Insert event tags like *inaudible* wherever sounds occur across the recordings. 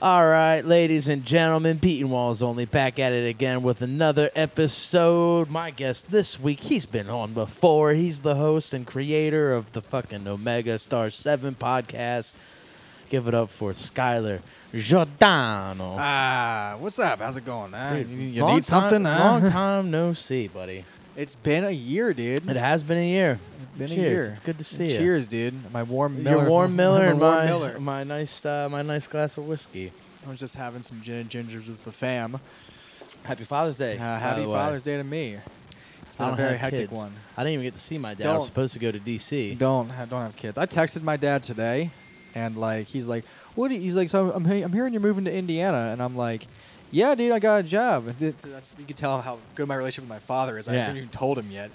All right, ladies and gentlemen, Beaten Walls only back at it again with another episode. My guest this week, he's been on before. He's the host and creator of the fucking Omega Star 7 podcast. Give it up for Skylar Giordano. Ah, what's up? How's it going? huh? Oh. Dude, you you long need something? time- huh? *laughs* Long time no see, buddy. It's been a year, dude. It has been a year. been uh, Cheers. a year. It's good to see you. Cheers, dude. *laughs* My warm Miller. Your warm Miller and warm my *laughs* Miller. my nice uh, my nice glass of whiskey. I was just having some gin and gingers with the fam. Happy Father's Day. Uh, by happy the way. Father's Day to me. I It's been a don't very have hectic kids. one. I didn't even get to see my dad. I was Don't. supposed to go to DC. Don't ha- don't have kids. I texted my dad today, and like he's like, "What?" do you-" He's like, "So I'm he- I'm hearing you're moving to Indiana," and I'm like, "Yeah, dude, I got a job." And th- that's- You can tell how good my relationship with my father is. I Yeah. haven't even told him yet.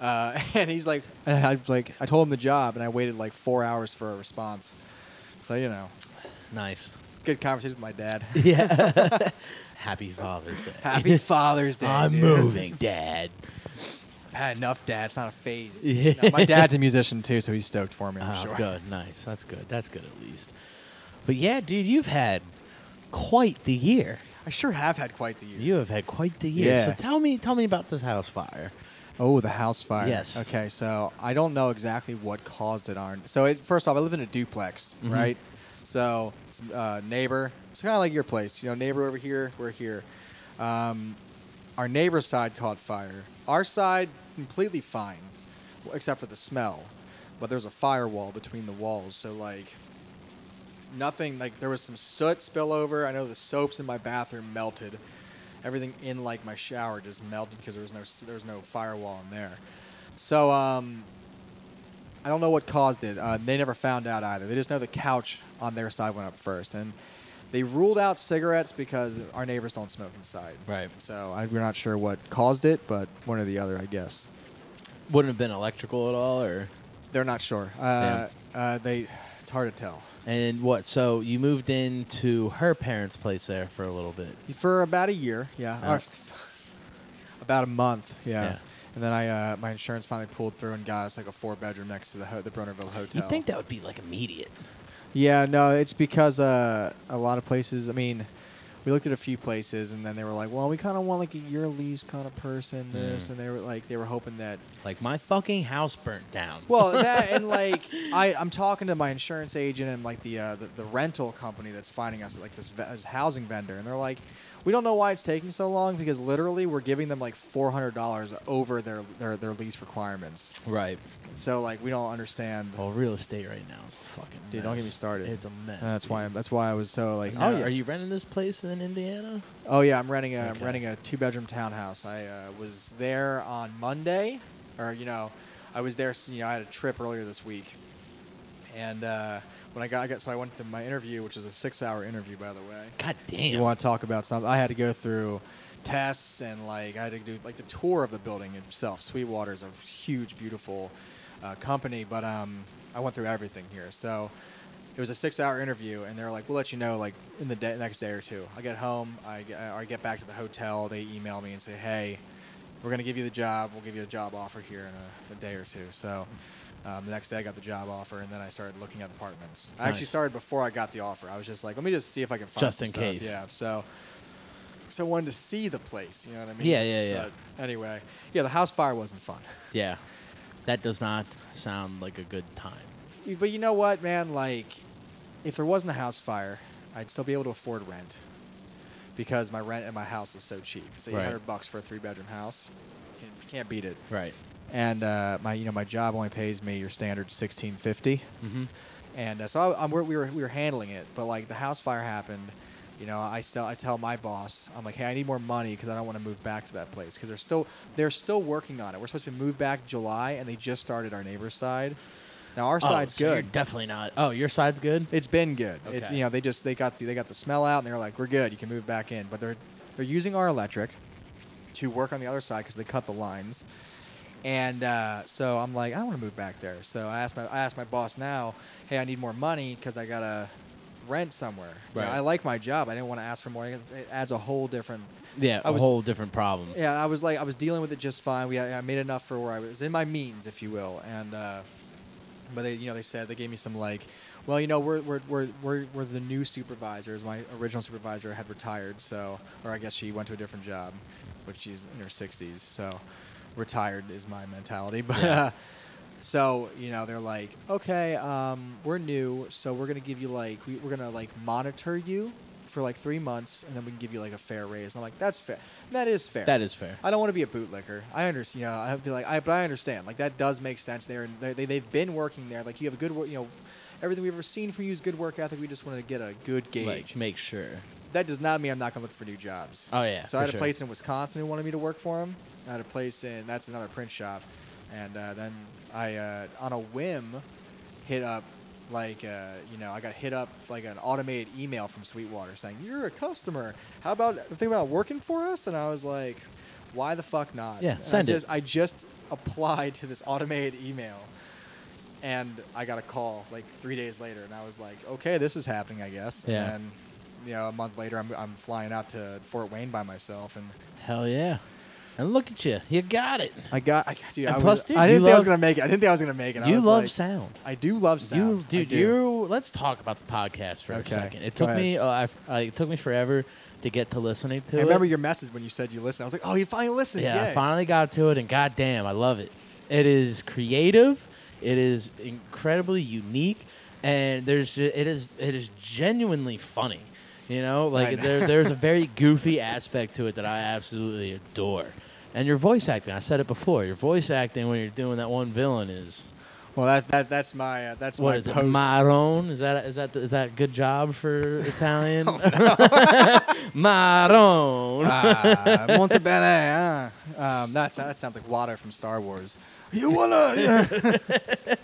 Uh, *laughs* and he's like, and I was like, I told him the job, and I waited like four hours for a response. So you know, Nice. good conversation with my *laughs* dad. Yeah. Happy Father's Day. Happy Father's Day. I'm dude. moving, Dad. I've *laughs* had enough, Dad. It's not a phase. Yeah. *laughs* No, my dad's a musician too, so he's stoked for me. I'm Oh, sure. good. Nice. That's good. That's good at least. But yeah, dude, you've had quite the year. I sure have had quite the year. You have had quite the year. Yeah. So tell me, tell me about this house fire. Oh, the house fire. Yes. Okay, so I don't know exactly what caused it. Arn. So it, first off, I live in a duplex, Mhm. right? So s- uh, neighbor, it's kind of like your place. You know, neighbor over here, we're here. Um, our neighbor's side caught fire. Our side completely fine, w- except for the smell. But there's a firewall between the walls, so like nothing. Like there was some soot spillover. I know the soaps in my bathroom melted everything in like my shower just melted because there was no there was no firewall in there. So um, I don't know what caused it. Uh, they never found out either. They just know the couch on their side went up first, and they ruled out cigarettes because our neighbors don't smoke inside. Right. So I, we're not sure what caused it, but one or the other, I guess. Wouldn't have been electrical at all, or They're not sure. Uh, uh, they it's hard to tell. and what? So you moved into her parents' place there for a little bit. for about a year. Yeah, Yeah. Or about a month. Yeah. Yeah. And then I, uh, my insurance finally pulled through and got us like a four bedroom next to the ho- the Bronerville hotel. You'd think that would be like immediate. Yeah, no, it's because uh, a lot of places. I mean, we looked at a few places, and then they were like, "Well, we kind of want like a year lease kind of person." This, Mm. and they were like, they were hoping that Like my fucking house burnt down. *laughs* Well, that and like I, I'm talking to my insurance agent and like the uh, the, the rental company that's finding us like this, ve- this housing vendor, and they're like, we don't know why it's taking so long because literally we're giving them like four hundred dollars over their, their their lease requirements. right. So like we don't understand. Well, real estate right now is a fucking. Dude, don't get mess. me started. It's a mess. And that's why I'm, dude. that's why I was so like, Now, oh yeah, Are you renting this place in Indiana? oh yeah, I'm renting a am Okay. renting a two bedroom townhouse. I uh, was there on Monday, or you know, I was there. You know, I had a trip earlier this week, and uh, when I got, I got so I went to my interview, which is a six hour interview, by the way. God damn. You want to talk about something? I had to go through tests and like I had to do like the tour of the building itself. Sweetwater is a huge, beautiful uh, company, but um, I went through everything here. So it was a six-hour interview, and they're like, "We'll let you know like in the day, next day or two. I get home, I get, or I get back to the hotel. They email me and say, "Hey, we're gonna give you the job. We'll give you a job offer here in a, a day or two. So. Um, the next day, I got the job offer, and then I started looking at apartments. I actually Nice. started before I got the offer. I was just like, "Let me just see if I can find Just some in stuff. case. Yeah. So, so I wanted to see the place. You know what I mean? Yeah, yeah, yeah. But anyway, yeah, the house fire wasn't fun. *laughs* Yeah. That does not sound like a good time. You- But you know what, man? Like, if there wasn't a house fire, I'd still be able to afford rent because my rent at my house is so cheap. It's eight Right. hundred bucks for a three bedroom house. Can't, can't beat it. Right. And uh, my, you know, my job only pays me your standard sixteen fifty. Mm-hmm. and uh, so I, I'm, we were we were handling it. But like the house fire happened, you know, I still I tell my boss, I'm like, hey, I need more money because I don't want to move back to that place because they're still they're still working on it. We're supposed to move back July, and they just started our neighbor's side. Now our side's Oh, You're good. definitely not. Oh, your side's good. It's been good. It- Okay. you know, they just they got the they got the smell out, and they're like, we're good. You can move back in. But they're they're using our electric to work on the other side because they cut the lines. And uh, so I'm like, I don't want to move back there. So I asked my I asked my boss now, hey, I need more money because I gotta rent somewhere. You know, Right. I like my job. I didn't want to ask for more. It adds a whole different. Yeah, I a was- whole different problem. Yeah, I was like, I was dealing with it just fine. We I I made enough for where I was in my means, if you will. And uh, but they, you know, they said they gave me some like, Well, you know, we're we're we're we're, we're the new supervisors. My original supervisor had retired, so or I guess she went to a different job, which she's in her 60s. So retired is my mentality, *laughs* but. Yeah. Uh, so you know they're like, okay, um, we're new, so we're gonna give you like we, we're gonna like monitor you for like three months, and then we can give you like a fair raise. And I'm like, that's fair. That is fair. That is fair. I don't want to be a bootlicker. I understand. You know, I'd be like, I, but I understand. Like that does make sense. There, and they, they they've been working there. Like you have a good work. You know, everything we've ever seen from you is good work ethic. We just want to get a good gauge. Like, make sure. that does not mean I'm not gonna look for new jobs. Oh, yeah, So I for had sure. a place in Wisconsin who wanted me to work for him. I had a place in that's another print shop, and uh, then I uh, on a whim hit up like uh, you know I got hit up like an automated email from Sweetwater saying you're a customer. How about think about working for us? And I was like, why the fuck not? Yeah, And send I it. just, I just applied to this automated email. And I got a call like three days later, and I was like, "Okay, this is happening, I guess." Yeah. And then, you know, a month later, I'm, I'm flying out to Fort Wayne by myself, and Hell yeah. And look at you. You got it. I got, I, dude, And I, plus, was, dude, I you didn't think I was love- gonna make it. I didn't think I was gonna make it. I you was love like- sound. I do love sound. You, I dude, do. you. Let's talk about the podcast for Okay, a second. It go took ahead. me. Uh, I, I- it took me forever to get to listening to I it. remember your message when you said you listened. I was like, "Oh, you finally listened." yeah, I Yay. finally got to it, and goddamn, I love it. It is creative. It is incredibly unique, and there's ju- it is it is genuinely funny. You know, I like know. there, there's a very *laughs* goofy aspect to it that I absolutely adore. And your voice acting, I said it before. Your voice acting when you're doing that one villain is Well, that, that that's my uh, that's what my is it? post. Marone? Is that is that is that a good job *laughs* for Italian? *laughs* Marone. Oh, ah, Montebello. Ah. Um, that's, that sounds like Water from Star Wars. You wanna? *laughs* Yeah.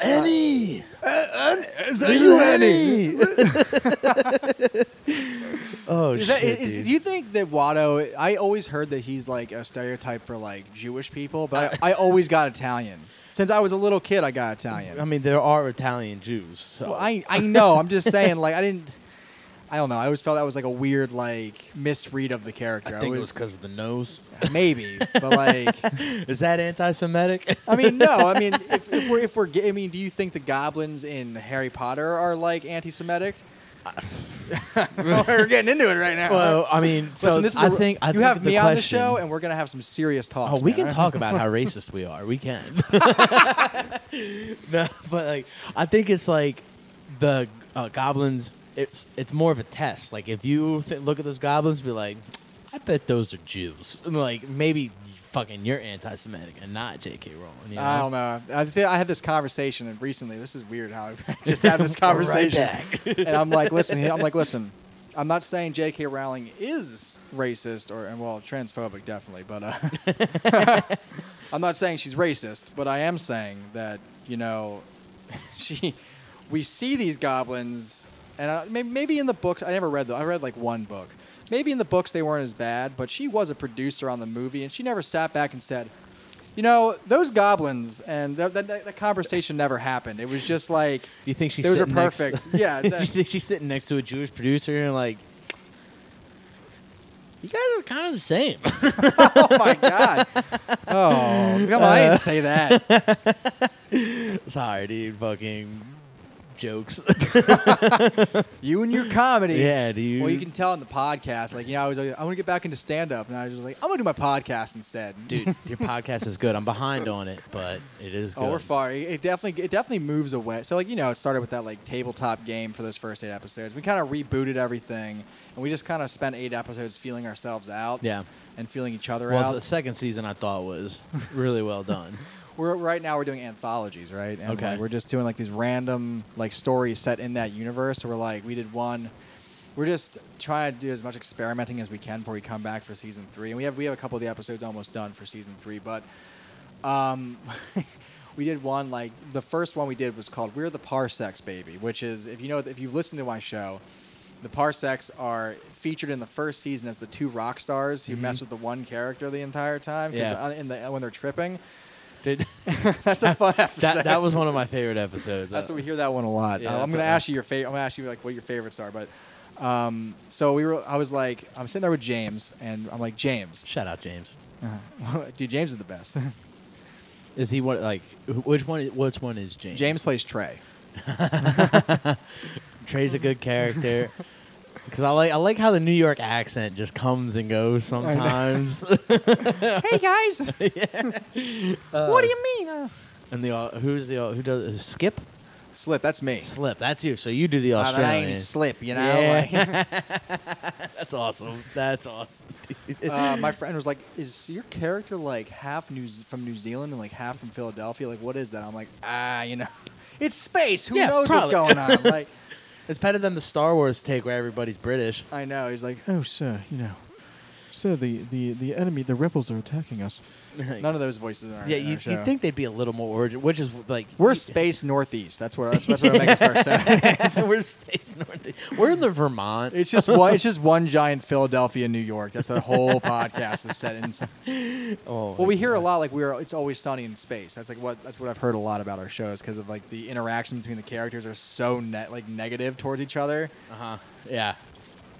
Any. Is that you, Annie? *laughs* Oh Is shit, that, is, dude. do you think that Watto? I always heard that he's like a stereotype for like Jewish people, but I, I always got Italian since I was a little kid. I got Italian. I mean, there are Italian Jews. So Well, I I know. I'm just saying. Like I didn't. I don't know. I always felt that was like a weird like misread of the I character. think it was *laughs* always- because of the nose. maybe, but like Is that anti-Semitic? I mean, no. I mean, if, if we're if we're ga- I mean, do you think the goblins in Harry Potter are like anti-Semitic? *laughs* we're getting into it right now. well, I mean, so Listen, this is I a- think I you think have the me question, on the show, and we're gonna have some serious talks. Oh, we man. can talk about *laughs* how racist we are. We can. *laughs* no, but like I think it's like the uh, goblins. It's it's more of a test. Like if you th- look at those goblins, be like, I bet those are Jews. *laughs* And, like maybe fucking you're anti-Semitic and not J.K. Rowling. You know? I don't know. I, th- I had this conversation and recently. This is weird how I *laughs* just *laughs* had this conversation, back. *laughs* and I'm like, listen, I'm like, listen. I'm not saying J.K. Rowling is racist or and well transphobic, definitely, but uh, *laughs* I'm not saying she's racist. But I am saying that you know, *laughs* she, we see these goblins, and uh, may- maybe in the book I never read though. I read like one book. Maybe in the books they weren't as bad, but she was a producer on the movie, and she never sat back and said, you know, those goblins and that that that conversation never happened. It was just like Do you think she's those are sitting next- *laughs* perfect. yeah, you that- think she's sitting next to a Jewish producer and like, you guys are kind of the same. *laughs* *laughs* oh my god. Oh, come on, I didn't say that. Sorry, dude. Fucking jokes. You and your *laughs* comedy. yeah, dude. Well, you can tell in the podcast. Like, you know, I was like, I want to get back into stand up, and I was just like, I'm gonna do my podcast instead. *laughs* dude. Your podcast is good. I'm behind on it, but it is. Oh, good. we're far. It it definitely, it definitely moves away. So, like you know, it started with that like tabletop game for those first eight episodes. We kind of rebooted everything, and we just kind of spent eight episodes feeling ourselves out, Yeah. and feeling each other Well, out. the second season I thought was really well *laughs* done. We're right now we're doing anthologies, right? And Okay. like, we're just doing like these random like stories set in that universe. So we're like we did one. We're just trying to do as much experimenting as we can before we come back for season three. And we have we have a couple of the episodes almost done for season three, but um, *laughs* we did one like the first one we did was called "We're the Parsecs, Baby," which is if you know if you've listened to my show, the Parsecs are featured in the first season as the two rock stars who mess with the one character the entire time. 'cause, Mm-hmm. Yeah. uh, in the when they're tripping, *laughs* Did, *laughs* that's a fun *laughs* episode. that that was one of my favorite episodes. *laughs* That's what we hear that one a lot. Yeah, Uh, I'm that's gonna a- ask you your favorite. I'm gonna ask you like what your favorites are. But um, so we were. I was like, I'm sitting there with James, and I'm like, James, *laughs* Uh, Shout out James. dude, James is the best. *laughs* Is he what like? wh- Which one? Which one is James? *laughs* James plays Trey. Trey's a good *laughs* character. Cause I like I like how the New York accent just comes and goes *laughs* sometimes, hey *laughs* guys, *laughs* what do you mean? Uh, and the au- who's the au- who does Skip slip. That's me. Slip that's you so you do the Uh, that I ain't Australian slip. You know. like- yeah. that's awesome that's awesome *laughs* dude. uh, my friend was like, *laughs* "Is your character like half New from New Zealand and like half from Philadelphia? Like, what is that?" I'm like, "Ah, you know, *laughs* it's space. Who Yeah, knows probably. what's going on?" *laughs* like, it's better than the Star Wars take where everybody's British I know. He's like, Oh, sir, you know. Sir, the, the, the enemy, the rebels are attacking us. none of those voices are. yeah in our you show. you think they'd be a little more origin which is like *laughs* we're *laughs* space northeast? That's what that's, that's what Megastar said. so *laughs* we're space north. We're in the Vermont. It's just one. It's just one giant Philadelphia, New York. That's *laughs* the whole podcast is set in. Oh, Well, we hear a lot like we are. It's always sunny in space. That's like what. That's what I've heard a lot about our shows because of like the interaction between the characters are so net like negative towards each other. uh huh. Yeah,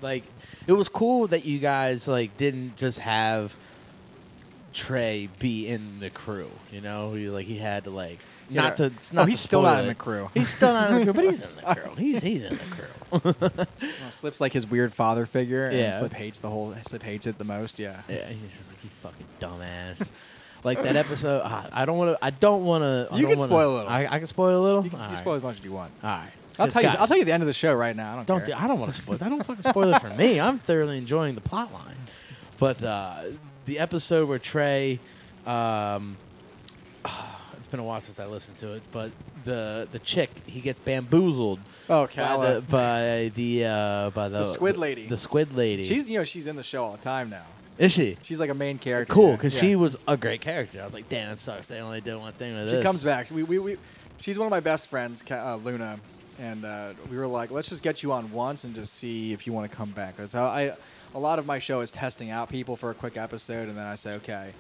like it was cool that you guys like didn't just have Trey be in the crew. You know, he, like he had to like Yeah. not to. It's No, not Oh, he's to still not spoil in it. the crew. He's still not in the crew, but *laughs* he's in the crew. He's he's in the crew. Well, Slip's like his weird father figure, and Yeah. Slip hates the whole. Slip hates it the most. Yeah. Yeah, he's just like you fucking dumbass. Like that episode, I, I don't want to. I don't want to. You can spoil a little. I, I can spoil a little. You can All you right. spoil as much as you want. All right. I'll Just tell you. guys. I'll tell you the end of the show right now. I don't, Don't do, care. I don't want to spoil. I don't fucking spoil it for *laughs* me. I'm thoroughly enjoying the plot line. But uh, the episode where Trey, um, ah, it's been a while since I listened to it, but the the chick he gets bamboozled by oh, the Calla. by the, uh, by the, The squid lady. The, squid lady. She's you know she's in the show all the time now. is she She's like a main character. cool? yeah. Because Yeah. she was a great character. I was like, damn, it sucks. They only did one thing with She this. comes back. We, we, we, she's one of my best friends, Ca- uh, Luna, and uh, we were like, let's just get you on once and just see if you want to come back. That's how I. A lot of my show is testing out people for a quick episode, and then I say, okay,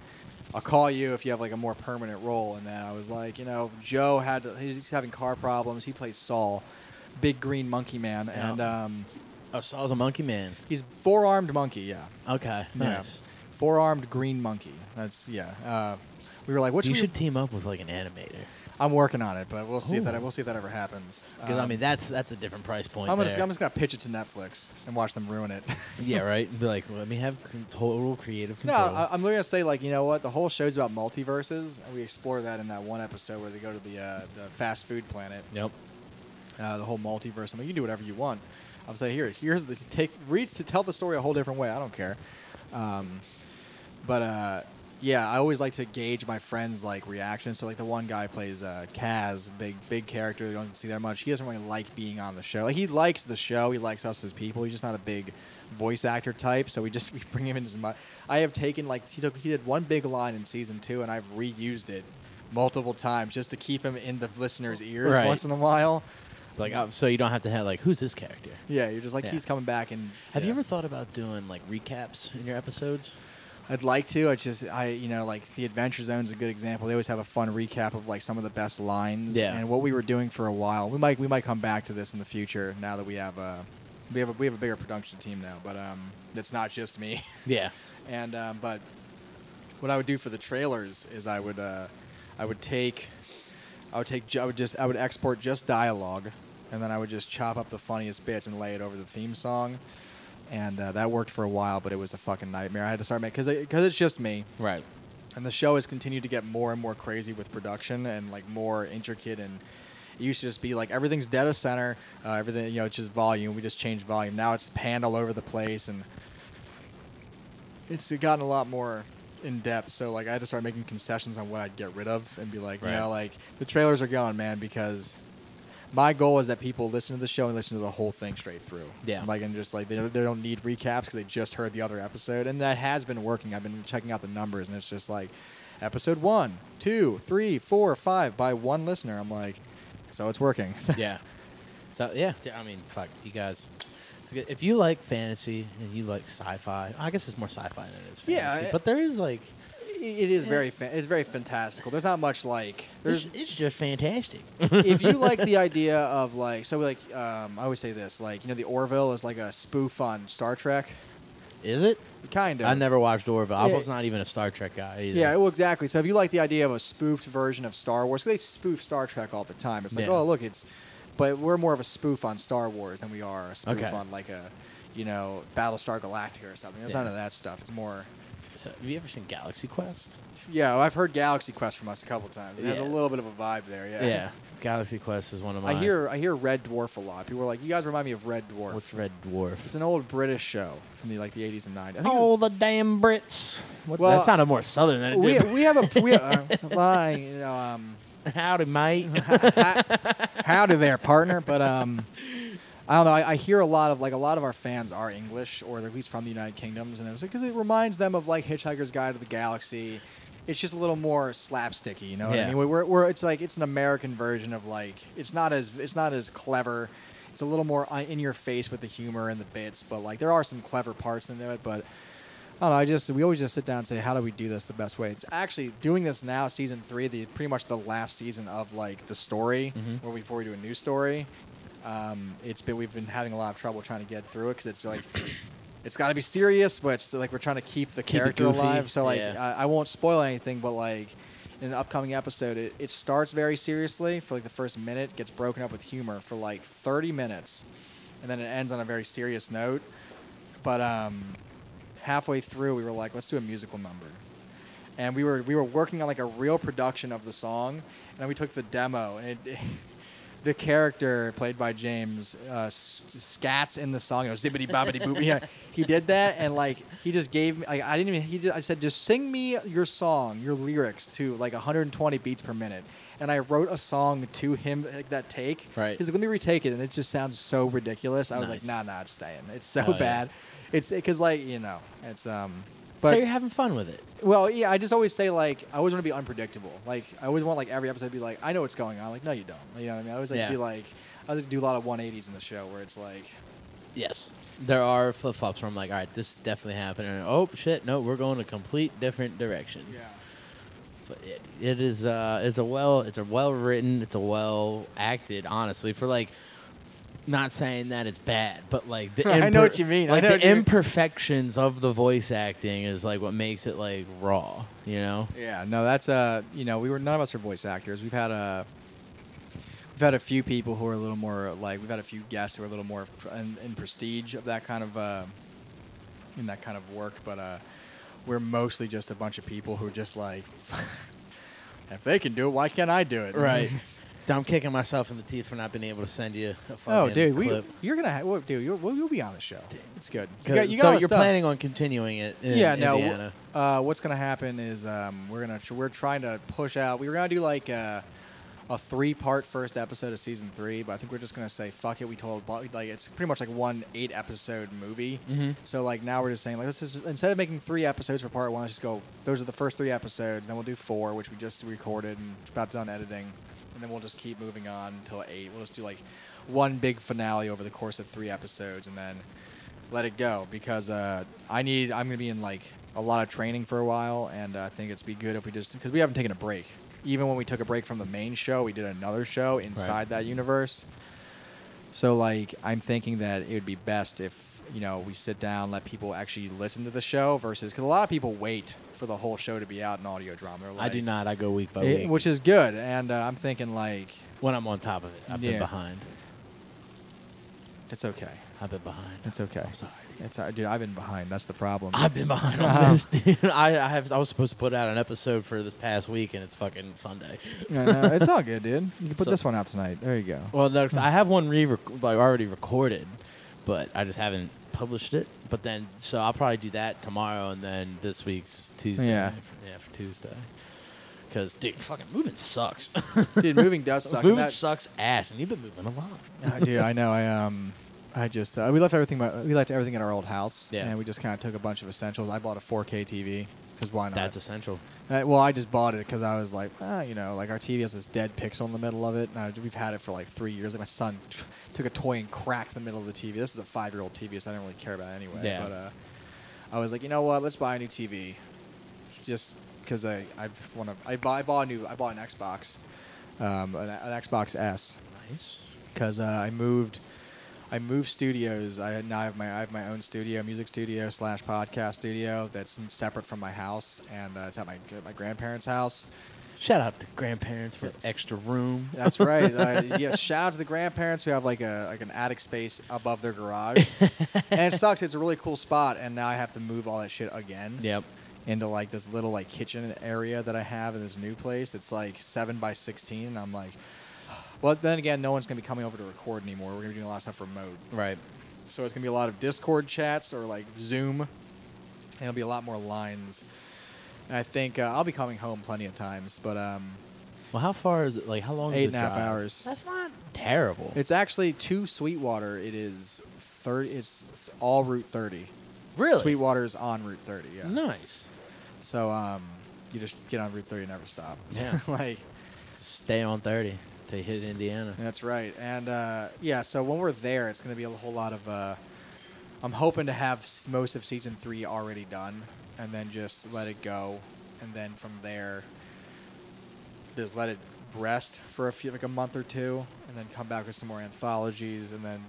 I'll call you if you have like a more permanent role. And then I was like, you know, Joe had he's having car problems. He plays Saul, big green monkey man, Yeah. and um, Oh, Saul's a monkey man. he's four armed monkey. Yeah, Okay, nice. yeah. four armed green monkey. That's yeah. Uh, we were like, what You should we- should team up with like an animator. I'm working on it, but we'll see if Ooh. that we'll see if that ever happens. Because I Um, mean, that's that's a different price point. I'm gonna there. I'm just gonna pitch it to Netflix and watch them ruin it. *laughs* Yeah, right. And be like, let me have con- total creative no, uh, control. I, I'm gonna say like you know what the whole show's about multiverses, and we explore that in that one episode where they go to the uh, the fast food planet, yep. uh, the whole multiverse. I mean, you can do whatever you want. I'm saying here, here's the take reads to tell the story a whole different way. I don't care. Um, but uh, yeah, I always like to gauge my friends' like reactions. So like the one guy plays uh, Kaz, big big character. You don't see that much. He doesn't really like being on the show. Like he likes the show. He likes us as people. He's just not a big voice actor type. So we just *laughs* we bring him in as much. I have taken like he took he did one big line in season two, and I've reused it multiple times just to keep him in the listener's ears Right. once in a while. Like, oh, so you don't have to have like, who's this character? Yeah, you're just like Yeah. he's coming back and. Have you yeah. ever thought about doing like recaps in your episodes? I'd like to. I just I you know like the Adventure Zone's a good example. They always have a fun recap of like some of the best lines. Yeah. And what we were doing for a while. We might we might come back to this in the future now that we have a we have a, we have a bigger production team now. But um, it's not just me. *laughs* Yeah. and um, but what I would do for the trailers is I would uh, I would take I would take ju- I would just I would export just dialogue, and then I would just chop up the funniest bits and lay it over the theme song, and uh, that worked for a while, but it was a fucking nightmare. I had to start making because because it's just me, Right. and the show has continued to get more and more crazy with production and like more intricate and it used to just be like everything's dead of center uh, everything you know it's just volume we just changed volume now it's panned all over the place and it's gotten a lot more in depth so like i had to start making concessions on what i'd get rid of and be like you Right. know like the trailers are going man because my goal is that people listen to the show and listen to the whole thing straight through. Yeah. Like and just like they don't, they don't need recaps because they just heard the other episode, and that has been working. I've been checking out the numbers, and it's just like episode one, two, three, four, five by one listener. I'm like, so it's working. *laughs* *laughs* yeah. So yeah, d- I mean, fuck you guys. It's good. If you like fantasy and you like sci-fi, I guess it's more sci-fi than it is Yeah, fantasy. I- but there is like, it is very fa- it's very fantastical. There's not much like it's, there's it's just *laughs* fantastic. if you like the idea of like so like um, I always say this like you know the Orville is like a spoof on Star Trek, is it? kind of. I never watched Orville. I Yeah. was not even a Star Trek guy either. Yeah, well, exactly. So if you like the idea of a spoofed version of Star Wars, 'cause they spoof Star Trek all the time. It's like, Yeah. oh, look, it's but we're more of a spoof on Star Wars than we are a spoof Okay. on like a, you know, Battlestar Galactica or something. It's Yeah. none of that stuff. It's more. So, have you ever seen Galaxy Quest? Yeah, I've heard Galaxy Quest from us a couple times. It has a Yeah. little bit of a vibe there. Yeah. Galaxy Quest is one of my. I hear I hear Red Dwarf a lot. People are like, "You guys remind me of Red Dwarf." What's Red Dwarf? It's an old British show from the like the 80s and 90s. I think *laughs* it Oh, the damn Brits! What, Well, that sounded more southern than it we, *laughs* did. we have a we uh, lying, you know, um, Howdy, *laughs* mate. howdy there, partner. But um, I don't know. I, I hear a lot of like a lot of our fans are English or they're at least from the United Kingdoms, and it was because it reminds them of like Hitchhiker's Guide to the Galaxy. It's just a little more slapsticky, you know. What Yeah. I mean, we're, we're it's like it's an American version of like it's not as it's not as clever. It's a little more uh, in your face with the humor and the bits, but like there are some clever parts in it, but. I don't know. I just we always just sit down and say, how do we do this the best way? It's actually doing this now, season three, the pretty much the last season of like the story, Mm-hmm. where we, before we do a new story. Um, it's been we've been having a lot of trouble trying to get through it because it's like it's got to be serious, but it's like we're trying to keep the Keep it character goofy, alive. So like yeah. I, I won't spoil anything, but like in an upcoming episode, it, it starts very seriously for like the first minute, gets broken up with humor for like 30 minutes, and then it ends on a very serious note. But um, halfway through, we were like, let's do a musical number. And we were we were working on like a real production of the song, and then we took the demo, and it, *laughs* the character played by James uh, s- scats in the song. You know, zibbity bobbity boop. Yeah, he did that, and like he just gave me. Like, I didn't even. He just, I said, just sing me your song, your lyrics to like 120 beats per minute, and I wrote a song to him like that take. Right. He's like, let me retake it, and it just sounds so ridiculous. I was like, Nice. nah, nah, it's staying. It's *laughs* so Oh, yeah. bad. It's because like you know, it's um. so But you're having fun with it. well, yeah, I just always say like I always want to be unpredictable. Like I always want like every episode to be like I know what's going on. Like no, you don't. You know what I mean? I always like Yeah. be like I always do a lot of 180s in the show where it's like Yes. There are flip flops where I'm like, all right, this is definitely happening. And, oh shit, no, we're going a complete different direction. yeah. But it, it is uh, it's a well, it's a well written, it's a well acted. Honestly, for like, not saying that it's bad, but like the *laughs* I know imper- what you mean. I Like know the what you mean. imperfections of the voice acting is like what makes it like raw. You know. Yeah, no, that's uh, you know, we were none of us are voice actors. We've had a we've had a few people who are a little more like we've had a few guests who are a little more in, in prestige of that kind of uh, in that kind of work, but uh, we're mostly just a bunch of people who are just like *laughs* if they can do it, why can't I do it? *laughs* *laughs* I'm kicking myself in the teeth for not being able to send you a fucking Oh, dude, we, clip. you're gonna have, well, dude, you'll, well, you'll be on the show. It's good. You Good. got, you got so all the you're stuff. planning on continuing it in yeah, no. w- Indiana. Uh, what's gonna happen is um, we're gonna we're trying to push out. We were gonna do like a, a three part first episode of season three, but I think we're just gonna say fuck it. We told Bo- like it's pretty much like one eight episode movie. Mhm. So like now we're just saying like let's just instead of making three episodes for part one, let's just go. Those are the first three episodes. Then we'll do four, which we just recorded and about done editing, and then we'll just keep moving on until eight. We'll just do like one big finale over the course of three episodes, and then let it go because uh, I need. I'm gonna be in like a lot of training for a while, and uh, I think it's be good if we just because we haven't taken a break. Even when we took a break from the main show, we did another show inside that universe. So like, I'm thinking that it would be best if you know we sit down, let people actually listen to the show versus because a lot of people wait for the whole show to be out in audio drama. They're I do like- not. I go week by It- week. which is good, and uh, I'm thinking like when I'm on top of it, I've been Yeah. behind. it's okay, I've been behind. it's okay. I'm sorry. It's uh, dude, I've been behind. That's the problem. I've been behind on Wow. this, *laughs* dude. I, I have. I was supposed to put out an episode for this past week, and it's fucking Sunday. I know. It's all good, dude. You can put So- this one out tonight. There you go. Well, no, 'cause I have one re like already recorded, but I just haven't published it. But then, so I'll probably do that tomorrow, and then this week's Tuesday. Yeah. for, yeah, for Tuesday. Because dude, fucking moving sucks. *laughs* *laughs* Dude, moving does suck. and moving that- sucks ass, and you've been moving a lot. I do. I know. I um, I just uh, we left everything. but We left everything at our old house. Yeah. And we just kind of took a bunch of essentials. I bought a 4K TV because why not? That's essential. Uh, well, I just bought it because I was like, ah, you know, like our TV has this dead pixel in the middle of it, and I, we've had it for like three years. Like my son *laughs* t- took a toy and cracked the middle of the TV. This is a five-year-old TV, so I didn't really care about it anyway. Yeah. But uh, I was like, you know what? Let's buy a new TV, just because I I want to. I bought I bought a new I bought an Xbox, um, an, an Xbox S Nice. because uh, I moved. I moved studios. I now have my I have my own studio, music studio slash podcast studio that's separate from my house, and uh, it's at my my grandparents' house. Shout out to grandparents for extra room. *laughs* That's right. *laughs* Uh, yeah, shout out to the grandparents who have like a like an attic space above their garage. and it sucks. It's a really cool spot, and now I have to move all that shit again. Yep. Into like this little like kitchen area that I have in this new place. It's like seven by sixteen, and I'm like, *sighs* well, then again, no one's gonna be coming over to record anymore. We're gonna be doing a lot of stuff remote, Right. so it's gonna be a lot of Discord chats or like Zoom, and it'll be a lot more lines. And I think uh, I'll be coming home plenty of times, but um, Well, how far is it? Like, how long is eight it? and a half hours. That's not terrible. It's actually to Sweetwater. It is thirty. It's th- all Route thirty. really Sweetwater's on Route thirty. Yeah. Nice. So um, you just get on Route thirty and never stop. Yeah. *laughs* like Stay on 30 to hit Indiana. that's right. And uh, yeah, so when we're there, it's gonna be a whole lot of. Uh, I'm hoping to have s- most of season three already done, and then just let it go, and then from there, just let it rest for a few like a month or two, and then come back with some more anthologies, and then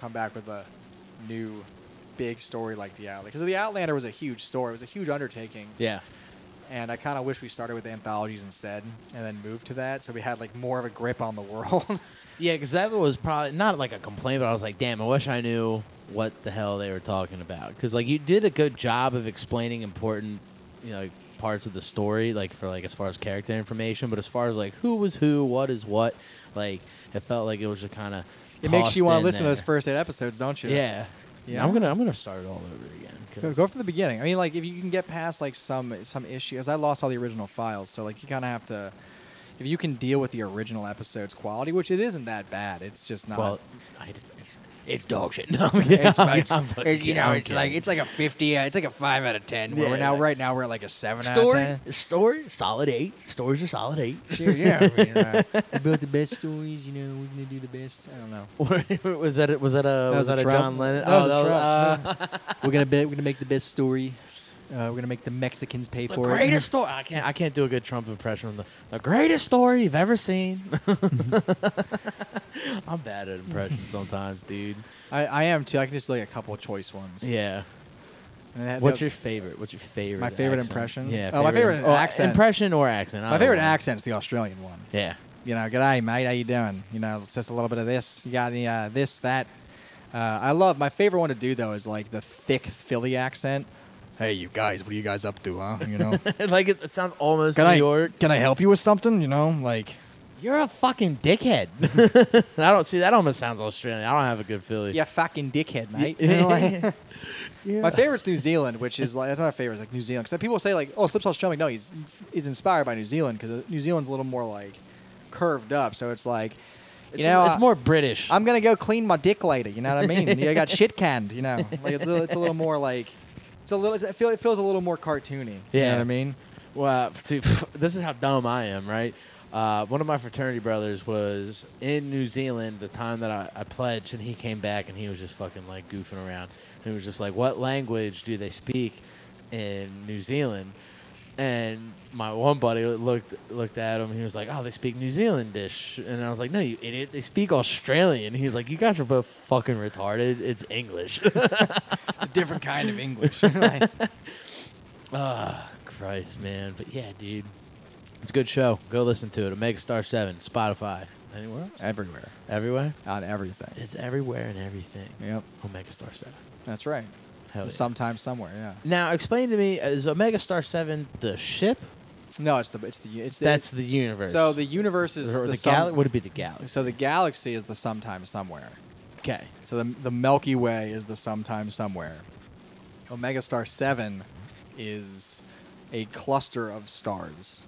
come back with a new big story like the Outlander. Because the Outlander was a huge story, it was a huge undertaking. Yeah. and I kind of wish we started with anthologies instead and then moved to that, so we had like more of a grip on the world. *laughs* Yeah, because that was probably not like a complaint, but I was like, damn, I wish I knew what the hell they were talking about. Because like you did a good job of explaining important, you know, parts of the story, like for like as far as character information, but as far as like who was who, what is what, like it felt like it was just kind of. it makes you want to listen to those first eight episodes, don't you? Yeah. Yeah. Yeah. I'm gonna I'm gonna start it all over again. Go, 'cause- go from the beginning. I mean, like if you can get past like some some issues, I lost all the original files, so like you kind of have to. If you can deal with the original episode's quality, which it isn't that bad, it's just not. well, I, it's dog shit. *laughs* No, I'm kidding. it's I'm- like, I'm it- you fucking- know, I'm it's like kidding. it's like a fifty, uh, it's like a five out of ten. Where Yeah, we're now, like- right now, we're at like a seven out story of ten. story solid eight. Stories a solid eight. Sure, yeah, I mean, *laughs* uh, we built the best stories. You know, we're gonna do the best. I don't *laughs* know. was that? Was that a? was that a Trump. John Lennon? Oh, That was a that was- Trump. *laughs* we're gonna be, we're gonna make the best story. Uh, we're gonna make the Mexicans pay the for greatest story. I can't. I can't do a good Trump impression. The, the greatest story you've ever seen. *laughs* I'm bad at impressions sometimes, dude. it. I, I am too. I can just like a couple of choice ones. Yeah. And that- What's that- your favorite? What's your favorite? My favorite accent? impression? Yeah. Oh, my favorite oh, accent. Impression or accent? my either favorite one. accent's the Australian one. Yeah. You know, g'day mate, how you doing? You know, just a little bit of this. You got any uh, this that? Uh, I love my favorite one to do though is like the thick Philly accent. Hey, you guys, what are you guys up to, huh? *laughs* You know, *laughs* like it, it sounds almost can New I York. can I help you with something? You know, like You're a fucking *laughs* dickhead. I don't see that. Almost sounds Australian. I don't have a good Philly. you fucking *laughs* dickhead, mate. You know, *laughs* like- My favorite's New Zealand, which is like that's not a favorite. It's like New Zealand, because people say like, "Oh, Slipknot's Australian." No, he's he's inspired by New Zealand because New Zealand's a little more like curved up. So it's like, you It's, know, it's I- more British. I'm gonna go clean my dick later. You know what *laughs* I mean? you got shit canned. You know, like it's a, it's a little more like it's a little. It's, I feel it feels a little more cartoony. you know Yeah. what I mean. Well, see, *laughs* this is how dumb I am, right? Uh, one of my fraternity brothers was in New Zealand the time that I, I pledged, and he came back and he was just fucking like goofing around. And he was just like, What language do they speak in New Zealand? And my one buddy looked looked at him. And he was like, "Oh, they speak New Zealandish," and I was like, "No, you idiot! They speak Australian." He's like, "You guys are both fucking retarded. It's English." *laughs* It's a different kind of English. Like, Ah, Christ, man. But yeah, dude. It's a good show. Go listen to it. Omega Star 7, Spotify. Anywhere? else? *laughs* everywhere, Everywhere? on everything. It's everywhere and everything. Yep, Omega Star 7. that's right. Hell yeah. Sometimes somewhere, yeah. Now, explain to me, is Omega Star 7 the ship? No, it's the it's the it's the, That's the universe. so the universe is Or the, sum- gal- Would it be the galaxy? So the galaxy is the sometime somewhere. Okay. So the, the Milky Way is the sometime somewhere. Omega Star 7 is a cluster of stars.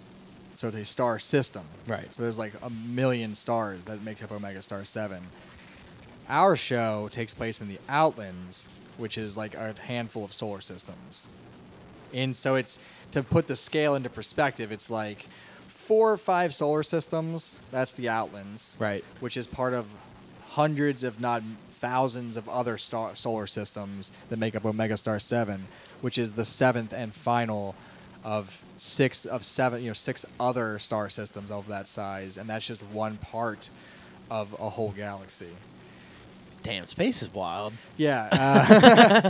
So it's a star system. Right. So there's like a million stars that make up Omega Star 7. Our show takes place in the Outlands, which is like a handful of solar systems. And so it's to put the scale into perspective, it's like four or five solar systems. That's the Outlands Right. which is part of hundreds, if not thousands, of other star- solar systems that make up Omega Star Seven, which is the seventh and final of six of seven, you know, six other star systems of that size, and that's just one part of a whole galaxy. damn, space is wild. Yeah,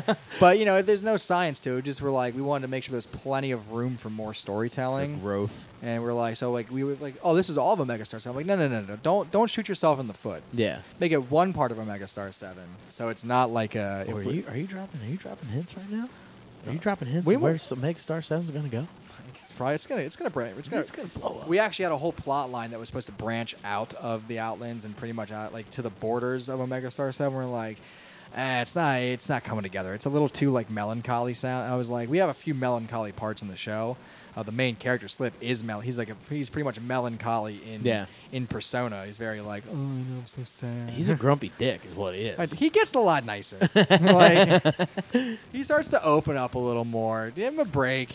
uh, *laughs* but you know, there's no science to it. Just we're like, we wanted to make sure there's plenty of room for more storytelling, growth. and we're like, so like we were like, oh, this is all of a megastar seven. I'm like, no, no, no, no, don't don't shoot yourself in the foot. Yeah. Make it one part of a megastar seven, so it's not like a. if Are we- you are you dropping are you dropping hints right now? Are you dropping hints? We of where won't- some Meg Star Seven's gonna go? It's probably it's gonna it's gonna break. It's gonna. It's gonna blow up. we actually had a whole plot line that was supposed to branch out of the Outlands and pretty much out like to the borders of Omega Star Seven. We're like, eh, it's not it's not coming together. It's a little too like melancholy sound. I was like, we have a few melancholy parts in the show. Uh, the main character Slip is mel. He's like a, he's pretty much melancholy in Yeah. in persona. He's very like, oh, you know, I'm so sad. He's a grumpy dick, is what he But is. He gets a lot nicer. like, he starts to open up a little more. Give him a break.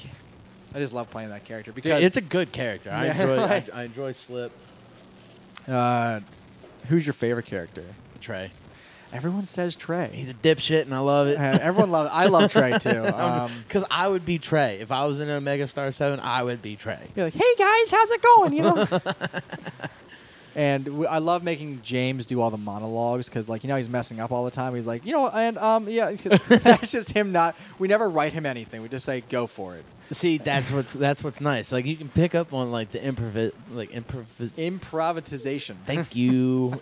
I just love playing that character Dude, because it's a good character. I Yeah, enjoy. *laughs* I, like- I enjoy Slip. Uh, who's your favorite character? Trey. Everyone says Trey. He's a dipshit, and I love it. *laughs* Uh, everyone loves. I love Trey too. *laughs* *laughs* Um, Because I would be Trey if I was in a Mega Star Seven. I would be Trey. you're like, hey guys, how's it going? You know. and w- I love making James do all the monologues because, like, you know, he's messing up all the time. He's like, you know, and um, yeah, *laughs* that's just him. Not. We never write him anything. We just say, go for it. See, that's what's that's what's nice. Like you can pick up on like the improv, like improv. Improvisation. Thank *laughs* you.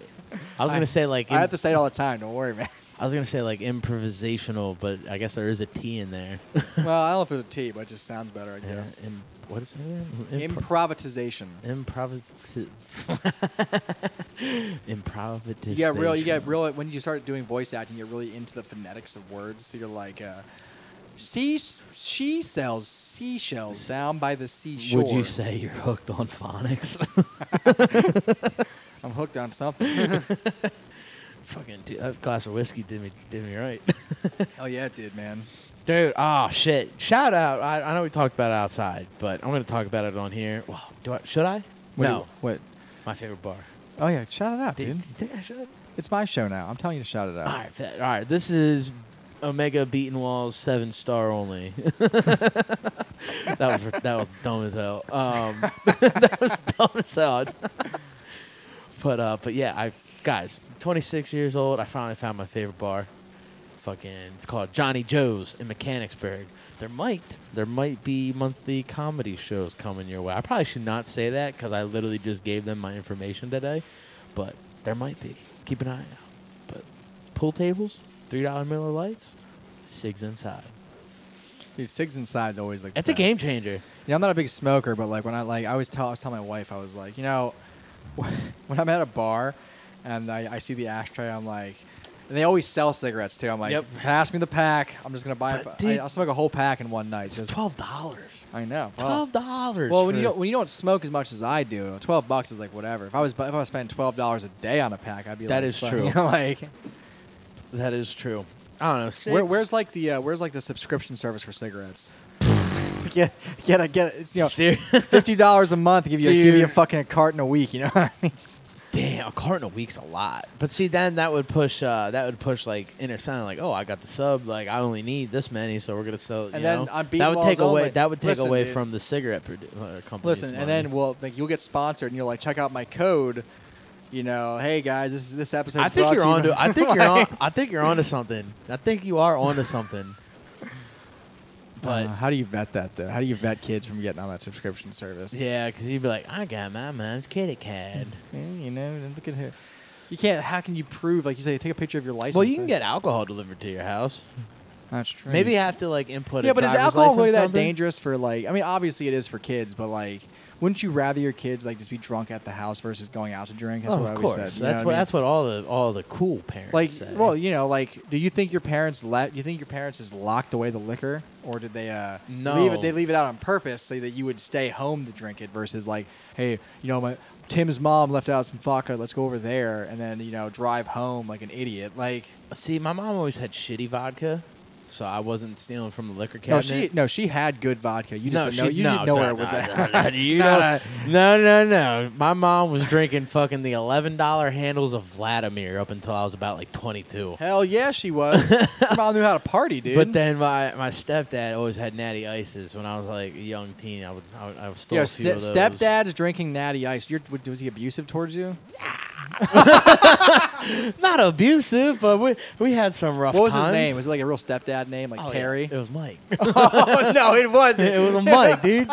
I was gonna say like I im- have to say it all the time. Don't worry, man. I was gonna say like improvisational, but I guess there is a T in *laughs* there. well, I don't know if there's a T, but it just sounds better, I guess. Im- what is it? again? Impro- Improvisation. *laughs* improvis- *laughs* improvisation. You get real. You get real. When you start doing voice acting, you're really into the phonetics of words. So you're like, uh, she she sells seashells down by the seashore. Would you say you're hooked on phonics? I'm hooked on *laughs* something. *laughs* Fucking dude, that glass of whiskey did me did me right. *laughs* Hell yeah, it did, man. Dude, oh shit! Shout out. I, I know we talked about it outside, but I'm gonna talk about it on here. Wow, do I? Should I? What do no, you- what? my favorite bar. Oh yeah, shout it out, Dude, dude. do you think I should? It's my show now. I'm telling you to shout it out. All right, fa- all right. This is Omega Beaten Walls seven star only. *laughs* that was that was dumb as hell. Um, *laughs* that was dumb as hell. but uh, but yeah, I guys, 26 years old. I finally found my favorite bar. Fucking, it's called Johnny Joe's in Mechanicsburg. There might there might be monthly comedy shows coming your way. I probably should not say that because I literally just gave them my information today, but there might be. Keep an eye out. But pool tables, three dollar Miller Lights, Sigs inside. Dude, Sigs and Sides always like. the It's a best. game changer. You know, I'm not a big smoker, but like when I like, I always tell, I was telling my wife, I was like, you know, *laughs* when I'm at a bar and I, I see the ashtray, I'm like, and they always sell cigarettes too. I'm like, Yep. pass me the pack. I'm just gonna buy. But It. dude- I, will smoke a whole pack in one night. It's Just- twelve dollars. I know. Well, Twelve dollars. well, when you don't when you don't smoke as much as I do, twelve bucks is like whatever. If I was bu- if I was spending twelve dollars a day on a pack, I'd be That like, is fuck, true. You know, *laughs* like, that is true. I don't know. Sigs, where, where's like the uh, where's like the subscription service for cigarettes? *laughs* get get a get a, you know Ser- fifty dollars a month give you give you Dude. fucking a carton a week. You know what I mean? *laughs* Damn, a carton a week's a lot. But see, then that would push. Uh, that would push like inner sound. Like, oh, I got the sub. Like, I only need this many, so we're gonna sell. And you then know? on that would Beatwalls take away. only. That would take Listen, away dude. from the cigarette produ- uh, company. *laughs* Listen, and then we'll like you'll get sponsored, and you're like, check out my code. You know, hey guys, this is this *laughs* episode. I think you're on to. I *laughs* think you're *laughs* on. I think you're onto something. I think you are onto *sighs* something. But how do you vet that though? How do you vet kids from getting on that subscription service? yeah, because you'd be like, I got my mom's credit card. Eh, you know, and look at her. You can't. How can you prove? Like you say, take a picture of your license. Well, you can plate. get alcohol delivered to your house. That's true. Maybe you have to like input. yeah, a but is driver's alcohol license really that number. dangerous for like? I mean, obviously it is for kids, but like, wouldn't you rather your kids like just be drunk at the house versus going out to drink? That's Oh, of what I course. always said. you know that's I what, mean? that's what all the all the cool parents like say. well you know like do you think your parents let you think your parents just locked away the liquor or did they uh leave No. it they leave it out on purpose so that you would stay home to drink it versus like hey you know my tim's mom left out some vodka let's go over there and then you know drive home like an idiot like See, my mom always had shitty vodka, so I wasn't stealing from the liquor no cabinet. she no she had good vodka you just she, didn't know you didn't know where it was no, *laughs* at no, no, you No, know- no, no, no. My mom was drinking fucking the eleven dollar handles of Vladimir up until I was about like twenty two. *laughs* hell yeah she was your mom knew how to party dude But then my, my stepdad always had natty ices when I was like a young teen. I would I, would, I would stole Yo, a few ste- of those. stepdad's drinking natty ice. You're, was he abusive towards you? Not abusive, but we we had some rough. What was his times. name? Was it like a real stepdad name, like Oh, yeah. Terry? It was *laughs* Mike. oh no, *laughs* it wasn't. it was a Mike, dude.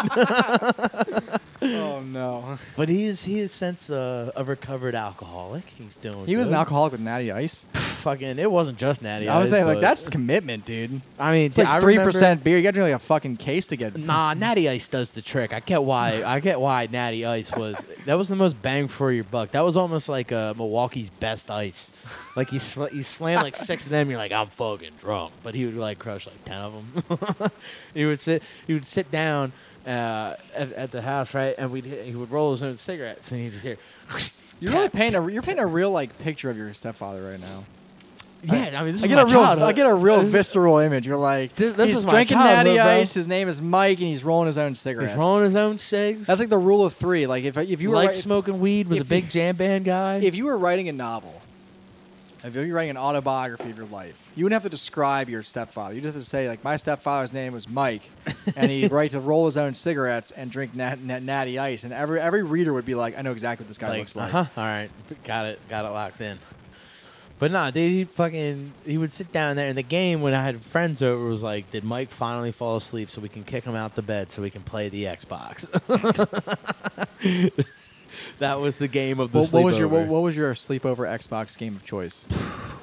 oh no. *laughs* But he is he is since a, a recovered alcoholic. He's doing. *laughs* He was an good. alcoholic with Natty Ice. Fucking, it wasn't just Natty. I was Ice, saying like but- that's commitment, dude. I mean, It's like three three percent beer. You got to drink like a fucking case to get. *laughs* Nah, Natty Ice does the trick. I get why. I get why Natty Ice was. That was the most bang for your buck. That was almost like uh, Milwaukee's best ice. Like you, sl- you slam like six of them. You're like, I'm fucking drunk. But he would like crush like ten of them. *laughs* he would sit. He would sit down uh, at, at the house, right? And we'd hit, he would roll his own cigarettes, and he'd just hear. *laughs* You're tap, really painting a you're painting a real like picture of your stepfather right now. Yeah, I mean, this I is get my a real childhood. I get a real This- visceral image. You're like This- this he's is my drinking childhood, Natty bro. Ice. His name is Mike, and he's rolling his own cigarettes. He's rolling his own cigs. That's like the rule of three. Like if if you you were like write- smoking weed. Was a if big you- jam band guy. if you were writing a novel, if you were writing an autobiography of your life, you wouldn't have to describe your stepfather. You'd have to say, like, my stepfather's name was Mike, and he'd write to roll his own cigarettes and drink nat- nat- natty ice. And every every reader would be like, I know exactly what this guy looks like. Uh-huh. All right, got it, got it locked in. But nah, dude, he fucking he would sit down there in the game when I had friends over. it Was like, did Mike finally fall asleep so we can kick him out the bed so we can play the Xbox? *laughs* that was the game of the What, what was your what, sleepover. what was your sleepover Xbox game of choice?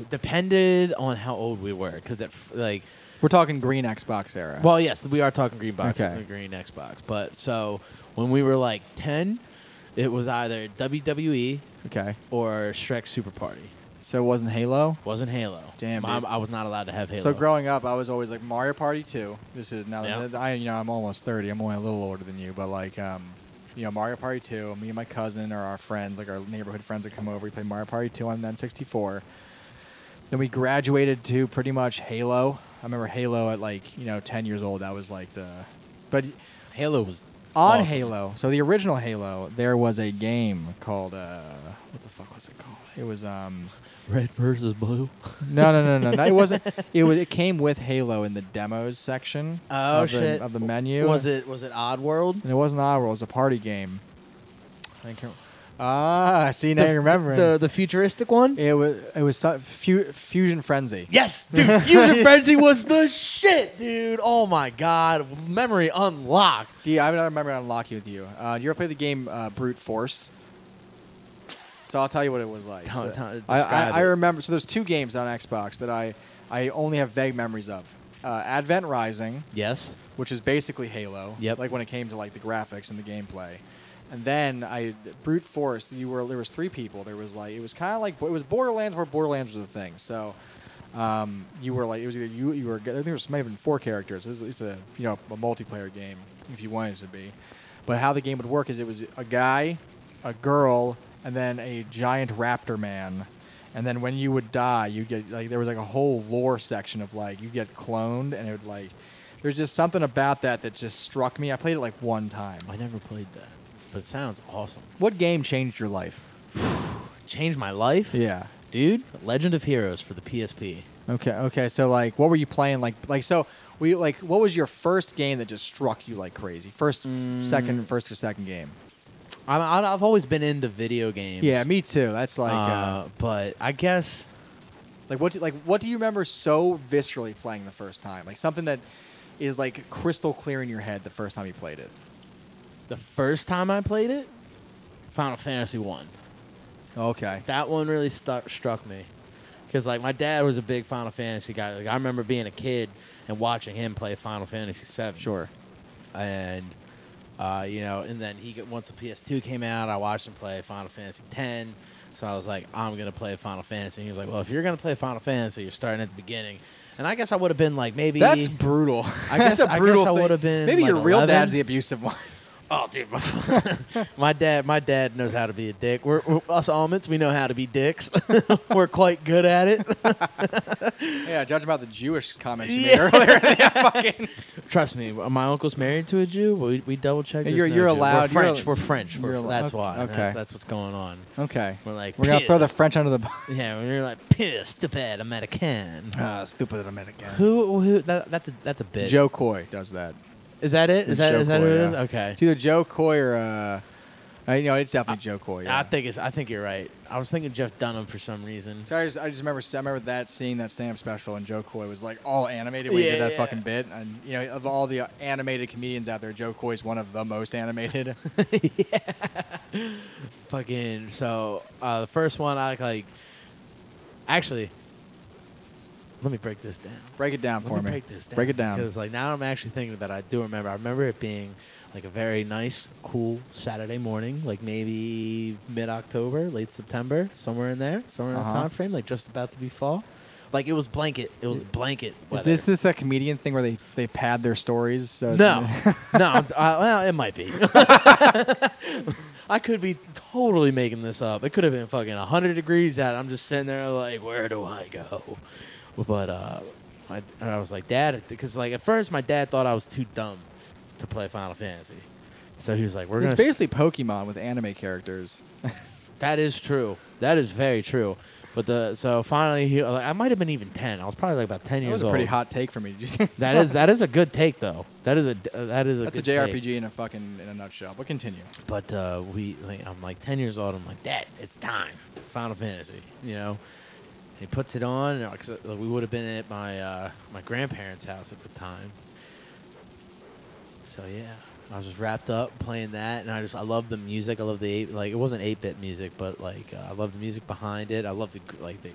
Depended on how old we were, because it f- like We're talking green Xbox era. Well, yes, we are talking green box, Okay. the green Xbox. But so when we were like ten, it was either WWE okay, or Shrek Super Party. so it wasn't Halo. Wasn't Halo. Damn, My- dude. I was not allowed to have Halo. So growing up, I was always like Mario Party Two. This is now Yeah. that I, you know, I'm almost thirty. I'm only a little older than you, but like, um, you know, Mario Party Two. Me and my cousin or our friends, like our neighborhood friends, would come over. We play Mario Party Two on the N64. Then we graduated to pretty much Halo. I remember Halo at like you know ten years old. That was like the, but Halo was on awesome. Halo. So the original Halo, there was a game called uh, what the fuck was it called? It was um. Red versus *laughs* blue. No, no, no, no, no. It wasn't. It was. It came with Halo in the demos section. Oh, of the, shit. Of the menu. Was it was it Odd World? And it wasn't Oddworld. It was a party game. I can't. Ah, see now The- you're remembering. the the futuristic one. it was. It was su- fu- Fusion Frenzy. *laughs* Yes, *laughs* dude. Fusion Frenzy was the shit, dude. Oh my god, memory unlocked. Do you, I have another memory on Locky with you. Uh, you ever play the game uh, Brute Force? So I'll tell you what it was like. Tell- So tell- I, I, describe I it. remember. So there's two games on Xbox that I I only have vague memories of. Uh, Advent Rising. Yes. which is basically Halo. Yep. Like when it came to like the graphics and the gameplay, and then I brute force. You were there was three people. There was like it was kind of like it was Borderlands where Borderlands was a thing. So. Um, you were like it was either you you were I think there was maybe even four characters. It's, it's a you know a multiplayer game if you wanted it to be, but how the game would work is it was a guy, a girl, and then a giant raptor man, and then when you would die, you get like there was like a whole lore section of like you get cloned and it would like there's just something about that that just struck me. I played it like one time. I never played that, but it sounds awesome. What game changed your life? Changed my life. Yeah. Dude, Legend of Heroes for the PSP. Okay. Okay. So like, what were you playing? Like, like so. We like, what was your first game that just struck you like crazy? First, second, first or second game? I'm, I- I've always been into video games. Yeah, me too. That's like, Like, uh, uh, but I guess like what? Do, like what do you remember so viscerally playing the first time? Like something that is like crystal clear in your head the first time you played it. the first time I played it, Final Fantasy One. Okay. That one really stuck struck me, because like my dad was a big Final Fantasy guy. Like I remember being a kid and watching him play Final Fantasy Seven. Sure. And uh, you know, and then he got, once the PS2 came out, I watched him play Final Fantasy Ten. So I was like, I'm gonna play Final Fantasy. And he was like, Well, if you're gonna play Final Fantasy, you're starting at the beginning. And I guess I would have been like maybe That's brutal. I *laughs* guess- That's a I guess brutal I thing. would've been, Maybe like, your real 11. dad's the abusive one. Oh, dude, my, my *laughs* dad, my dad knows how to be a dick. We're, we're us almonds, we know how to be dicks. *laughs* we're quite good at it. *laughs* Yeah, judging by the Jewish comments you Yeah. made earlier. fucking *laughs* Trust me, my uncle's married to a Jew. but We, we double check. You're- you're allowed- We're you're French. al- we're French. We're, you're al- that's okay, why. okay. That's, that's what's going on. *laughs* okay. We're like, We're gonna throw the "Piss." French under the bus. yeah. We're like pissed bad American. *laughs* Ah, stupid American. Who who that, that's a that's a bit. Joe Coy does that. Is that it? Is that Joe is that who Coy, it yeah. is? Okay. It's either Joe Coy or uh, I, you know, it's definitely Joe Coy. Yeah. I think it's. I think you're right. I was thinking Jeff Dunham for some reason. So I just, I just remember I remember that scene that stand up special and Joe Coy was like all animated when he Yeah, did that yeah. fucking bit and you know of all the animated comedians out there Joe Coy's one of the *laughs* most animated Fucking. So uh, the first one, I like. Actually, let me break this down. break it down Let for me break this down. break it down Because like now I'm actually thinking about. It. I do remember. I remember it being like a very nice, cool Saturday morning, like maybe mid-October, late September, somewhere in there, somewhere in the Uh-huh. time frame, like just about to be fall. Like it was blanket. It was blanket. is weather. this this that comedian thing where they they pad their stories so *laughs* No, *laughs* no. I'm- I, well, it might be. *laughs* I could be totally making this up. It could have been fucking 100 degrees out. I'm just sitting there like, where do I go? But uh, I, and I was like, Dad, because like at first my dad thought I was too dumb to play Final Fantasy, so he was like, We're it's gonna. s- basically Pokemon with anime characters that is true. That is very true. But the so finally he, like, I might have been even 10. I was probably like about 10 that years was a old. pretty hot take for me *laughs* did you see That is that is a good take though. That is a uh, that is a that's a good take. JRPG in a fucking in a nutshell but continue But uh, we, like, I'm like 10 years old. I'm like, Dad, it's time. Final Fantasy, you know. And he puts it on. And, like, so- like, we would have been at my uh, my grandparents' house at the time. So yeah, I was just wrapped up playing that, and I just I love the music. I love the eight like it wasn't eight bit music, but like uh, I love the music behind it. I love the g- like the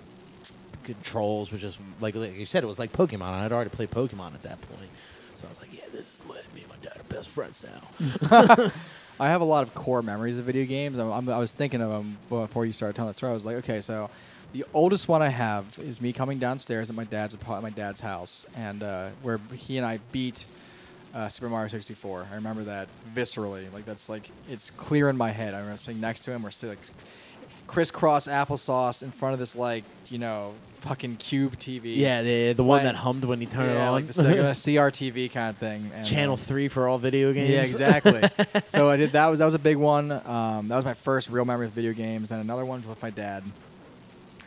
controls, which is like, like you said, it was like Pokemon. I had already played Pokemon at that point, so I was like, yeah, this is lit. Me and my dad are best friends now. I have a lot of core memories of video games. I'm, I'm, I was thinking of them before you started telling that story. I was like, okay, so the oldest one I have is me coming downstairs at my dad's at my dad's house, and uh, where he and I beat uh, Super Mario 64. I remember that viscerally. Like that's like it's clear in my head. I remember sitting next to him. We're still like crisscross applesauce in front of this like you know fucking cube TV. Yeah, the the one Playing- that hummed when you turn Yeah, it on. like *laughs* the Sega CRTV kind of thing. And, Channel um, three for all video games. yeah, exactly. so I did that was that was a big one. Um, that was my first real memory of video games. Then another one was with my dad.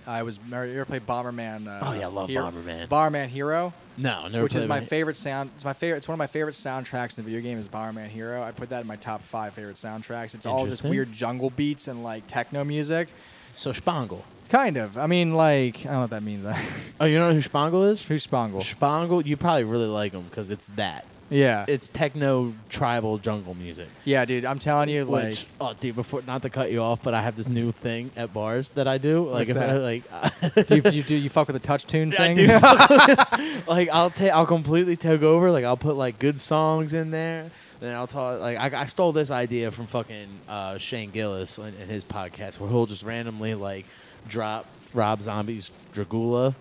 I was remember- you ever played Bomberman? Uh, Oh, yeah, I love Hero- Bomberman. Bomberman Hero, *laughs* no, never. which is played my it. favorite sound. It's my favorite. It's one of my favorite soundtracks in a video game. Is Bomberman Hero. I put that in my top five favorite soundtracks. It's all just Interesting. weird jungle beats and like techno music. So Spangle. Kind of. I mean, like I don't know what that means. *laughs* Oh, you know who Spangle is? Who's Spongle? Spangle. You probably really like him because it's that. Yeah, It's techno tribal jungle music. yeah, dude. I'm telling you, like. Which, oh, dude, before not to cut you off, but I have this new thing at bars that I do. Like, What's if I, that? like, do you, you do you fuck with the touch tune *laughs* I thing? do. like I'll take, I'll completely take over. Like I'll put like good songs in there. Then I'll talk. Like I, I stole this idea from fucking uh, Shane Gillis and, and his podcast, where he'll just randomly like drop Rob Zombie's Dragula.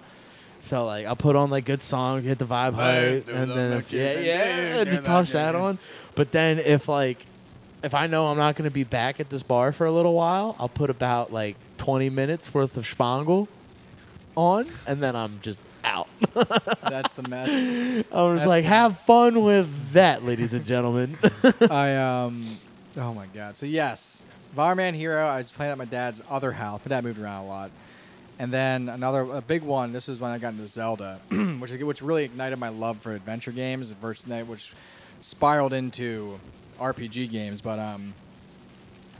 So like I'll put on like good songs, hit the vibe high, dude, and I'm then not if, yeah, kidding. yeah, Dude, just I'm not toss that kidding. on. But then if like if I know I'm not going to be back at this bar for a little while, I'll put about like 20 minutes worth of Spangle on, and then I'm just out. *laughs* That's the mess. I was That's like, fun. have fun with that, ladies and gentlemen. *laughs* I um, oh my god. So yes, Varman Hero. I was playing at my dad's other house. My dad moved around a lot, and then another a big one. This is when I got into Zelda, *clears throat* which is- which really ignited my love for adventure games. Versus that, which spiraled into RPG games. But um,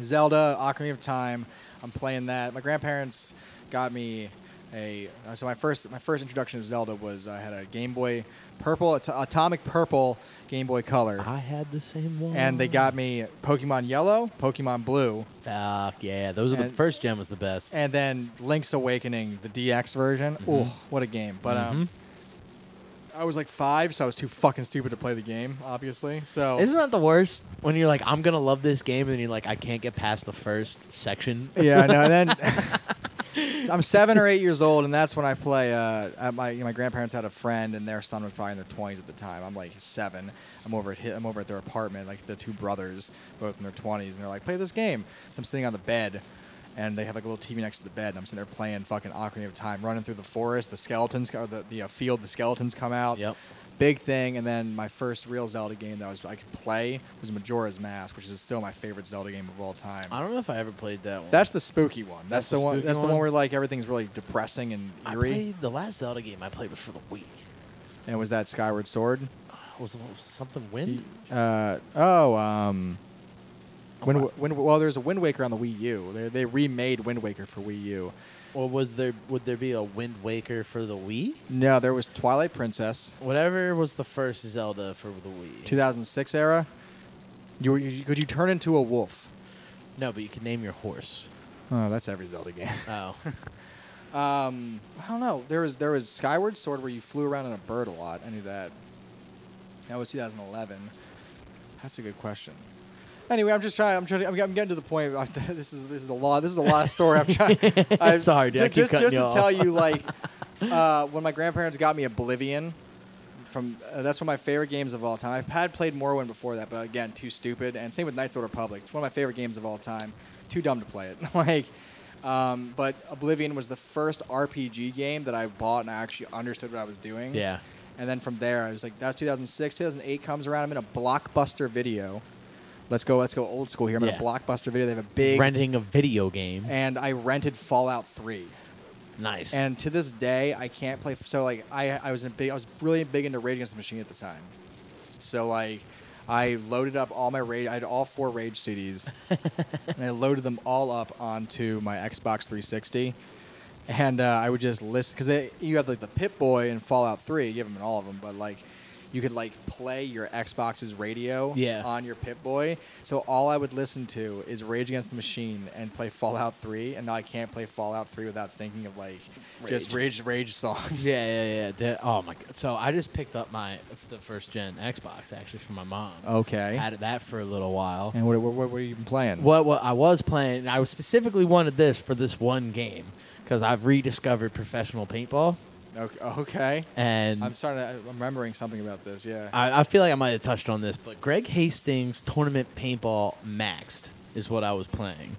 Zelda, Ocarina of Time. I'm playing that. My grandparents got me a uh, so my first my first introduction to Zelda was I had a Game Boy Purple, at- Atomic Purple Game Boy Color I had the same one. and they got me Pokemon Yellow, Pokemon Blue, Fuck yeah. Those are the And- first gem was the best. and then Link's Awakening, the DX version. Ooh, what a game! But um, I was like five, so I was too fucking stupid to play the game, obviously. So Isn't that the worst? When you're like, I'm going to love this game, and you're like, I can't get past the first section. yeah, no. Then *laughs* I'm seven or eight years old, and that's when I play. Uh, at my you know, my grandparents had a friend, and their son was probably in their twenties at the time. I'm like seven. I'm over at hi- I'm over at their apartment. Like the two brothers, both in their twenties, and they're like, "Play this game." So I'm sitting on the bed. And they have like a little TV next to the bed, and I'm sitting there playing fucking Ocarina of Time, running through the forest. The skeletons, or the, the uh, field, the skeletons come out Yep. big thing. And then my first real Zelda game that I was I could play was Majora's Mask, which is still my favorite Zelda game of all time. I don't know if I ever played that one. That's the spooky one. That's, That's the the one. spooky That's the one one? where like everything's really depressing and I eerie. played the last Zelda game I played was for the Wii. And was that Skyward Sword? Was it something wind? Uh, oh, um, Uh, Wind, Wind, well, there's a Wind Waker on the Wii U. They, they remade Wind Waker for Wii U. Or was there would there be a Wind Waker for the Wii? No, there was Twilight Princess, Whatever was the first Zelda for the Wii. 2006 era. You, were, you could you turn into a wolf? No, but you can name your horse. Oh, that's every Zelda game. *laughs* Oh, Um, I don't know. There was there was Skyward Sword where you flew around in a bird a lot. I knew that. That was 2011. That's a good question. Anyway, I'm just trying. I'm trying. To, I'm, get- I'm getting to the point. *laughs* of- This is this is a lot. This is a lot of story. I'm trying. *laughs* I'm, Sorry, dude, I ju- keep Just, cutting just you to off. tell you, like, uh, when my grandparents got me Oblivion, from uh, that's one of my favorite games of all time. I had played Morrowind before that, but again, too stupid. And same with Knights of the Republic. It's one of my favorite games of all time. Too dumb to play it. *laughs* like, um, but Oblivion was the first RPG game that I bought and I actually understood what I was doing. yeah. And then from there, I was like, that's 2006, 2008 comes around. I'm in a blockbuster video. Let's go. Let's go old school here. I'm Yeah. in a blockbuster video. They have a big. Renting a video game. and I rented Fallout 3. nice. And to this day, I can't play. So like, I I was in big. I was really big into Rage Against the Machine at the time. So like, I loaded up all my Rage. I had all four *laughs* Rage CDs, and I loaded them all up onto my Xbox 360. And uh, I would just list because you have like the Pip Boy and Fallout 3. You have them in all of them, but like. You could like play your Xbox's radio Yeah. on your Pip Boy. So all I would listen to is Rage Against the Machine and play Fallout 3. And now I can't play Fallout 3 without thinking of like just rage rage songs. yeah, yeah, yeah. That- oh my god. So I just picked up my the first gen Xbox actually from my mom. Okay. Had that for a little while. And what what what were you been playing? What what I was playing, and I specifically wanted this for this one game because I've rediscovered professional paintball, Okay. okay. and I'm starting. To, I'm remembering something about this. Yeah. I, I feel like I might have touched on this, but Greg Hastings Tournament Paintball Maxed is what I was playing,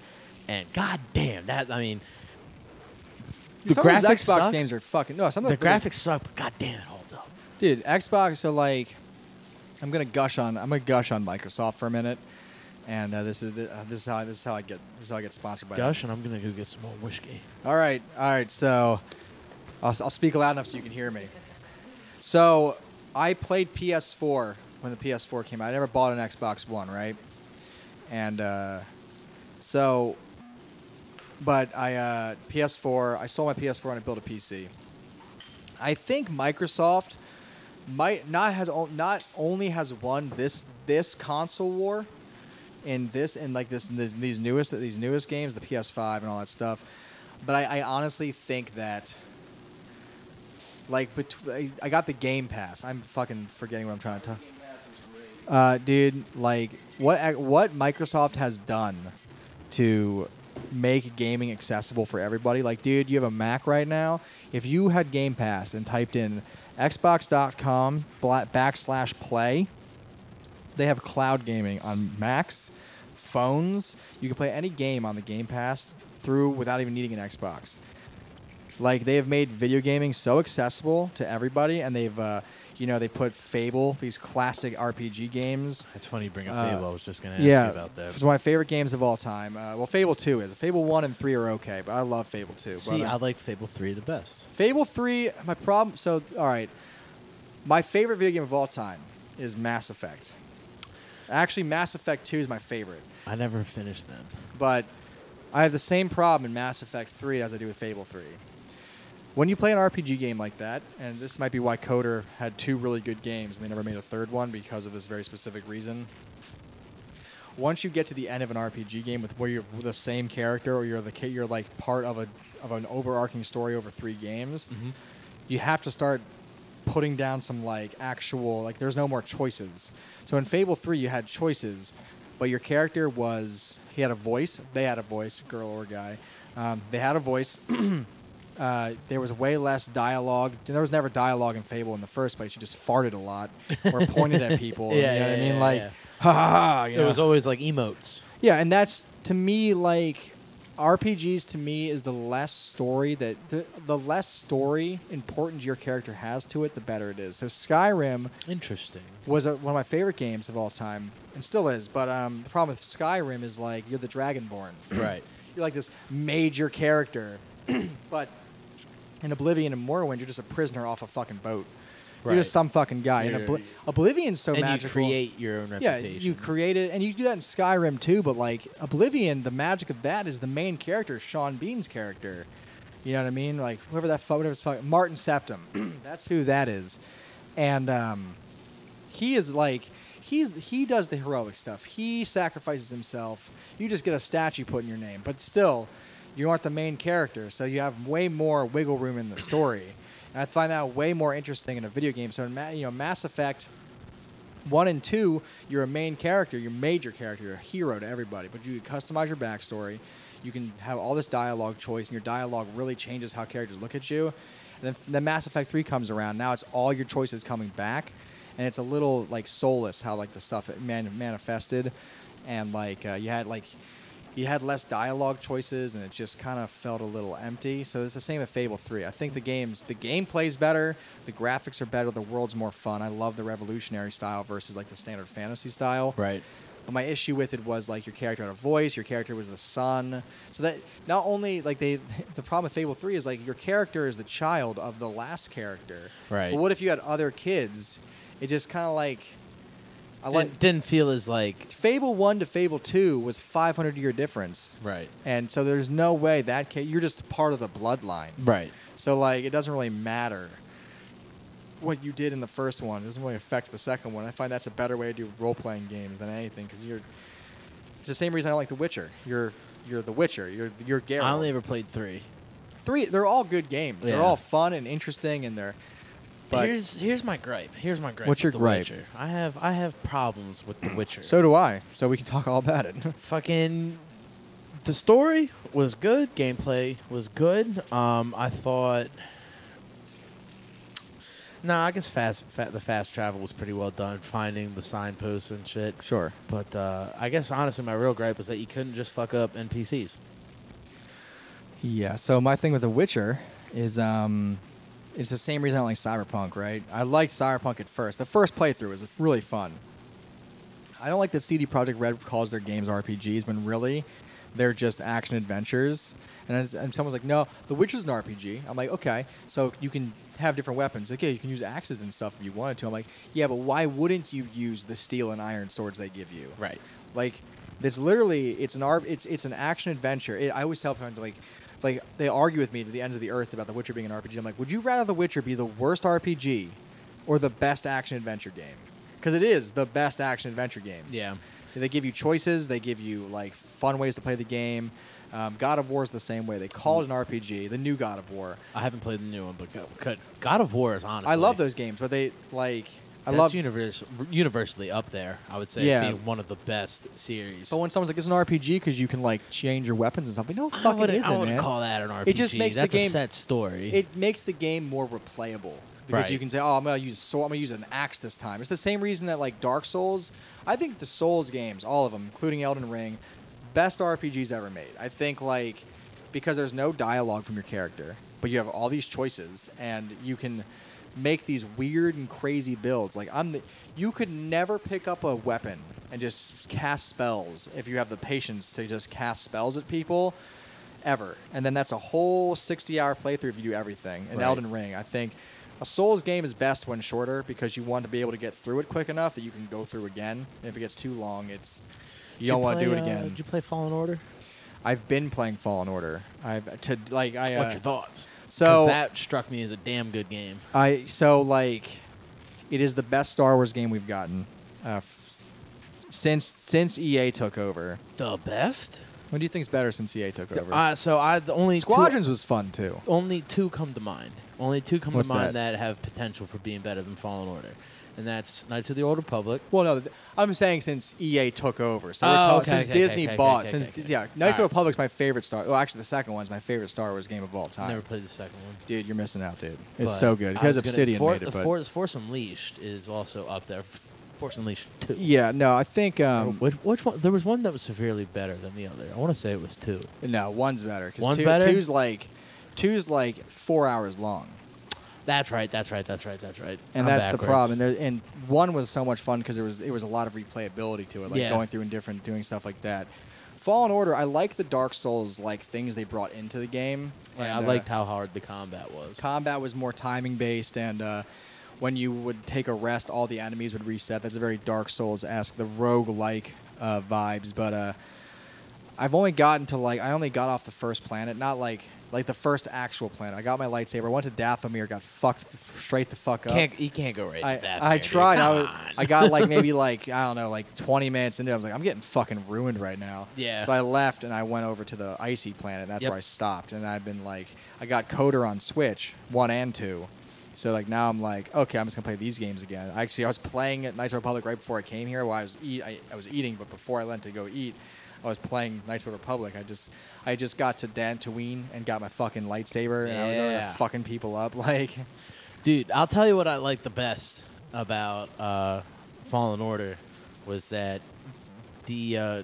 and god damn that I mean, the some of those graphics Xbox suck. games are fucking. No, some of the those- graphics suck, but god damn it holds up. dude. Xbox. So like, I'm gonna gush on. I'm gonna gush on Microsoft for a minute. And uh, this is uh, this is how this is how I get this is how I get sponsored by. them. Gosh, and I'm gonna go get some more whiskey. All right, all right. So, I'll, I'll speak loud enough so you can hear me. So, I played PS4 when the PS4 came out. I never bought an Xbox One, right? And uh, so, but I uh, PS4. I sold my PS4 and I built a PC. I think Microsoft might not has o- not only has won this this console war in this in like this, this these newest these newest games, the PS5 and all that stuff. But I, I honestly think that like between I got the Game Pass. I'm fucking forgetting what I'm trying to talk. Uh, dude, like what ac- what Microsoft has done to make gaming accessible for everybody. Like, dude, you have a Mac right now. If you had Game Pass and typed in Xbox.com bla- backslash play, they have cloud gaming on Macs, phones. You can play any game on the Game Pass through without even needing an Xbox. Like they have made video gaming so accessible to everybody, and they've, uh, you know, they put Fable, these classic RPG games. It's funny you bring up Uh, Fable. I was just gonna ask yeah, you about it's that. one of my favorite games of all time. Uh, well, Fable Two is. Fable One and Three are okay, but I love Fable Two. See, but, uh, I like Fable Three the best. Fable 3, my problem. So, all right. My favorite video game of all time is Mass Effect. Actually, Mass Effect 2 is my favorite. I never finished them. But I have the same problem in Mass Effect 3 as I do with Fable 3. When you play an RPG game like that, and this might be why Coder had two really good games and they never made a third one because of this very specific reason. Once you get to the end of an RPG game with where you're the same character or you're the ca- you're like part of a of an overarching story over three games, Mm-hmm. you have to start putting down some like actual like there's no more choices. So in Fable 3 you had choices, but your character was he had a voice, they had a voice, girl or guy. Um, they had a voice. *clears throat* uh, there was way less dialogue. There was never dialogue in Fable in the first place. You just farted a lot or *laughs* pointed at people. Yeah, you know yeah, what I mean? yeah, like, yeah. ha ha ha. You It know? was always like emotes. Yeah, and that's to me like RPGs to me is the less story that the, the less story importance your character has to it, the better it is. So Skyrim Interesting. was a, one of my favorite games of all time and still is. But um, the problem with Skyrim is like you're the Dragonborn. *clears throat* Right. You're like this major *clears throat* character, but in Oblivion and Morrowind, you're just a prisoner off a fucking boat. Right. You're just some fucking guy. You're- and Obli- Oblivion's so and magical. you create your own yeah, reputation. you create it, and you do that in Skyrim too. But like Oblivion, the magic of that is the main character, Sean Bean's character. You know what I mean? Like whoever that fuck, whatever it's fucking Martin Septum. *clears throat* that's who that is, and um, he is like he's he does the heroic stuff. He sacrifices himself. You just get a statue put in your name, but still, you aren't the main character, so you have way more wiggle room in the story. And I find that way more interesting in a video game. So in Ma- you know, Mass Effect one and two, you're a main character, you're a major character, you're a hero to everybody, but you can customize your backstory. You can have all this dialogue choice, and your dialogue really changes how characters look at you. And then, then Mass Effect 3 comes around. Now it's all your choices coming back, and it's a little like soulless how like the stuff it man- manifested, and like uh, you had like you had less dialogue choices, and it just kind of felt a little empty. So it's the same with Fable 3. I think the games, the game plays better, the graphics are better, the world's more fun. I love the revolutionary style versus like the standard fantasy style. Right. But my issue with it was like your character had a voice, your character was the son. So that not only like they *laughs* the problem with Fable 3 is like your character is the child of the last character. Right. But what if you had other kids? It just kind of like I Didn't- like didn't feel as like Fable 1 to Fable 2 was 500 year difference. right, And so there's no way that ca- you're just part of the bloodline. right. So like it doesn't really matter what you did in the first one. It doesn't really affect the second one. I find that's a better way to do role playing games than anything because you're. It's the same reason I don't like The Witcher. You're you're The Witcher. You're you're Geralt. I only ever played three. Three. They're all good games. Yeah. They're all fun and interesting, and they're. But here's here's my gripe. Here's my gripe. What's with The your gripe? Witcher. I have I have problems with The Witcher. so do I. So we can talk all about it. *laughs* fucking the story was good gameplay was good um i thought nah i guess fast fa- the fast travel was pretty well done finding the signposts and shit sure. but uh i guess honestly my real gripe was that you couldn't just fuck up npcs Yeah. So my thing with The Witcher is um, it's the same reason I don't like Cyberpunk, right? I liked Cyberpunk at first. The first playthrough was really fun. I don't like that CD Projekt Red calls their games RPGs when really they're just action adventures. And, it's- and someone's like, "No, The Witcher's an RPG." I'm like, "Okay, so you can have different weapons. Okay, you can use axes and stuff if you wanted to." I'm like, "Yeah, but why wouldn't you use the steel and iron swords they give you?" right Like, there's literally it's an ar- it's it's an action adventure. It, I always tell people like like they argue with me to the ends of the earth about The Witcher being an RPG. I'm like, would you rather The Witcher be the worst RPG or the best action adventure game? Because it is the best action adventure game. yeah They give you choices. They give you like fun ways to play the game. Um, God of War is the same way. They call it an RPG. The new God of War. i haven't played the new one but God- god, god of war is honestly I love those games, but they like I that's love univers- universally up there i would say Yeah. as being one of the best series But when someone's like, "It's an RPG because you can like change your weapons and something," no, I fucking wouldn't, isn't, I wouldn't man. call that an RPG. It just makes the That's a game- set story. it makes the game more replayable because Right. you can say, "Oh, I'm gonna use so I'm gonna use an axe this time." It's the same reason that like Dark Souls. I think the Souls games, all of them, including Elden Ring, best RPGs ever made. I think like because there's no dialogue from your character, but you have all these choices and you can make these weird and crazy builds. Like I'm, the, you could never pick up a weapon and just cast spells if you have the patience to just cast spells at people ever. And then that's a whole 60 hour playthrough if you do everything. And Right. Elden Ring, I think a Souls game is best when shorter because you want to be able to get through it quick enough that you can go through again. And if it gets too long, it's you don't want to do it again. did you play Fallen Order? I've been playing Fallen Order. I've to like I uh, What's your thoughts? 'Cause so- that struck me as a damn good game. I so like it is the best Star Wars game we've gotten uh, f- since since EA took over. The best. What do you think's better since EA took over? Uh, so I the only Squadrons was fun two, too. only two come to mind. Only two come What's to mind that? have potential for being better than Fallen Order, and that's Knights of the Old Republic. Well, no, th- I'm saying since EA took over. So we're Oh, talking okay, since okay, okay, Disney okay, bought. okay, since okay, okay. yeah, Knights of the Alright. Republic's my favorite Star. Well, actually, the second one's my favorite Star Wars game of all time. Never played the second one. Dude, you're missing out, dude. but It's so good. I Because was gonna- Obsidian For- made it, the but For- Force Unleashed is also up there. Force Unleashed two. yeah, no, I think Or um, Which, which one? There was one that was severely better than the other. I want to say it was two. no, one's better. Cause One's two, better? Two's like two's like four hours long. That's right. That's right. That's right. That's right. and I'm that's the backwards. problem. And, there, and one was so much fun because there was it was a lot of replayability to it, like Yeah. going through and different, doing stuff like that. Fallen Order, I like the Dark Souls like things they brought into the game. Yeah, I And, uh, liked how hard the combat was. combat was more timing based, and uh, when you would take a rest, all the enemies would reset. That's a very Dark Souls esque, the rogue like uh, vibes. But uh, I've only gotten to like I only got off the first planet, not like like the first actual planet. I got my lightsaber. I went to Dathomir, got fucked th- straight the fuck up. Can't you can't go right I, at that. I there, dude. tried. I, Come was, on. I got like *laughs* maybe like I don't know, like 20 minutes into it. I was like, I'm getting fucking ruined right now. Yeah. So I left and I went over to the icy planet. That's Yep. where I stopped. And I've been like, I got Coder on Switch one and two. So like now I'm like, okay, I'm just gonna play these games again. Actually, I was playing at Knights of the Republic right before I came here. While I was eat, I, I was eating, but before I went to go eat, I was playing Knights of the Republic. I just I just got to Dantooine and got my fucking lightsaber and I was over Yeah. there fucking people up *laughs* like. Dude, I'll tell you what I like the best about uh, Fallen Order was that the uh,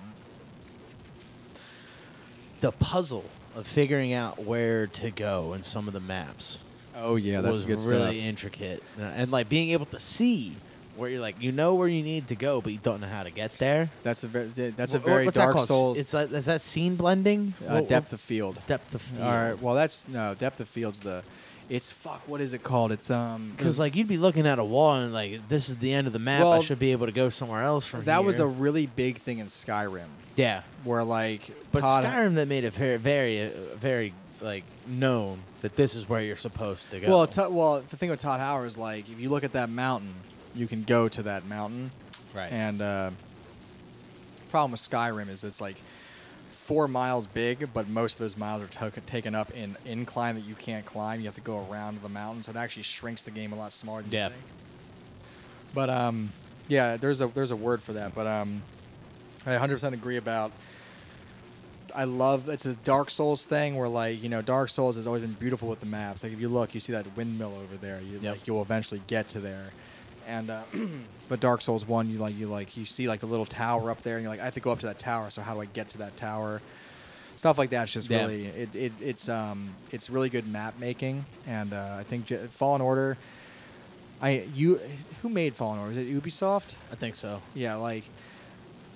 the puzzle of figuring out where to go in some of the maps Oh yeah, was really intricate, Uh, and like being able to see where you're like you know where you need to go, but you don't know how to get there. That's a very that's a Wh- very what's that Dark called? Souls It's like, is that scene blending? uh, depth of field. depth of field. All right. Well, that's no depth of field's the. It's fuck. What is it called? It's um. Because like you'd be looking at a wall and like this is the end of the map. I Well, should be able to go somewhere else from that was a here. really big thing in Skyrim, yeah. where like. But Todd- Skyrim that made it very very uh, very like known that this is where you're supposed to go. Well, to, well, the thing with Todd Howard is like, if you look at that mountain, you can go to that mountain, right. and uh, problem with Skyrim is it's like four miles big, but most of those miles are took taken up in incline that you can't climb. You have to go around the mountain, so it actually shrinks the game a lot smaller than Yeah. you think. But um, yeah, there's a there's a word for that. But um, I 100% agree about. I love it's a Dark Souls thing where like you know Dark Souls has always been beautiful with the maps. Like if you look, you see that windmill over there. You Yep. like you'll eventually get to there, and uh, *clears throat* but Dark Souls one, you like you like you see like the little tower up there, and you're like I have to go up to that tower. So how do I get to that tower? Stuff like that's just Yeah. really it, it it's um it's really good map making, and uh, I think J- Fallen Order. I you who made Fallen Order? Is it Ubisoft? I think so. Yeah, like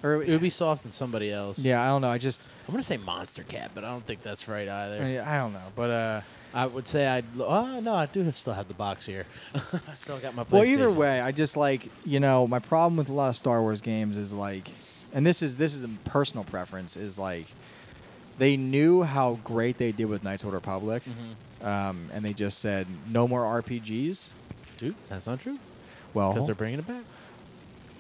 or Ubisoft and somebody else. Yeah, I don't know. I just I'm gonna say Monster Cat, but I don't think that's right either. I I don't know, but uh I would say I'd. Oh no, I do still have the box here. *laughs* I still got my. well, either PlayStation. way, I just like you know my problem with a lot of Star Wars games is like, and this is this is a personal preference is like, they knew how great they did with Knights of the Republic, um, and they just said no more RPGs. dude, that's not true. Well, Because they're bringing it back.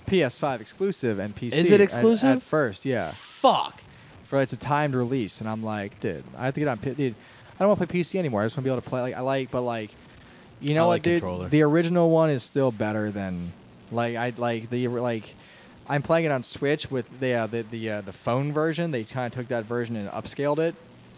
PS5 exclusive and PC. Is it at- At, exclusive? first, yeah. Fuck. For it's a timed release, and I'm like, dude, I have to get on. P- Dude, I don't want to play PC anymore. I just want to be able to play. Like I like, but like, you know I what, like dude? controller. The original one is still better than like I like the like. I'm playing it on Switch with the uh, the the, uh, the phone version. They kind of took that version and upscaled it.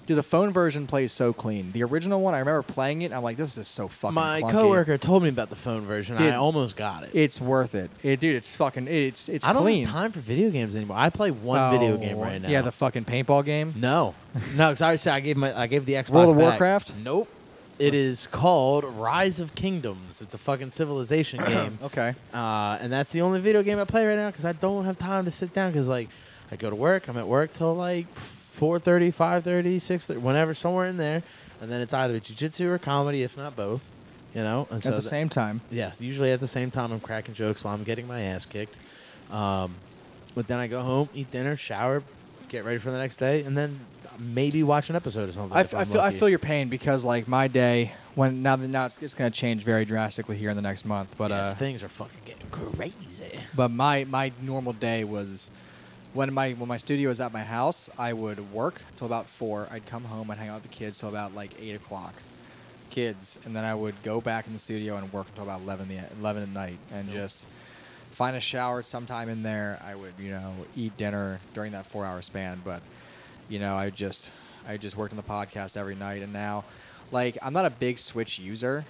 Dude, the phone version plays so clean. The original one, I remember playing it. I'm like, this is so fucking. My clunky. coworker told me about the phone version. Dude, I almost got it. It's worth it. it, dude. It's fucking. It's it's I don't clean. have time for video games anymore. I play one One video game right now. Oh, Yeah, the fucking paintball game. no, *laughs* no. Because I said I gave my I gave the Xbox. World of back. Warcraft? Nope. It is called Rise of Kingdoms. It's a fucking *coughs* civilization game. Okay. Uh, and that's the only video game I play right now because I don't have time to sit down because like I go to work, I'm at work till like 4:30, 5:30, 6:30, whenever, somewhere in there, and then it's either jujitsu or comedy, if not both, you know. And At the same time, yes, usually at the same time I'm cracking jokes while I'm getting my ass kicked. Um, but then I go home, eat dinner, shower, get ready for the next day, and then maybe watch an episode or something. I, if f- I I'm feel I lucky. feel your pain because like my day when now that now it's, it's gonna change very drastically here in the next month. But Yes, uh, things are fucking getting crazy. but my my normal day was when my when my studio was at my house, I would work till about four. I'd come home and hang out with the kids till about like eight o'clock, kids, and then I would go back in the studio and work until about eleven the eleven at night, and just find a shower sometime in there. I would you know eat dinner during that four hour span, but you know I just I just worked on the podcast every night, and now like I'm not a big Switch user,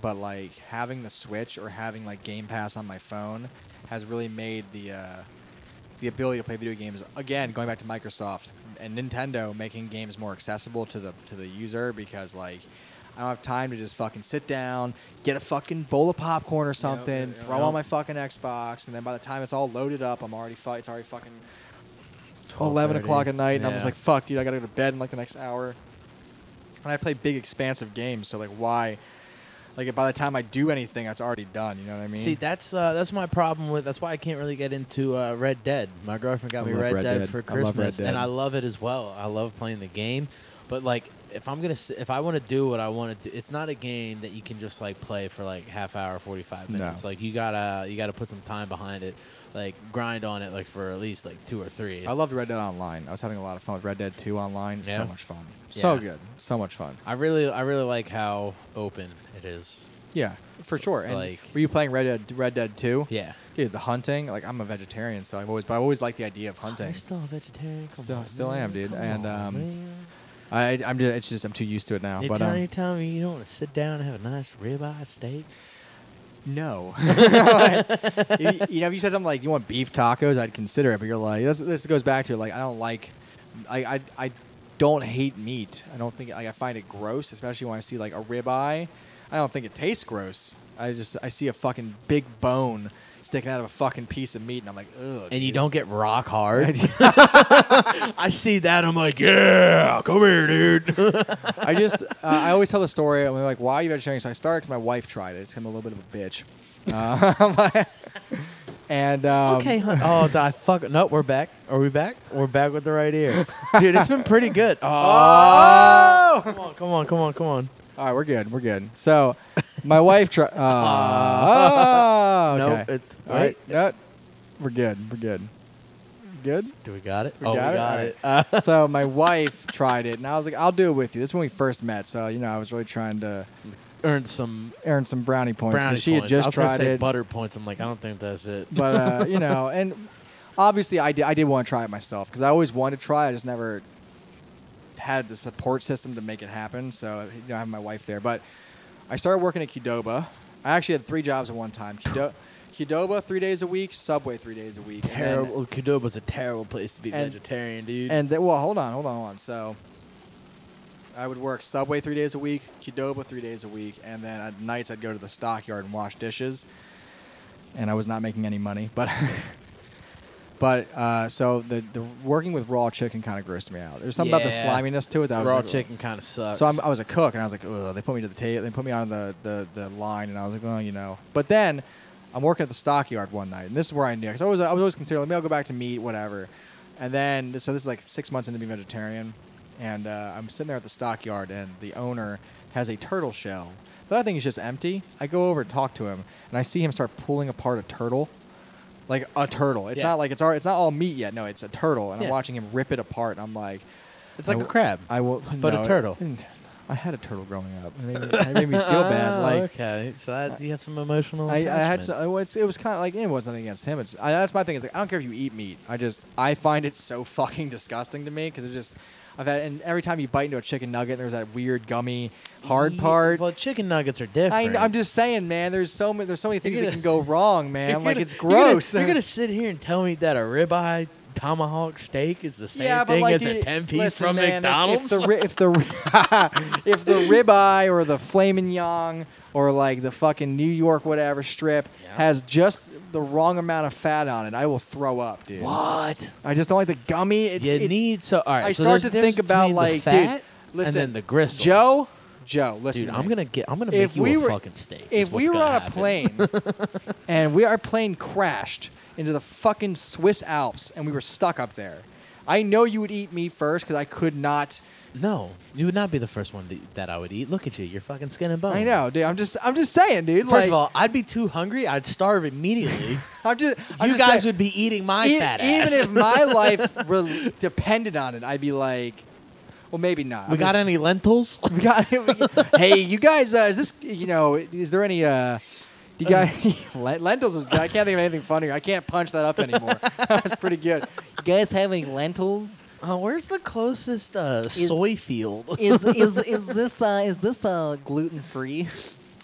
but like having the Switch or having like Game Pass on my phone has really made the uh, the ability to play video games again going back to Microsoft and Nintendo making games more accessible to the to the user because like I don't have time to just fucking sit down, get a fucking bowl of popcorn or something, yeah, throw yeah. on my fucking Xbox, and then by the time it's all loaded up, I'm already fu- it's already fucking eleven o'clock at night, and I'm just like, fuck, dude, I gotta go to bed in like the next hour. And I play big, expansive games, so like, why? Like by the time I do anything, that's already done. You know what I mean? See, that's uh, that's my problem with. That's why I can't really get into uh, Red Dead. My girlfriend got I me love Red, Red Dead, Dead. for I love Red Christmas, Dead. and I love it as well. I love playing the game, but like if I'm gonna s- if I want to do what I want to do, it's not a game that you can just like play for like half hour, forty five No. minutes. Like you gotta you gotta put some time behind it, like grind on it like for at least like two or three. I loved Red Dead Online. I was having a lot of fun with Red Dead 2 Online. Yeah? So much fun. So Yeah. good. So much fun. I really I really like how open it is. Yeah, for sure. And Like- were you playing Red Dead Red Dead 2? Yeah. Dude, the hunting. Like I'm a vegetarian, so I've always but I always liked the idea of hunting. I'm still a vegetarian. Come Still- on, still man. am, dude. Come And, on, um, man. I I'm just it's just I'm too used to it now. They but tell um, you, tell me you don't want to sit down and have a nice ribeye steak. no. *laughs* you, you know, if you said something like you want beef tacos, I'd consider it. But you're like this, this goes back to like I don't like I I, I don't hate meat. I don't think like, I find it gross, especially when I see like a ribeye. I don't think it tastes gross. I just I see a fucking big bone sticking out of a fucking piece of meat, and I'm like, ugh. And you dude." don't get rock *laughs* hard. *laughs* I see that. I'm like, yeah, come here, dude. *laughs* I just, uh, I always tell the story. I'm like, why are you vegetarian? So I started because my wife tried it. It's kind of a little bit of a bitch. Uh, *laughs* and um, okay, hun. Oh, did I fuck. No, we're back. Are we back? We're back with the right *laughs* ear, dude. It's been pretty good. *laughs* Oh, Oh! come on, come on, come on, come on. All right, we're good. We're good. So *laughs* my wife tried. oh, okay. Ah. Nope, it's- All right. No, we're good. We're good. Good. Do we got it? We oh, got it? we got All it. Uh, so *laughs* my wife tried it, and I was like, "I'll do it with you." This is when we first met, so you know, I was really trying to earned some earn some brownie points brownie 'cause she points. had I just was gonna tried say it. butter points. I'm like, I don't think that's it. but uh, you know, and obviously I did, I did want to try it myself because I always wanted to try. it. I just never had the support system to make it happen. So you know, I have my wife there, but I started working at Qdoba. I actually had three jobs at one time. Qdoba, Qdoba three days a week, Subway three days a week. and then- Terrible. Qdoba's a terrible place to be and- vegetarian, dude. and then, well, hold on, hold on, hold on. So I would work Subway three days a week, Qdoba three days a week, and then at nights I'd go to the stockyard and wash dishes. And I was not making any money, but *laughs* but uh, so the the working with raw chicken kind of grossed me out. There's something about the Yeah. sliminess to it that I was raw like, chicken kind of sucks. So I'm, I was a cook, and I was like, Ugh, they put me to the table, they put me on the, the, the line, and I was like, well, you know. But then I'm working at the stockyard one night, and this is where I knew, because I was, I was always considering, like, maybe I'll go back to meat, whatever. And then, so this is like six months into being vegetarian, and uh, I'm sitting there at the stockyard, and the owner has a turtle shell that I think is just empty. I go over and talk to him, and I see him start pulling apart a turtle. Like a turtle. It's Yeah. not like it's all, it's not all meat yet. No, it's a turtle, and I'm Yeah. watching him rip it apart. And I'm like, It's like I a w- crab. I will, But a no, it- turtle. I had a turtle growing up. It made me, it made me feel *laughs* bad. Oh, Like okay, so that, you have some emotional. I, I had, attachment. so, it was, it was kind of like it was nothing against him. It's I, that's my thing. Is like I don't care if you eat meat. I just I find it so fucking disgusting to me because it just I've had and every time you bite into a chicken nugget, there's that weird gummy hard Ye- part. Well, chicken nuggets are different. I, I'm just saying, man. There's so many. There's so many things gonna- that can *laughs* go wrong, man. You're like gonna- it's you're gonna- gross. You're gonna, sit here and tell me that a ribeye tomahawk steak is the same yeah, but thing like as a dude, ten piece listen, from man, if- McDonald's? If the ri- *laughs* if the if the ribeye or the flamin' young or like the fucking New York whatever strip Yeah. has just the wrong amount of fat on it, I will throw up, dude. what? I just don't like the gummy. It's, you it's- need so. All right, I so start there's to a difference think about between the like, fat dude. Listen, and then the gristle. Joe, Joe, listen. dude, to I'm me gonna get. I'm gonna if make you we a were fucking steak. is if what's we were gonna on a happen. plane *laughs* and we our plane crashed into the fucking Swiss Alps and we were stuck up there, I know you would eat me first because I could not. no, you would not be the first one to, that I would eat. Look at you, you're fucking skin and bone. I know, dude. I'm just, I'm just saying, dude. Oh. First like, of all, I'd be too hungry. I'd starve *laughs* immediately. I'm just, I'm you just guys saying, would be eating my e- fat even ass. if my life re- depended on it, I'd be like, well, maybe *laughs* not. we I'm got just- any lentils? *laughs* We got hey, you guys, uh, is this, you know, is there any, uh, do you guys, *laughs* Len- lentils is, I can't think of anything funnier. I can't punch that up anymore. *laughs* that was pretty good. You guys have any lentils? *laughs* Uh, where's the closest uh, soy *laughs* field? Is, is, is this, uh, is this, uh, gluten free?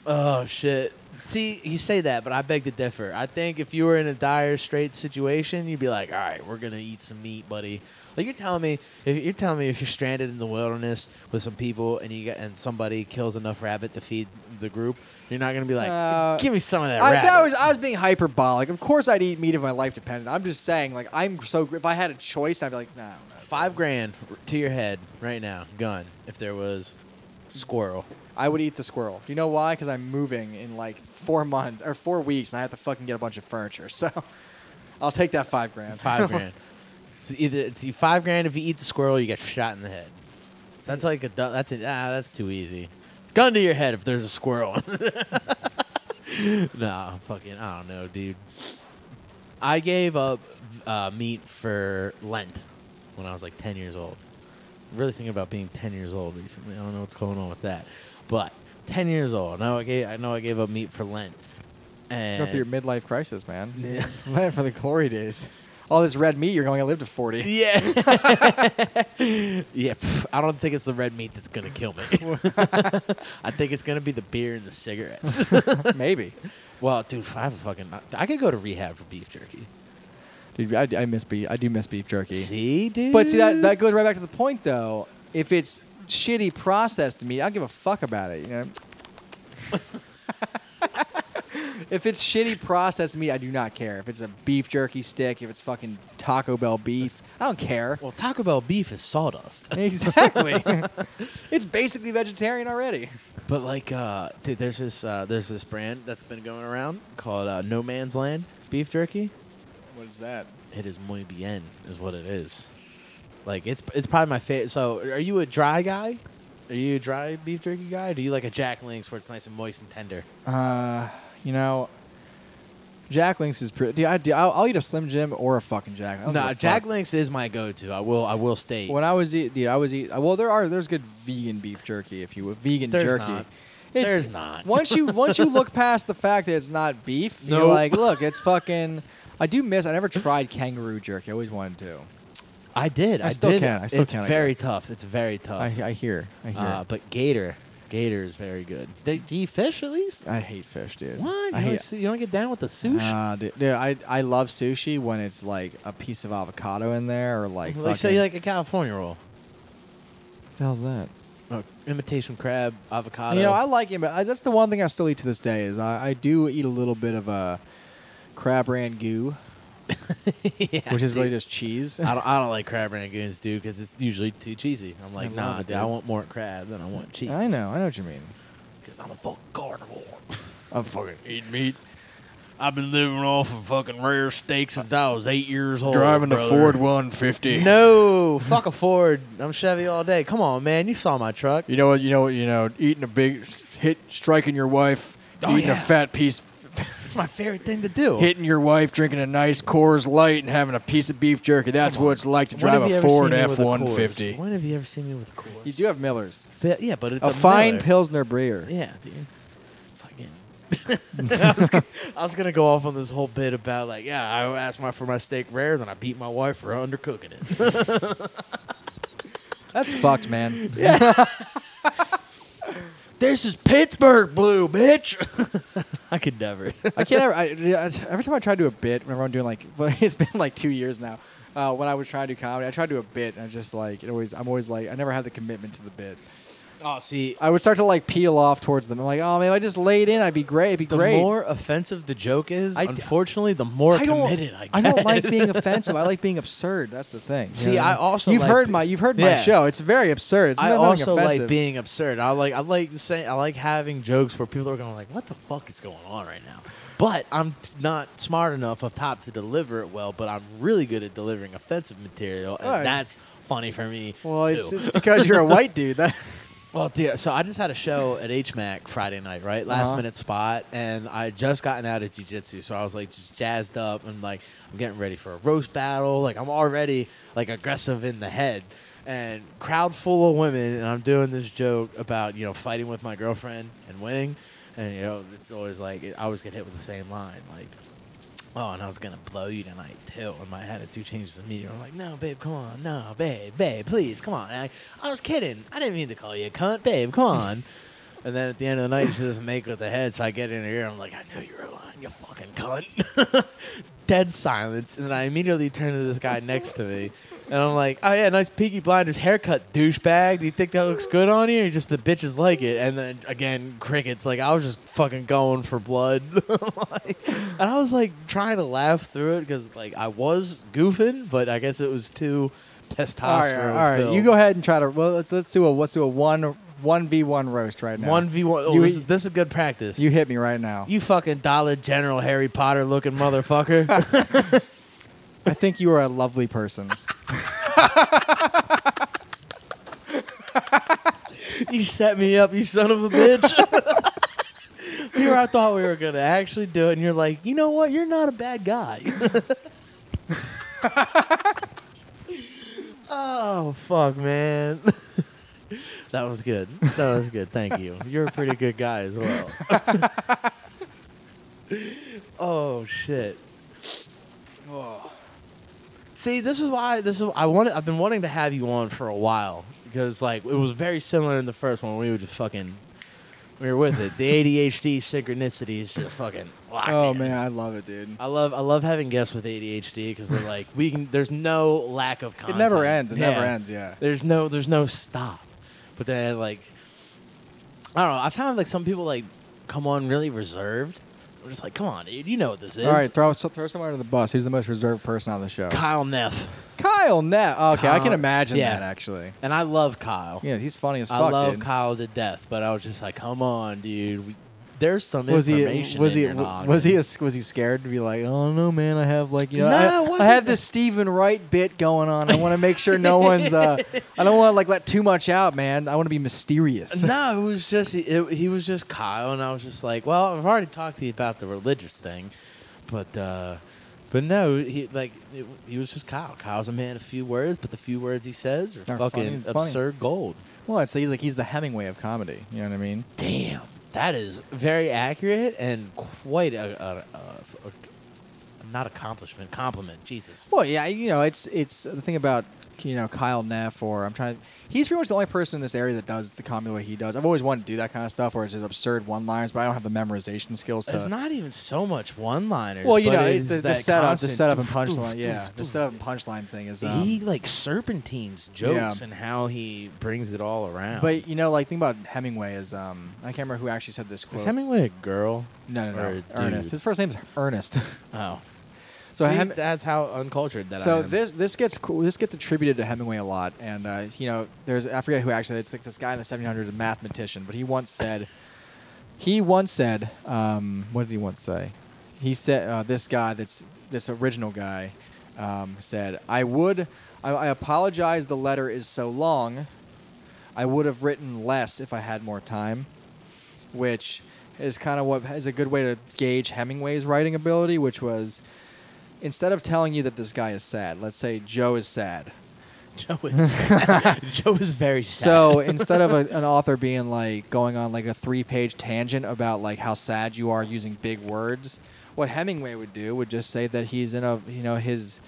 oh shit! See, you say that, but I beg to differ. I think if you were in a dire straight situation, you'd be like, "All right, we're gonna eat some meat, buddy." Like you're telling me, if you're telling me if you're stranded in the wilderness with some people and you got, and somebody kills enough rabbit to feed the group, you're not gonna be like, Uh, "Give me some of that I, rabbit." that was, I was being hyperbolic. Of course I'd eat meat if my life depended. I'm just saying, like, I'm so, gr- if I had a choice, I'd be like, nah, I don't know. Five grand to your head right now, gun. If there was squirrel, I would eat the squirrel. Do you know why? Because I'm moving in like four months or four weeks, and I have to fucking get a bunch of furniture. *laughs* So I'll take that five grand. Five grand. It's either it's you- five grand if you eat the squirrel, you get shot in the head. That's like a du- that's a, ah that's too easy. Gun to your head if there's a squirrel. *laughs* nah, fucking I don't know, dude. I gave up uh, meat for Lent when I was like ten years old. really thinking about being ten years old recently. I don't know what's going on with that, but ten years old. Now I gave I know I gave up meat for Lent. And Go through your midlife crisis, man. *laughs* Yeah. Live for the glory days. All this red meat, you're going to live *laughs* to 40. Yeah. yeah. pff, I don't think it's the red meat that's going to kill *laughs* me. I think it's going to be the beer and the *laughs* cigarettes. Maybe. well, dude, I have a fucking. I could go to rehab for beef jerky. Dude, I, I miss beef. I do miss beef jerky. See, dude? But see, that, that goes right back to the point, though. If it's shitty processed meat, I don't give a fuck about it. You *laughs* know. if it's shitty processed meat, I do not care. If it's a beef jerky stick, if it's fucking Taco Bell beef, I don't care. Well, Taco Bell beef is sawdust. *laughs* exactly. it's basically vegetarian already. But like, uh, dude, there's this uh, there's this brand that's been going around called uh, No Man's Land beef jerky. What is that? It is muy bien, is what it is. Like it's it's probably my favorite. So, are you a dry guy? Are you a dry beef jerky guy? Or do you like a Jack Links where it's nice and moist and tender? Uh, you know, Jack Links is pretty. Dude, I, dude, I'll, I'll eat a Slim Jim or a fucking Jack. I No, don't give a Jack fuck. Links is my go-to. I will I will state. When I was eat, dude, I was eat. Well, there are there's good vegan beef jerky if you would vegan There's jerky. not. There's not. *laughs* once *laughs* you once you look past the fact that it's not beef, you're Nope. like, look, it's fucking. I do miss. I never tried kangaroo jerky. I always wanted to. I did. I still did. can, I still it's can, I very guess. tough. It's very tough. I, I hear. I hear. uh, Oh. but Gator, Gator is very good. They, do you fish at least? I hate fish, dude. What? You, I don't, hate. s- you don't get down with the sushi? Nah, dude, dude, I I love sushi when it's like a piece of avocado in there or like. like, so fucking- you like a California roll? What the hell's that? Uh, imitation crab, avocado. You know, I like it, but I, that's the one thing I still eat to this day is I, I do eat a little bit of a crab rangoon, *laughs* Yeah, which is really dude. just cheese. *laughs* I don't, I don't like crab rangoons, dude, because it's usually too cheesy. I'm like, love nah, dude, it, dude. I want more crab than I want cheese. I know, I know what you mean. Because I'm a fucking carnivore. I'm fucking Eat meat. I've been living off of fucking rare steaks since I was eight years old. brother. 150. No, fuck a Ford. I'm Chevy all day. Come on, man. You saw my truck. You know what? You know what? You know, eating a big hit, striking your wife, Oh, eating yeah. a fat piece, It's my favorite thing to do. hitting your wife, drinking a nice Coors Light, and having a piece of beef jerky. That's what it's like to When drive have you a ever Ford seen me F with a Coors? 150. When have you ever seen me with a Coors? You do have Millers, Fi- Yeah, but it's a, a, fine Miller. Pilsner Breer. Yeah, dude. Fucking. *laughs* I, was gonna, I was gonna go off on this whole bit about like, yeah, I asked my for my steak rare, then I beat my wife for undercooking it. That's fucked, man. *laughs* this is Pittsburgh blue, bitch. *laughs* I could never. I can't ever. I, I- every time I try to do a bit, remember I'm doing like, *laughs* but it's been like two years now. Uh, when I was trying to do comedy, I tried to do a bit, and I just like it always. I'm always like, I never had the commitment to the bit. oh, see, I would start to like peel off towards them. I'm like, oh man, if I just laid in, I'd be great. It'd be the great. more offensive the joke is, I- unfortunately, the more I don't, committed I get. I don't *laughs* like being offensive. I like being absurd. That's the thing. You See, know what I mean? also you've like heard be- my you've heard my Yeah. show. It's very absurd. It's I nothing also offensive. like being absurd. I like I like saying I like having jokes where people are going like, "What the fuck is going on right now?" But I'm t- not smart enough up top to deliver it well. But I'm really good at delivering offensive material, and Alright. that's funny for me. Well, it's, too. it's because you're a white dude. That *laughs* Well, dear. So I just had a show at HMAC Friday night, right? Last Uh-huh. minute spot, and I had just gotten out of jujitsu, so I was like just jazzed up and like I'm getting ready for a roast battle. Like I'm already like aggressive in the head, and crowd full of women, and I'm doing this joke about you know fighting with my girlfriend and winning, and you know it's always like I always get hit with the same line like. Oh, and I was gonna blow you tonight too. And my attitude changes immediately. I'm like, no, babe, come on, no, babe, babe, please, come on. And I, I was kidding. I didn't mean to call you a cunt, babe. Come on. and then at the end of the night, she doesn't make it with the head. So I get in her ear. I'm like, I knew you were lying, you fucking cunt. *laughs* Dead silence. And then I immediately turn to this guy next to me, and I'm like, oh yeah, nice Peaky Blinders haircut, douchebag. Do you think that looks good on you? Or just the bitches like it? And then again, crickets. Like I was just fucking going for blood. *laughs* Like, and I was like trying to laugh through it because like I was goofing, but I guess it was too all testosterone. right, all right. filled. You go ahead and try to. Well, let's let's do a let's do a one one v one roast right now. One v one. oh, You- This is- this is good practice. You hit me right now. You fucking Dollar General Harry Potter looking motherfucker. I think you are a *laughs* lovely person. you set me up, you son of a bitch. Here I thought we were gonna actually do it, and you're like, you know what? You're not a bad guy. oh fuck, man. *laughs* that was good. That was good. Thank you. You're a pretty good guy as well. *laughs* oh shit. *sighs* See, this is why this is I wanted. I've been wanting to have you on for a while because like it was very similar in the first one. We were just fucking, we were with it. The ADHD synchronicity is just fucking. locked Oh in. man, I love it, dude. I love I love having guests with ADHD because we're like we can. There's no lack of It content. never ends. It never Yeah. ends. Yeah. There's no there's no stop. But then like I don't know. I found like some people like come on really reserved. I'm just like, come on, dude. You know what this is. All right, throw throw someone under the bus. Who's the most reserved person on the show? Kyle Neff, Kyle Net. Okay, I Kyle- can imagine yeah. that actually. and I love Kyle. Yeah, he's funny as fuck. I love dude. Kyle to death, but I was just like, come on, dude. We- There's some Was he information. was in he your noggin. was he a, was he scared to be like, oh no, man, I have like you know, Nah, it I- I, wasn't have that- this Stephen Wright bit going on. I want to make sure *laughs* no one's. Uh, I don't want to like let too much out, man. I want to *laughs* be mysterious. No, it was just he- it, he was just Kyle, and I was just like, well, I've already talked to you about the religious thing, but uh, but no, he like it, he was just Kyle. Kyle's a man of few words, but the few words he says are, Are fucking funny- funny. absurd gold. *laughs* Well, I'd say he's like he's the Hemingway of comedy. You know what I mean? Damn, that is very accurate and quite a, a, a, a- not accomplishment, compliment. Jesus. Well, yeah, you know, it's it's the thing about you know Kyle Neff or I'm trying. He's pretty much the only person in this area that does the comedy the way he does. I've always wanted to do that kind of stuff where it's just absurd one-liners, but I don't have the memorization skills to. It's not even so much one-liners. well, you but know, it it's the, is the that setup, the constant *laughs* setup and doof, punchline. doof, Yeah, doof, the doof. setup and punchline thing is. he Um, like serpentines jokes and how he brings it all around. but you know, like think about Hemingway is. Um, I can't remember who actually said this quote. is Hemingway a girl? No, or no, a no. dude? Ernest. His first name's Ernest. *laughs* Oh, so so Hem- that's how uncultured that. I so am. this this gets cool. This gets attributed to Hemingway a lot, and uh, you know, there's I forget who actually. It's like this guy in the 1700s, a mathematician, but he once said, he once said, um, what did he once say? He said uh, this guy that's this original guy um, said, I would, I, I apologize. The letter is so long. I would have written less if I had more time, which is kind of what is a good way to gauge Hemingway's writing ability, which was instead of telling you that this guy is sad, let's say Joe is sad. *laughs* Joe is *laughs* sad. Joe is very sad. So *laughs* instead of a, an author being like going on like a three-page tangent about like how sad you are using big words, what Hemingway would do would just say that he's in a you know his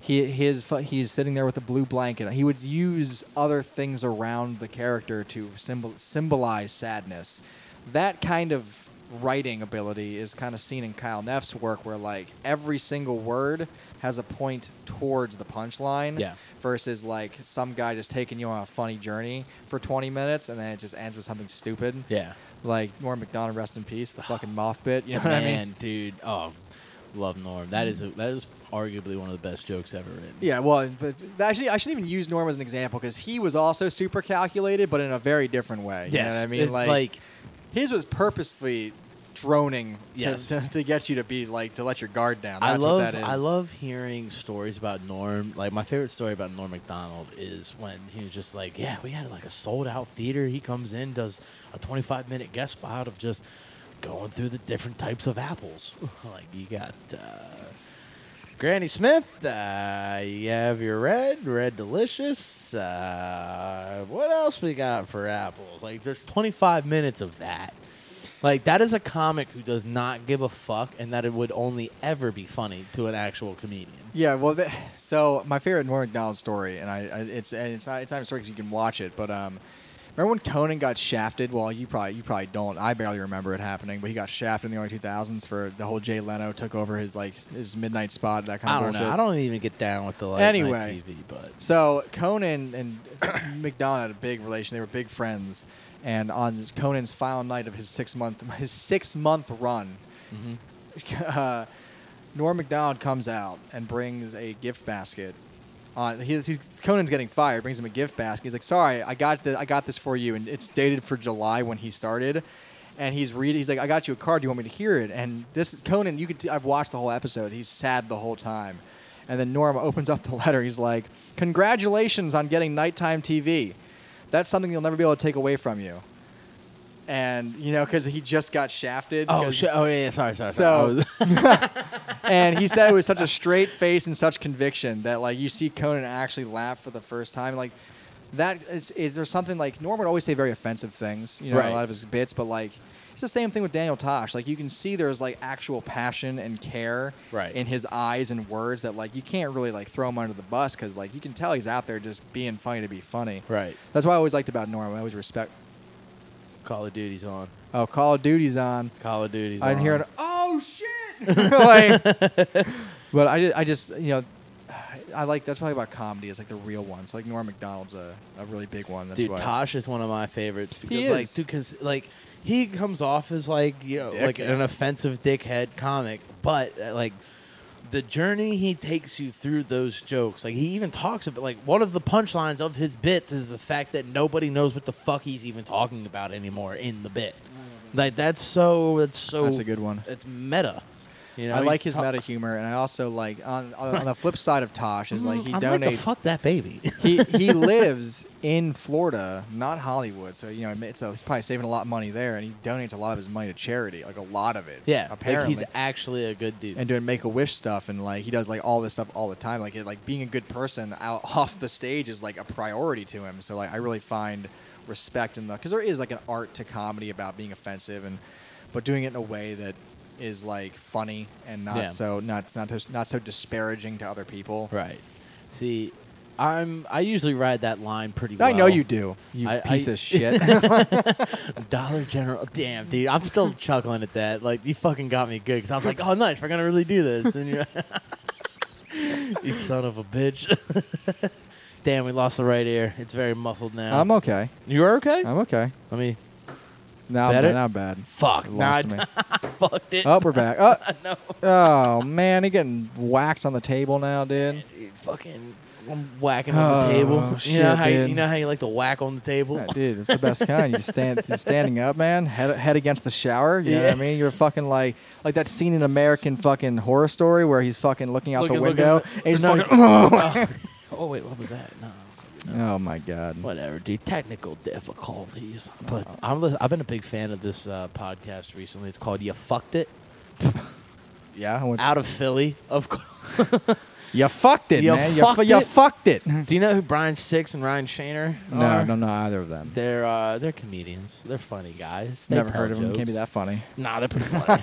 he his fu- he's sitting there with a blue blanket. He would use other things around the character to symbol, symbolize sadness. That kind of writing ability is kind of seen in Kyle Neff's work, where like every single word has a point towards the punchline, Yeah. versus like some guy just taking you on a funny journey for 20 minutes and then it just ends with something stupid. yeah, Like Norm Macdonald, rest in peace, *sighs* the fucking moth bit. You know what I man, mean? dude. Oh, love Norm. That is a, that is arguably one of the best jokes ever written. Yeah, well, but actually, I shouldn't even use Norm as an example because he was also super calculated, but in a very different way. You Yes. know what I mean? It- like, his was purposefully droning to, Yes. *laughs* to, to get you to be like to let your guard down. I That's love what that is. I love hearing stories about Norm. Like my favorite story about Norm Macdonald is when he was just like, "Yeah, we had like a sold out theater. He comes in, does a 25 minute guest spot of just going through the different types of apples. *laughs* like you got uh, Granny Smith, uh, you have your red, red delicious. Uh, what else we got for apples? Like there's 25 minutes of that. Like that is a comic who does not give a fuck, and that it would only ever be funny to an actual comedian. Yeah, well, th so my favorite Norm Macdonald story, and I, I it's and it's not it's not a story because you can watch it, but um, remember when Conan got shafted? Well, you probably you probably don't. I barely remember it happening, but he got shafted in the early two thousands for the whole Jay Leno took over his like his midnight spot that kind I of don't bullshit. know. I don't even get down with the like Anyway. TV, but So Conan and *coughs* McDonald had a big relation. They were big friends. And on Conan's final night of his six month his six month run, *laughs* uh, Norm McDonald comes out and brings a gift basket Uh, he's, he's Conan's getting fired. Brings him a gift basket. He's like, "Sorry, I got the, I got this for you," and it's dated for July when he started. And he's reading. He's like, "I got you a card. Do you want me to hear it?" And this Conan, you could. T- I've watched the whole episode. He's sad the whole time. And then Norm opens up the *laughs* letter. He's like, "Congratulations on getting nighttime TV. That's something you'll never be able to take away from you." And you know, because he just got shafted. Oh, 'cause- shit. oh yeah, yeah, sorry, sorry. sorry. I so, was- and he said it with such a straight face and such conviction that like you see Conan actually laugh for the first time, like that is is there something like Norm would always say very offensive things, you know, Right. a lot of his bits, but like it's the same thing with Daniel Tosh. Like you can see there's like actual passion and care Right. in his eyes and words that like you can't really like throw him under the bus because like you can tell he's out there just being funny to be funny. *laughs* right. That's what I always liked about Norm. I always respect. Call of Duty's on. Oh, Call of Duty's on. Call of Duty's I'm on. hearing, oh shit! *laughs* like, but I, ju- I just, you know, I like that's probably about comedy is like the real ones. Like Norm Macdonald's a, a really big one. That's dude, why. Tosh is one of my favorites because, He like, is. dude, because like he comes off as like you know Dick, like yeah. an offensive dickhead comic, but uh, like the journey he takes you through those jokes, like he even talks about like one of the punchlines of his bits is the fact that nobody knows what the fuck he's even talking about anymore in the bit. Like that's so that's so Mm. That's a good one. It's meta. You know, I he's like his ta- meta humor, and I also like on on on the flip side of Tosh is like he I'm donates. Like, the fuck that baby. *laughs* he he lives in Florida, not Hollywood. So you know, it's a, he's probably saving a lot of money there, and he donates a lot of his money to charity, like a lot of it. yeah, like apparently he's actually a good dude. and doing make a wish stuff and like he does like all this stuff all the time like it, like being a good person out *laughs* off the stage is like a priority to him so like I really find respect in the because there is like an art to comedy about being offensive and but doing it in a way that is like funny and not Yeah. so not not so, not so disparaging to other people Right. See, I'm I usually ride that line pretty well. I know you do you I- piece *laughs* I- of shit Dollar General. *laughs* Damn, dude, I'm *laughs* still chuckling at that. Like you fucking got me good because I was like, oh nice, we're gonna really do this, and you're *laughs* you son of a bitch. *laughs* Damn, we lost the right ear. It's very muffled now. *laughs* I'm Uh, okay You're okay. I'm okay I mean, now I'm Better? bad, now I'm bad fuck. It Nah, lost me. I *laughs* fucked it. oh *laughs* we're back oh, oh man he getting waxed on the table now dude Dude, fucking. I'm whacking on the Oh, table. *laughs* you shit, know how you, dude. you know how you like to whack on the table. Yeah, dude, it's the best kind. *laughs* You stand you're standing up, man, head head against the shower. You know Yeah. what I mean? You're fucking like like that scene in American fucking horror story where he's fucking looking out Looking- the looking- window and he's no, fucking oh. oh wait, what was that? No. *laughs* Oh my god. Whatever, dude. Technical difficulties. But I'm, li- I've been a big fan of this uh, podcast recently. It's called You Fucked It. Yeah, I went Out of Philly, of course. *laughs* You fucked it, You man. fucked you, fu- you it? *laughs* fucked it. Do you know who Brian Six and Ryan Shaner No, are? no, no, either of them. They're, uh, they're comedians. They're funny guys. They Never tell heard of them. Can't be jokes. that funny. Nah, they're *laughs* pretty funny.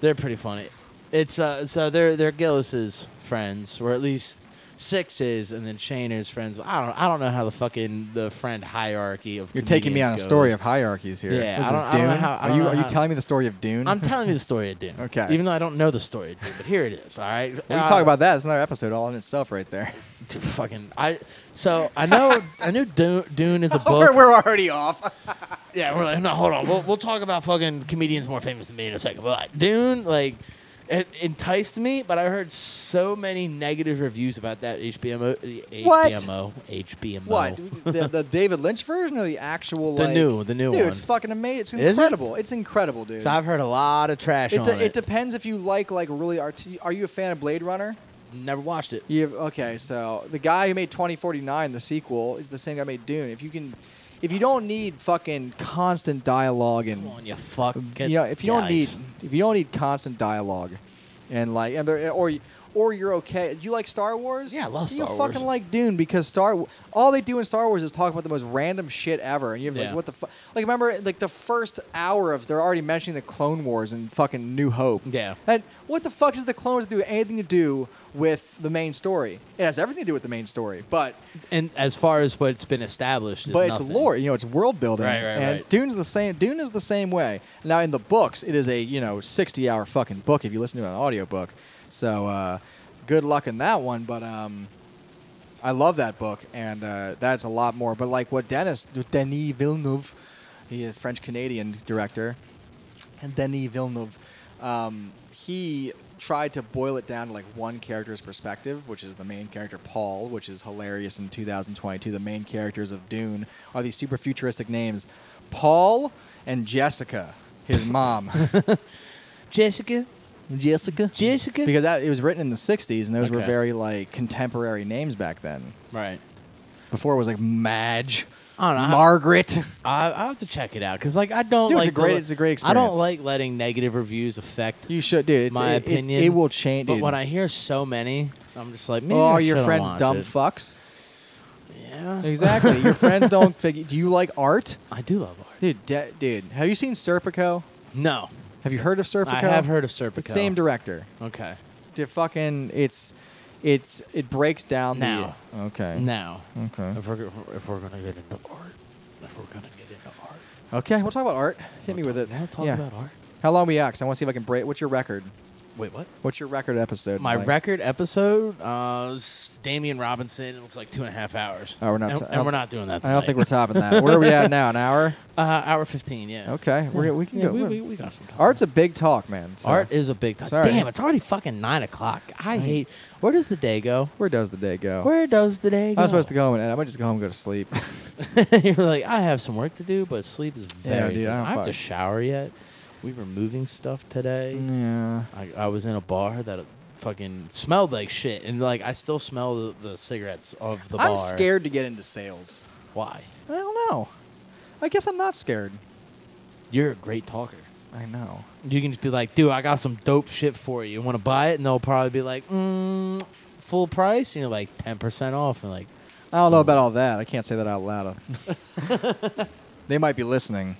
they're pretty funny. It's uh, so they're they're Gillis's friends, or at least Six is, and then Shaner's friends. I don't I don't know how the fucking the friend hierarchy of You're taking me on a comedians story goes. of hierarchies here. Yeah, What is I this, don't- I don't know Dune? how- I are don't you know are you how- telling me the story of Dune? I'm telling you the story of Dune. Okay. Even though I don't know the story of Dune, but here it is. All right. Uh, we can talk about that. It's another episode all in itself, right there. *laughs* dude, fucking. I so I know I knew Dune, Dune is a book. *laughs* we're, we're already off. yeah, we're like no, hold on. We'll we'll talk about fucking comedians more famous than me in a second. But like, Dune, like, it enticed me, but I heard so many negative reviews about that HBO HBMO What? HBMO. What the, *laughs* the David Lynch version or the actual The like, new- the new dude, It's one. fucking amazing. It's Is it? incredible. It's incredible, dude. So I've heard a lot of trash it, on de- it. it depends if you like like really art. Are you a fan of Blade Runner? Never watched it. You okay? So the guy who made 2049, the sequel, is the same guy who made Dune. If you can, if you don't need fucking constant dialogue and Come on, you fucking. you know, if you don't need guys. if you don't need constant dialogue, and like and there, or or you're okay. You like Star Wars? Yeah, I love you Star fucking Wars. like Dune because Star Wa- all they do in Star Wars is talk about the most random shit ever, and you have Yeah. like what the fuck? Like remember like the first hour of they're already mentioning the Clone Wars and fucking New Hope. Yeah. And what the fuck does the Clone Wars do anything to do with the main story? It has everything to do with the main story, but And as far as what's been established, is but it's nothing. lore. You know, it's world building. Right, right, and right. Dune's the same. Dune is the same way. Now in the books, it is a you know sixty hour fucking book if you listen to an audiobook. So uh, good luck in that one. But um, I love that book, and uh, that's a lot more. But like what Dennis Denis Villeneuve, he's a French Canadian director, and Denis Villeneuve, um, he tried to boil it down to like one character's perspective, which is the main character Paul, which is hilarious in 2022. The main characters of Dune are these super futuristic names, Paul and Jessica, *laughs* his mom, Jessica, Jessica, Jessica. because that, it was written in the 60s, and those were Okay. very like contemporary names back then. right. Before it was like Madge, I don't know. Margaret. I I have to check it out because like I don't Dude, it's like a great- the- it's a great I don't experience. like letting negative reviews affect You should, dude. It's, my it, it- opinion. It, will change. But dude. when I hear so many, I'm just like, man, oh, are your friends dumb fucks. Yeah, Exactly. Your *laughs* friends don't figure. Do you like art, I do love art. dude? De- dude, have you seen Serpico? No, Have you heard of Serpico? I have heard of Serpico. It's Same director. Okay. The fucking it's, it's it breaks down Now. the. Okay. Mm-hmm. Now, Okay. if we're, if we're gonna get into art, if we're gonna get into art, Okay. We'll talk about art. Hit me we'll with it. talk- Now talk Yeah. about art. How long we out? 'Cause I want to see if I can break. What's your record? Wait, what? What's your record episode? My like? record episode uh, was Damian Robinson. It was like two and a half hours. Oh, we're not And, t- I and don't- we're not doing that. I don't tonight. think we're topping that. Where are we at now? An hour. *laughs* uh, hour fifteen. Yeah. Okay. We're, we can Yeah, go. We, we, we got some time. Art's a big talk, man. so- Art is a big time. Sorry. Damn, it's already fucking nine o'clock. I hate. Where does the day go? Where does the day go? Where does the day go? Oh. I was supposed to go home and I might just go home and go *laughs* to sleep. You're like, I have some work to do, but sleep is very. dude, I I, don't I have to fuck- Mm. shower yet. We were moving stuff today. yeah. I, I was in a bar that uh, fucking smelled like shit, and like I still smell the, the cigarettes of the bar. I'm scared to get into sales. Why? I don't know. I guess I'm not scared. You're a great talker. I know. You can just be like, dude, I got some dope shit for you. You want to buy it? And they'll probably be like, mm, full price. And you're like, ten percent off. And like, I don't know about all that. I can't say that out *laughs* loud. they might be listening.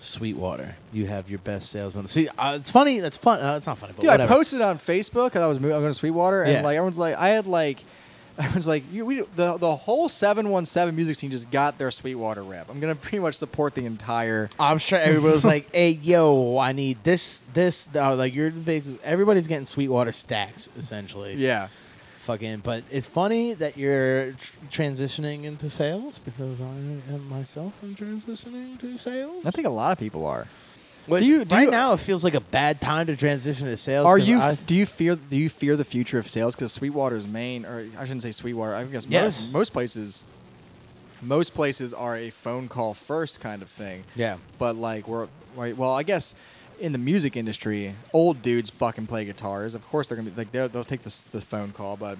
Sweetwater, you have your best salesman. See, uh, it's funny. That's fun. Uh, it's not funny. But Dude, whatever. I posted on Facebook because I was moving, I'm going to Sweetwater, and Yeah. like everyone's like, I had like, *laughs* everyone's like, you, we the the whole 717 music scene just got their Sweetwater rep. I'm going to pretty much support the entire. I'm sure everybody was like, "Hey, yo, I need this, this." Uh, like, you're the big. Everybody's getting Sweetwater stacks essentially. Yeah. Fucking, but it's funny that you're tr- transitioning into sales because I am myself am transitioning to sales. I think a lot of people are. Which Do you- do right you- now, it feels like a bad time to transition to sales. Are 'cause you I- f do you fear do you fear the future of sales? Because Sweetwater's main, or I shouldn't say Sweetwater. I guess Yes. most, most places, most places are a phone call first kind of thing. yeah. But like we're right. Well, I guess in the music industry, old dudes fucking play guitars. Of course, they're gonna be like they'll, they'll take the, s- the phone call. But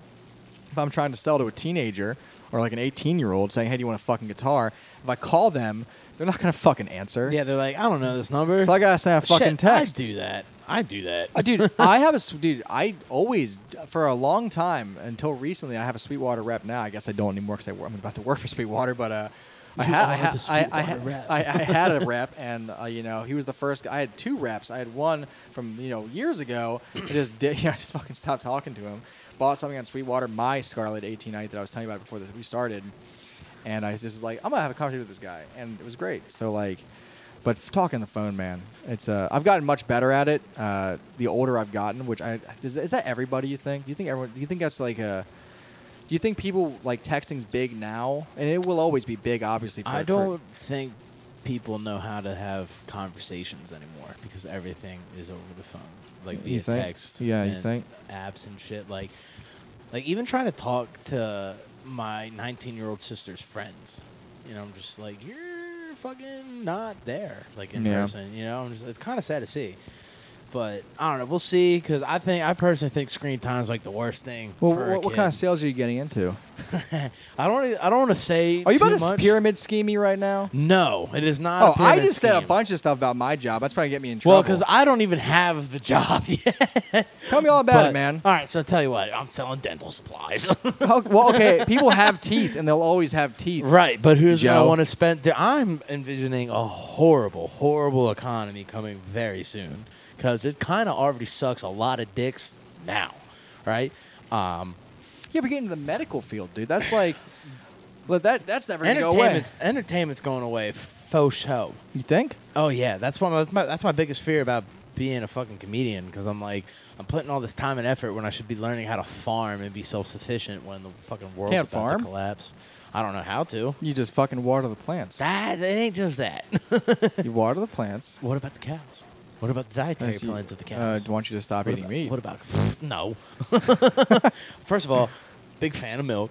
if I'm trying to sell to a teenager or like an 18 year old saying, "Hey, do you want a fucking guitar?" If I call them, they're not gonna fucking answer. Yeah, they're like, I don't know this number. So I gotta send a fucking Shit, text. I do that. I do that. Uh, dude, *laughs* I have a s- dude. I always, for a long time until recently, I have a Sweetwater rep. Now I guess I don't anymore because I'm about to work for Sweetwater. But uh, I, You ha- I, are ha- the I, I, Sweetwater ha- rep. I, I had *laughs* a rep, and uh, you know he was the first. guy. I had two reps. I had one from you know years ago. I just did. *laughs* You know, I just fucking stopped talking to him. Bought something on Sweetwater, my Scarlet 1890 that I was telling you about before this, we started. And I was just like, I'm gonna have a conversation with this guy, and it was great. So like, but f- talking on the phone, man, it's uh, I've gotten much better at it. Uh, the older I've gotten, which I is, is that everybody you think? Do you think everyone? Do you think that's like a? Do you think people like texting's big now, and it will always be big, obviously. For, I for- don't think people know how to have conversations anymore because everything is over the phone, like via You think? text. Yeah, you and think? apps and shit. Like, like even trying to talk to my 19 year old sister's friends, you know, I'm just like, you're fucking not there, like in Yeah. person. You know, I'm just, it's kind of sad to see. But I don't know. We'll see, because I think I personally think screen time's like the worst thing. Well, for a what, what kid. kind of sales are you getting into? I don't. really- I don't want to say. Are you too about to much. pyramid scheme me right now? No, it is not. Oh, a I pyramid just said a scheme. bunch of stuff about my job. That's probably get me in trouble. Well, because I don't even have the job *laughs* yet. tell me all about But- it, *laughs* man. All right, so tell you what, I'm selling dental supplies. *laughs* Oh, well, okay, people have teeth, and they'll always have teeth. right, but who's Joe. gonna want to spend? I'm envisioning a horrible, horrible economy coming very soon because it kind of already sucks a lot of dicks now, right? Um, Yeah, but getting into the medical field, dude. That's like, but that that's never gonna go away. entertainment's entertainment's going away, faux show. You think? Oh yeah, that's one. That's my, that's my biggest fear about being a fucking comedian because I'm like I'm putting all this time and effort when I should be learning how to farm and be self sufficient when the fucking world's Can't about farm? to collapse. I don't know how to. You just fucking water the plants. That *laughs* it ain't just that. you water the plants. what about the cows? What about the dietary As you- plans of the Uh, cows? want you to stop What eating about- meat. What about *laughs* no? First of all, big fan of milk.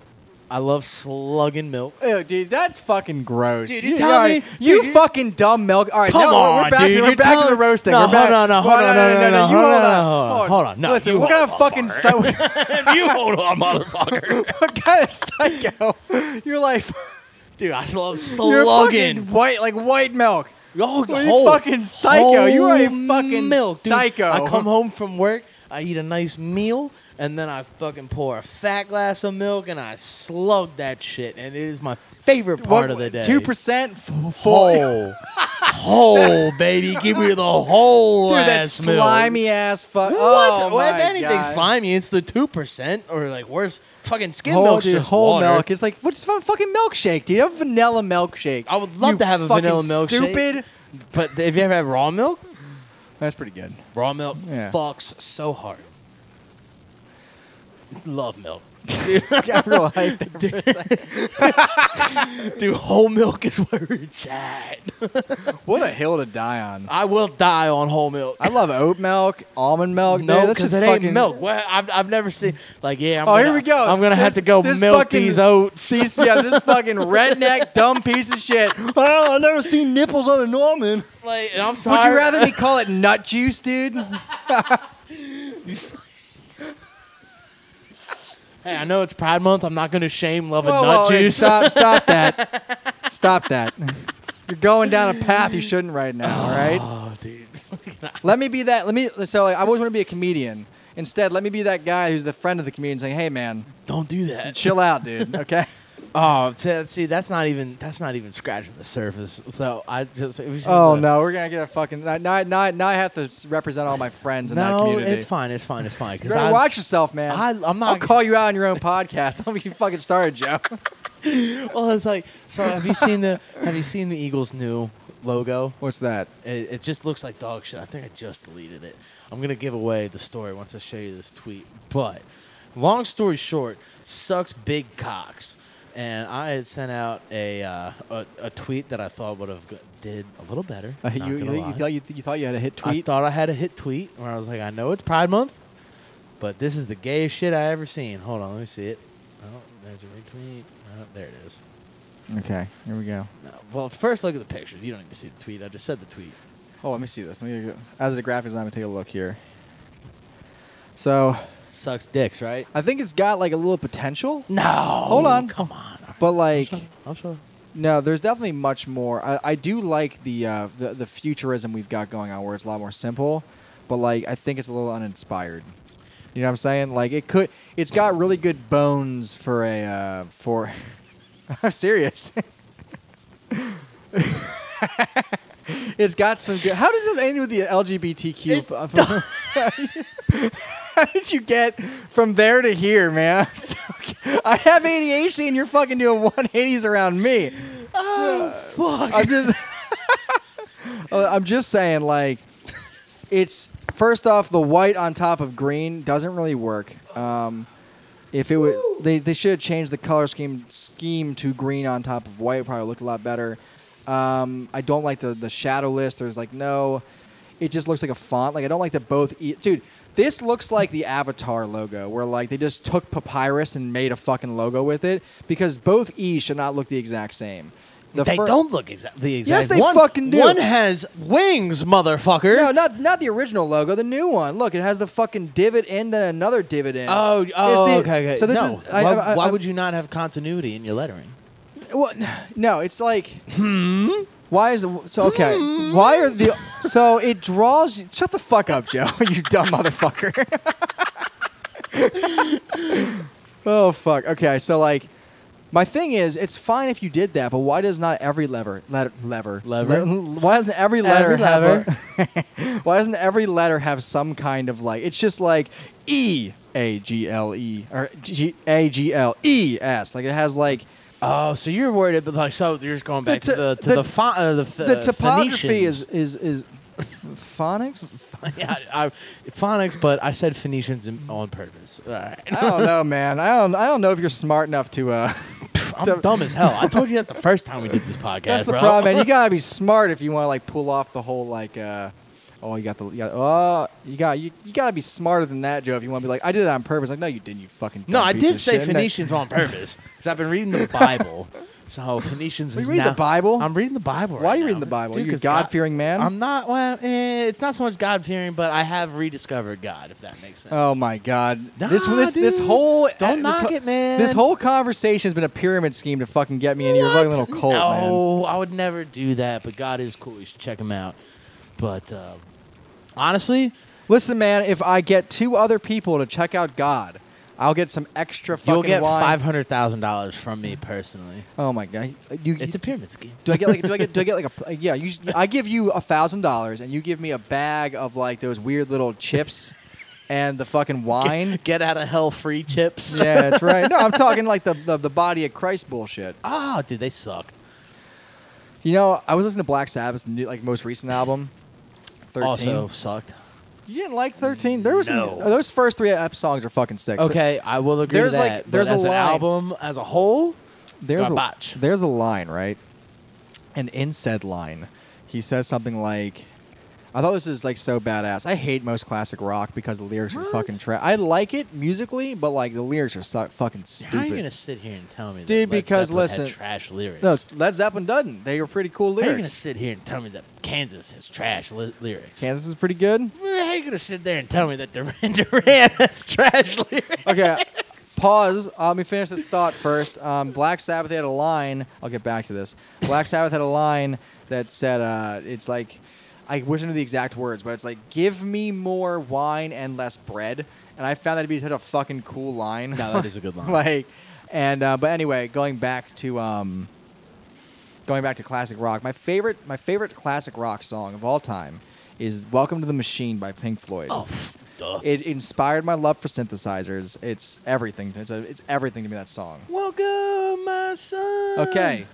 I love slugging *laughs* milk. *laughs* Ew, dude, that's fucking gross. Dude, you tell alright, me- you dude, you- fucking dumb milk. All right, Come no, we're- on, we're dude, back, to, we're you're back to the telling- roasting. No, we're back. hold on, no, hold on, no, no, no, you hold hold on, on, hold on, hold on. No, Listen, you what hold kind of on, fucking fart. psycho? *laughs* you hold on, motherfucker, what kind of psycho? You're like *laughs* dude. I love you're slugging. fucking white, like white milk. Oh, Well, you whole- fucking psycho. You are a whole fucking milk, dude. psycho. I come home from work, I eat a nice meal, and then I fucking pour a fat glass of milk and I slug that shit, and it is my favorite part of the day. *laughs* Two percent full. whole, whole baby. Give me the whole Dude, that ass milk. slimy ass fuck. What? Oh, well, my if anything God. slimy, it's the two percent or like worse. Fucking skim whole, milk's dude, just whole water. milk. It's like what's a fucking milkshake, dude? Have a vanilla milkshake. I would love You to have a fucking vanilla milkshake. Stupid. But have you ever had raw milk? That's pretty *laughs* good. Raw milk Yeah. fucks so hard. Love milk. Got real hyped there for a second. Dude, whole milk is where it's at. *laughs* What a hill to die on. I will die on whole milk. I love oat milk, almond milk. no, dude, that's because just it fucking ain't milk. Well, I've, I've never seen like yeah. I'm Oh, gonna, here we go. I'm gonna have to This- go this milk fucking- these oats. These, yeah, this *laughs* fucking redneck dumb piece of shit. Oh, I've never seen nipples on a Norman. Like, and I'm Would sorry. you rather me call it nut juice, dude? Hey, I know it's Pride Month. I'm not gonna shame love Whoa, and whoa, nut hey, juice. Stop, stop that. Stop that. You're going down a path you shouldn't right now, *sighs* all right? *laughs* Oh, dude. Let me be that. Let me. So like, I always want to be a comedian. Instead, let me be that guy who's the friend of the comedian saying, hey, man, Don't do that. chill out, *laughs* dude, okay? Oh, t- see, that's not even that's not even scratching the surface. So I just it was Oh uh, no, we're gonna get a fucking now. Now, now, now I have to s- represent all my friends in that No, community. it's fine, it's fine, it's fine. You Because gotta I watch yourself, man. I- I'm not- I'll call you out on your own podcast. *laughs* I'll be fucking started, Joe. *laughs* well, it's like so. Have you seen the Have you seen the Eagles' new logo? What's that? It, it just looks like dog shit. I think I just deleted it. I'm gonna give away the story once I show you this tweet. But long story short, sucks big cocks. And I had sent out a uh, a, a tweet that I thought would have g- did a little better. Uh, not you, you, gonna you lie. thought you, you thought you had a hit I tweet? thought I had a hit tweet where I was like, I know it's Pride Month, but this is the gayest shit I ever seen. Hold on, let me see it. Oh, there's a retweet. Oh, there it is. okay, here we go. No. Well, first look at the picture. You don't need to see the tweet. I just said the tweet. Oh, let me see this. Let me go. As a graphic designer, I'm gonna take a look here. So, Sucks dicks, right? I think it's got like a little potential, No. Hold on. Oh, Come on. All right, but like. I'll show. No, there's definitely much more. I, I do like the, uh, the the futurism we've got going on, where it's a lot more simple, but like I think it's a little uninspired. You know what I'm saying? Like it could, it's got really good bones for a uh, for. *laughs* I'm serious. *laughs* it's got some good. How does it end with the *laughs* LGBTQ? How did you get from there to here, man? *laughs* I'm so- I have ADHD, and you're fucking doing 180s around me. Fuck. I'm just, Uh, I'm just saying, like, it's first off the white on top of green doesn't really work. Um, if it would, they, they should have changed the color scheme scheme to green on top of white. It probably looked a lot better. Um, I don't like the the shadow list. There's like no, it just looks like a font. Like I don't like that both. E- Dude, this looks like the Avatar logo, where like they just took papyrus and made a fucking logo with it because both E should not look the exact same. The they fir- don't look exa- the exact. Yes, they one, fucking do. One has wings, motherfucker. No, not not the original logo, the new one. Look, it has the fucking divot end and another divot end. Oh, It's oh, the- okay, okay. So this No. is why, why would you not have continuity in your lettering? you? Well, n- no, it's like hmm. Why is the so okay? Why are the so it draws? you- Shut the fuck up, Joe. *laughs* You dumb motherfucker. *laughs* oh fuck. Okay, so like. My thing is, it's fine if you did that, but why does not every lever, letter, lever, Lever? le- why doesn't every letter Every have lever. a- *laughs* Why doesn't every letter have some kind of like? It's just like E A G L E or G A G L E S. Like it has like Oh, so you're worried about like so you're just going The back to to- the to the- the, font uh, the, ph- the uh, topography Phoenicians. is is is phonics. *laughs* yeah, I, phonics, but I said Phoenicians in, on purpose. All right. I *laughs* don't know, man. I don't I don't know if you're smart enough to. uh I'm Don't- dumb as hell. I told you that the *laughs* first time we did this podcast. That's *laughs* the bro. problem, man. You gotta be smart if you want to like pull off the whole like. uh Oh, you got the, you got, oh, you got, you, you got to be smarter than that, Joe. If you want to be like, I did it on purpose. Like, no, you didn't. You fucking. No, dumb I piece did of say shit. And I- Phoenicians on purpose because I've been reading the *laughs* Bible. So Phoenicians Well, is you read the now- Bible? I'm reading the Bible. Why are right you reading now. the Bible? Dude, You a 'cause God- God-fearing man? I'm not. Well, eh, it's not so much God fearing, but I have rediscovered God, if that makes sense. Oh my God! this Nah, this this dude. whole Don't this knock whole- it, man. This whole conversation has been a pyramid scheme to fucking get me into your fucking little cult, man. no, I would never do that. But God is cool. You should check him out. But uh, honestly, Listen, man, if I get two other people to check out God, I'll get some extra fucking you'll get wine. five hundred thousand dollars from me personally. Oh my god! You, It's a pyramid *laughs* scheme. do I get like do I get do *laughs* I get like a yeah? You, I give you a thousand dollars and you give me a bag of like those weird *laughs* little chips and the fucking wine. Get out of hell free chips. yeah, that's right. No, I'm talking like the, the the body of Christ bullshit. Oh, dude, they suck. You know, I was listening to Black Sabbath's new, like most recent album. Thirteen. Also sucked. you didn't like Thirteen? There was No. some, those first three ep songs are fucking sick. but Okay, I will agree There's to like- that. but there's a as an line. album as a whole. there's Garbage. a there's a line right, and in said line, he says something like, "I thought this is like so badass. I hate most classic rock because the lyrics are What? fucking trash. I like it musically, but like the lyrics are so fucking How are you stupid." gonna sit here and tell me, Dude, That Led because Zeppelin had listen- trash lyrics. no, Led Zeppelin doesn't. They were pretty cool how are lyrics. you gonna sit here and tell me that Kansas has trash li- lyrics? Kansas is pretty good. How are you gonna sit there and tell me that Duran *laughs* Duran has trash lyrics? okay. Pause. Uh, let me finish this thought first. Um, Black Sabbath they had a line. I'll get back to this. Black Sabbath had a line that said, uh, "It's like I wish I knew the exact words, but it's like give me more wine and less bread." And I found that to be such a fucking cool line. No, that is a good *laughs* line. *laughs* like, and uh, but anyway, going back to um, going back to classic rock. My favorite, my favorite classic rock song of all time is "Welcome to the Machine" by Pink Floyd. Oh, pff, duh. It inspired my love for synthesizers. It's everything. It's, a, it's everything to me. That song. Welcome, my son. Okay,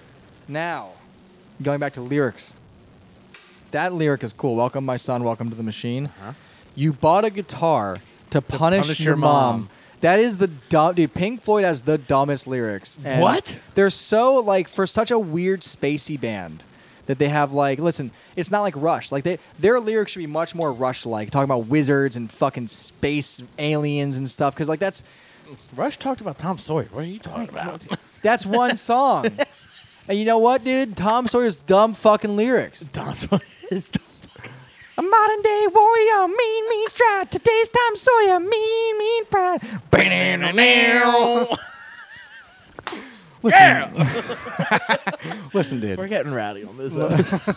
now going back to lyrics. That lyric is cool. Welcome, my son. Welcome to the machine. Uh-huh. You bought a guitar to, punish, punish your your mom. mom. That is the dumb dude. Pink Floyd has the dumbest lyrics. And What? They're so like for such a weird spacey band that they have like listen, it's not like Rush. Like they their lyrics should be much more Rush like, talking about wizards and fucking space aliens and stuff. Cause like that's Rush talked about Tom Sawyer. What are you talking about? *laughs* that's one song. And you know what, dude? Tom Sawyer's dumb fucking lyrics. Tom Sawyer is. A modern day warrior, mean, mean stride. Today's Tom Sawyer, mean, mean pride. *laughs* Listen, listen, We're dude. getting rowdy on *laughs* this. episode.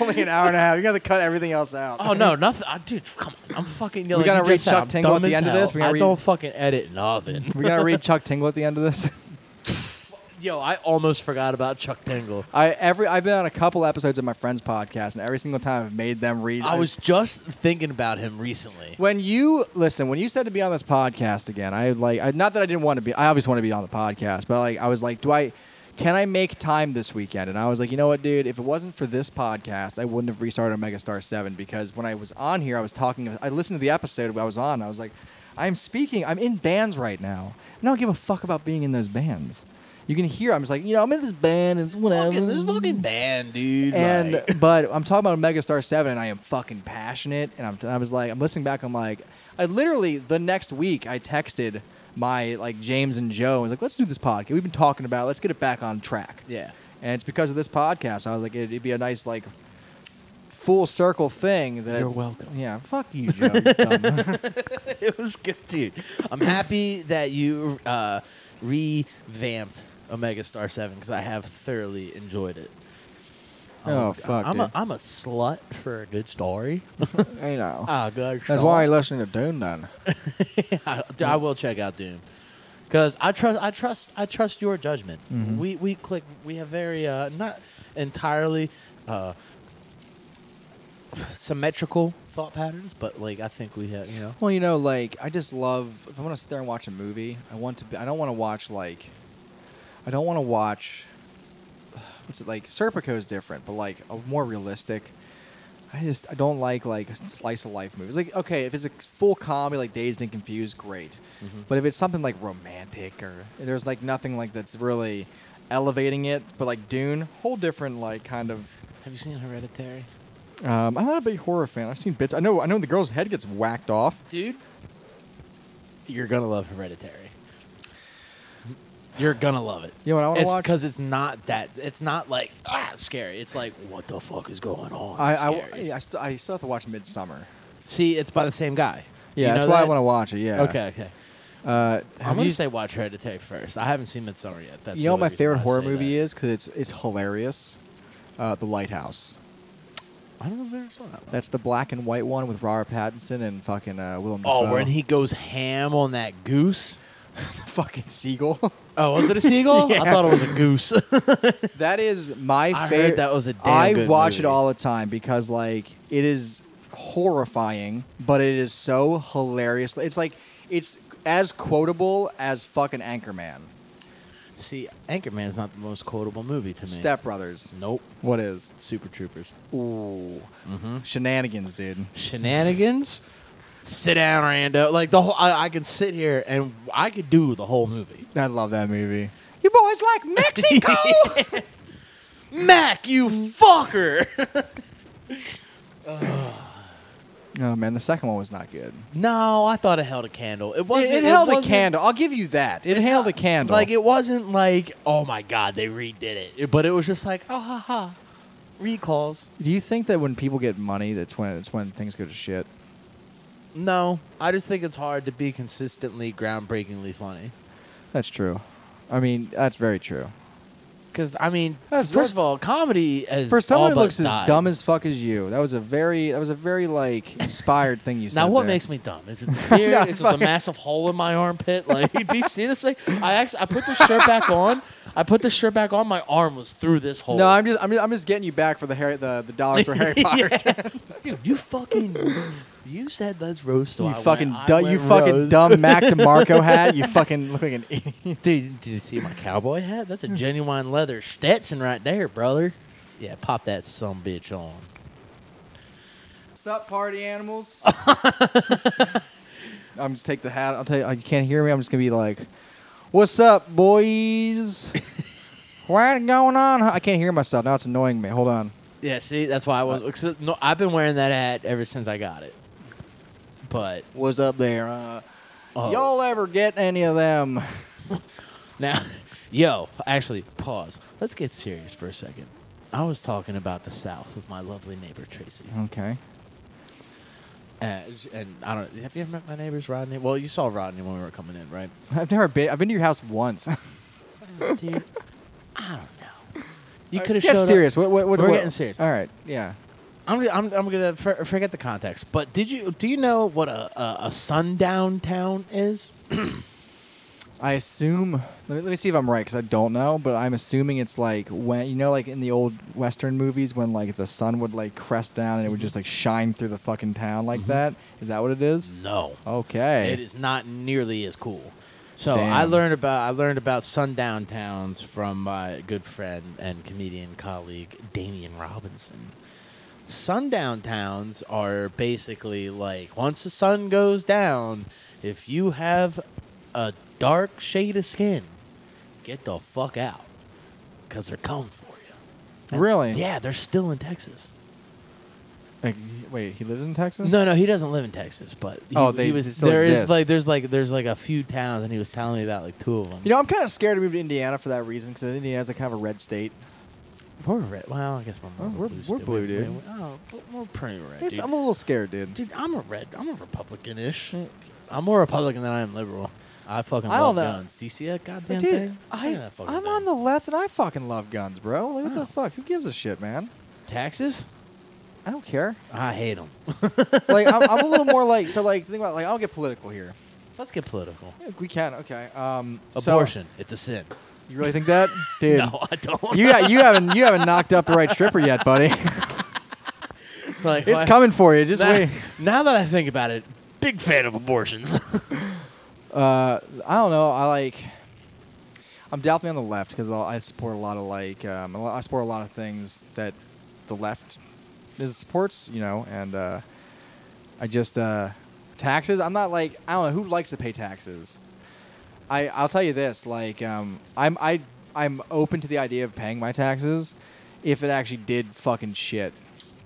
Only an hour and a half. You got to cut everything else out. oh no, nothing, uh, dude. Come on, I'm fucking. We gotta read Chuck Tingle Tingle at the end of this? We I gotta read- don't fucking edit *laughs* nothing. We gotta read Chuck Tingle at the end of this. *laughs* Yo, I almost forgot about Chuck Tingle. I every I've been on a couple episodes of my friend's podcast, and every single time I've made them read. I was just thinking about him recently. when you listen when you said to be on this podcast again. I like I, not that I didn't want to be. I always want to be on the podcast, but like I was like, do I? Can I make time this weekend? And I was like, you know what, dude? If it wasn't for this podcast, I wouldn't have restarted Megastar Seven because when I was on here, I was talking. I listened to the episode I was on. I was like, I'm speaking. I'm in bands right now, and I don't give a fuck about being in those bands. You can hear. I'm just like, you know, I'm in this band. and It's whatever. Fucking, this fucking band, dude. And like- but I'm talking about Megastar Seven, and I am fucking passionate. And I'm I was like, I'm listening back. I'm like, I literally the next week I texted my like James and Joe. I was like, let's do this podcast. We've been talking about. it. Let's get it back on track. yeah, *laughs* And it's because of this podcast. I was like, it'd, it'd be a nice like full circle thing. That You're welcome. Yeah, fuck you, Joe. you dumb- it was good, dude. *clears throat* I'm happy that you uh, revamped Omega Star Seven because I have thoroughly enjoyed it. I'm Oh, a- fuck, I'm dude. a, I'm a slut for a good *laughs* story. you know. Ah, good. That's why I listen to Dune then. *laughs* I, dude, I will check out Doom because I trust I trust I trust your judgment. Mm-hmm. We we click we have very uh, not entirely uh, *sighs* symmetrical thought patterns, but like I think we have you know Well, you know, like I just love if I want to sit there and watch a movie, I want to. Be, I don't want to watch like, I don't want to watch. *sighs* What's it like? Serpico is different, but like a more realistic. I just I don't like like slice of life movies. Like okay, if it's a full comedy like Dazed and Confused, great. But if it's something like romantic or there's like nothing like that's really elevating it, but like Dune, whole different like kind of. have you seen Hereditary? Um, I'm not a big horror fan. I've seen bits. I know. I know the girl's head gets whacked off. Dude, You're gonna love Hereditary. You're gonna love it. You know what I wanna It's watch? because it's not that. It's not like ah scary. It's like what the fuck is going on? I- I, Scary. yeah, I, st- I still have to watch Midsummer. See, it's by the same guy. Do Yeah, you that's know why I that? want to watch it. Yeah. Okay, okay. Uh, I'm have gonna you, say watch Hereditary first. I haven't seen Midsummer yet. That's You you know what my favorite horror movie is. is? Because it's it's hilarious. Uh, the Lighthouse. I don't know if I ever saw that one. That's the black and white one with Robert Pattinson and fucking uh, Willem Dafoe. Oh, when he goes ham on that goose. *laughs* fucking seagull. Oh, was it a *laughs* seagull? I thought it was a *laughs* goose. *laughs* that is my I favorite. heard that was a damn I good watch it movie. all the time because like it is horrifying, but it is so hilarious. It's like it's as quotable as fucking Anchorman, See, Anchorman is not the most quotable movie to me. Step Brothers. Nope. What is? Super Troopers. Ooh, shenanigans, dude. Shenanigans. Sit down, Rando. Like the whole, I, I can sit here and I could do the whole movie. I love that movie. you boys like *laughs* Mexico? *laughs* Mac, you fucker. Oh man, the second one was not good. *laughs* no, I thought it held a candle. It It, wasn't. it held a wasn't- candle. I'll give you that. It, held a candle. Like it wasn't like, oh my god, they redid it. It- But it was just like, oh ha ha, recalls. Do you think that when people get money, that's when it's when things go to shit? No, I just think it's hard to be consistently groundbreakingly funny. That's true. I mean, that's very true. Because I mean, That's- first of all, comedy is For all someone who but looks died. as dumb as fuck as you, that was a very that was a very like inspired thing you said. Now, what there. makes me dumb? Is it the *laughs* beard? No, is it the fucking- massive hole in my armpit? Like, *laughs* do you see this thing? I actually, I put the shirt back on. I put the shirt back on. My arm was through this hole. No, I'm just I'm just, I'm just getting you back for the Harry the the dollars for Harry Potter. dude, you fucking, you said let's roast. So You I went- fucking I du- you went fucking roast. dumb Mac DeMarco hat. You fucking look like an *laughs* idiot. Dude, did you see my cowboy hat? That's a genuine leather Stetson right there, brother. Yeah, pop that some bitch on. What's up, party *laughs* animals? I'm just take the hat. I'll tell you. You can't hear me. I'm just gonna be like, "What's up, *laughs* boys? what going on?" I can't hear myself now. It's annoying me. Hold on. Yeah, see, that's why I was. except- No, I've been wearing that hat ever since I got it. But What's up there? Uh, oh, Y'all ever get any of them? now, *laughs* yo, actually, pause. Let's get serious for a second. I was talking about the South with my lovely neighbor Tracy, Okay. and, and I don't. Have you ever met my neighbors, Rodney? Well, you saw Rodney when we were coming in, right? I've never been. I've been to your house once. Dude, I don't know. Mm-hmm. You *laughs* All right, could have get showed up- serious. What, what, what, We're what- getting serious. All right. Yeah. I'm, I'm, I'm gonna for, forget the context, but did you do you know what a, a, a sundown town is? I assume. Let me, let me see if I'm right because I don't know, but I'm assuming it's like when you know, like in the old Western movies, when like the sun would like crest down and it would Mm-hmm. just like shine through the fucking town like that. Is that what it is? No, Okay. Mm-hmm. it is not nearly as cool. So I Damn. learned about I learned about sundown towns from my good friend and comedian colleague Damian Robinson. Sundown towns are basically like once the sun goes down, if you have a dark shade of skin, get the fuck out, cause they're coming for you. Really? Yeah, they're still in Texas. Like, wait, he lives in Texas? No, no, he doesn't live in Texas, but he, Oh, they- he they was still there is, exist. like there's like there's like a few towns, and he was telling me about like two of them. You know, I'm kind of scared to move to Indiana for that reason because Indiana's like kind of a red state. we're red. Well, I guess we're more Oh, we're- blue. we're still. blue, We- dude. we- oh, we're- we're pretty red, It's- dude. I'm a little scared, dude. dude, I'm a red. I'm a Republican-ish. I'm more Republican than I am liberal. I fucking I love don't know. guns. Do you see that goddamn But thing? dude, Look I, at that fucking I'm thing. on the left and I fucking love guns, bro. Like, what Wow. the fuck? Who gives a shit, man? taxes. I *laughs* don't care. I hate *laughs* them. like I'm, I'm a little more like so like think about like I'll get political here. Let's get political. We can okay. Um, so- Abortion. it's a sin. you really *laughs* think that, dude? No, I don't. You got, you haven't you haven't knocked up the right stripper yet, buddy. *laughs* like, it's why- coming for you. Just Now, wait. *laughs* now that I think about it, big fan of abortions. *laughs* Uh, I don't know. I like. I'm definitely on the left because I support a lot of like um, I support a lot of things that the left is supports, you know, and uh, I just uh, taxes. I'm not like I don't know who likes to pay taxes. I I'll tell you this, like um, I'm I I'm open to the idea of paying my taxes if it actually did fucking shit.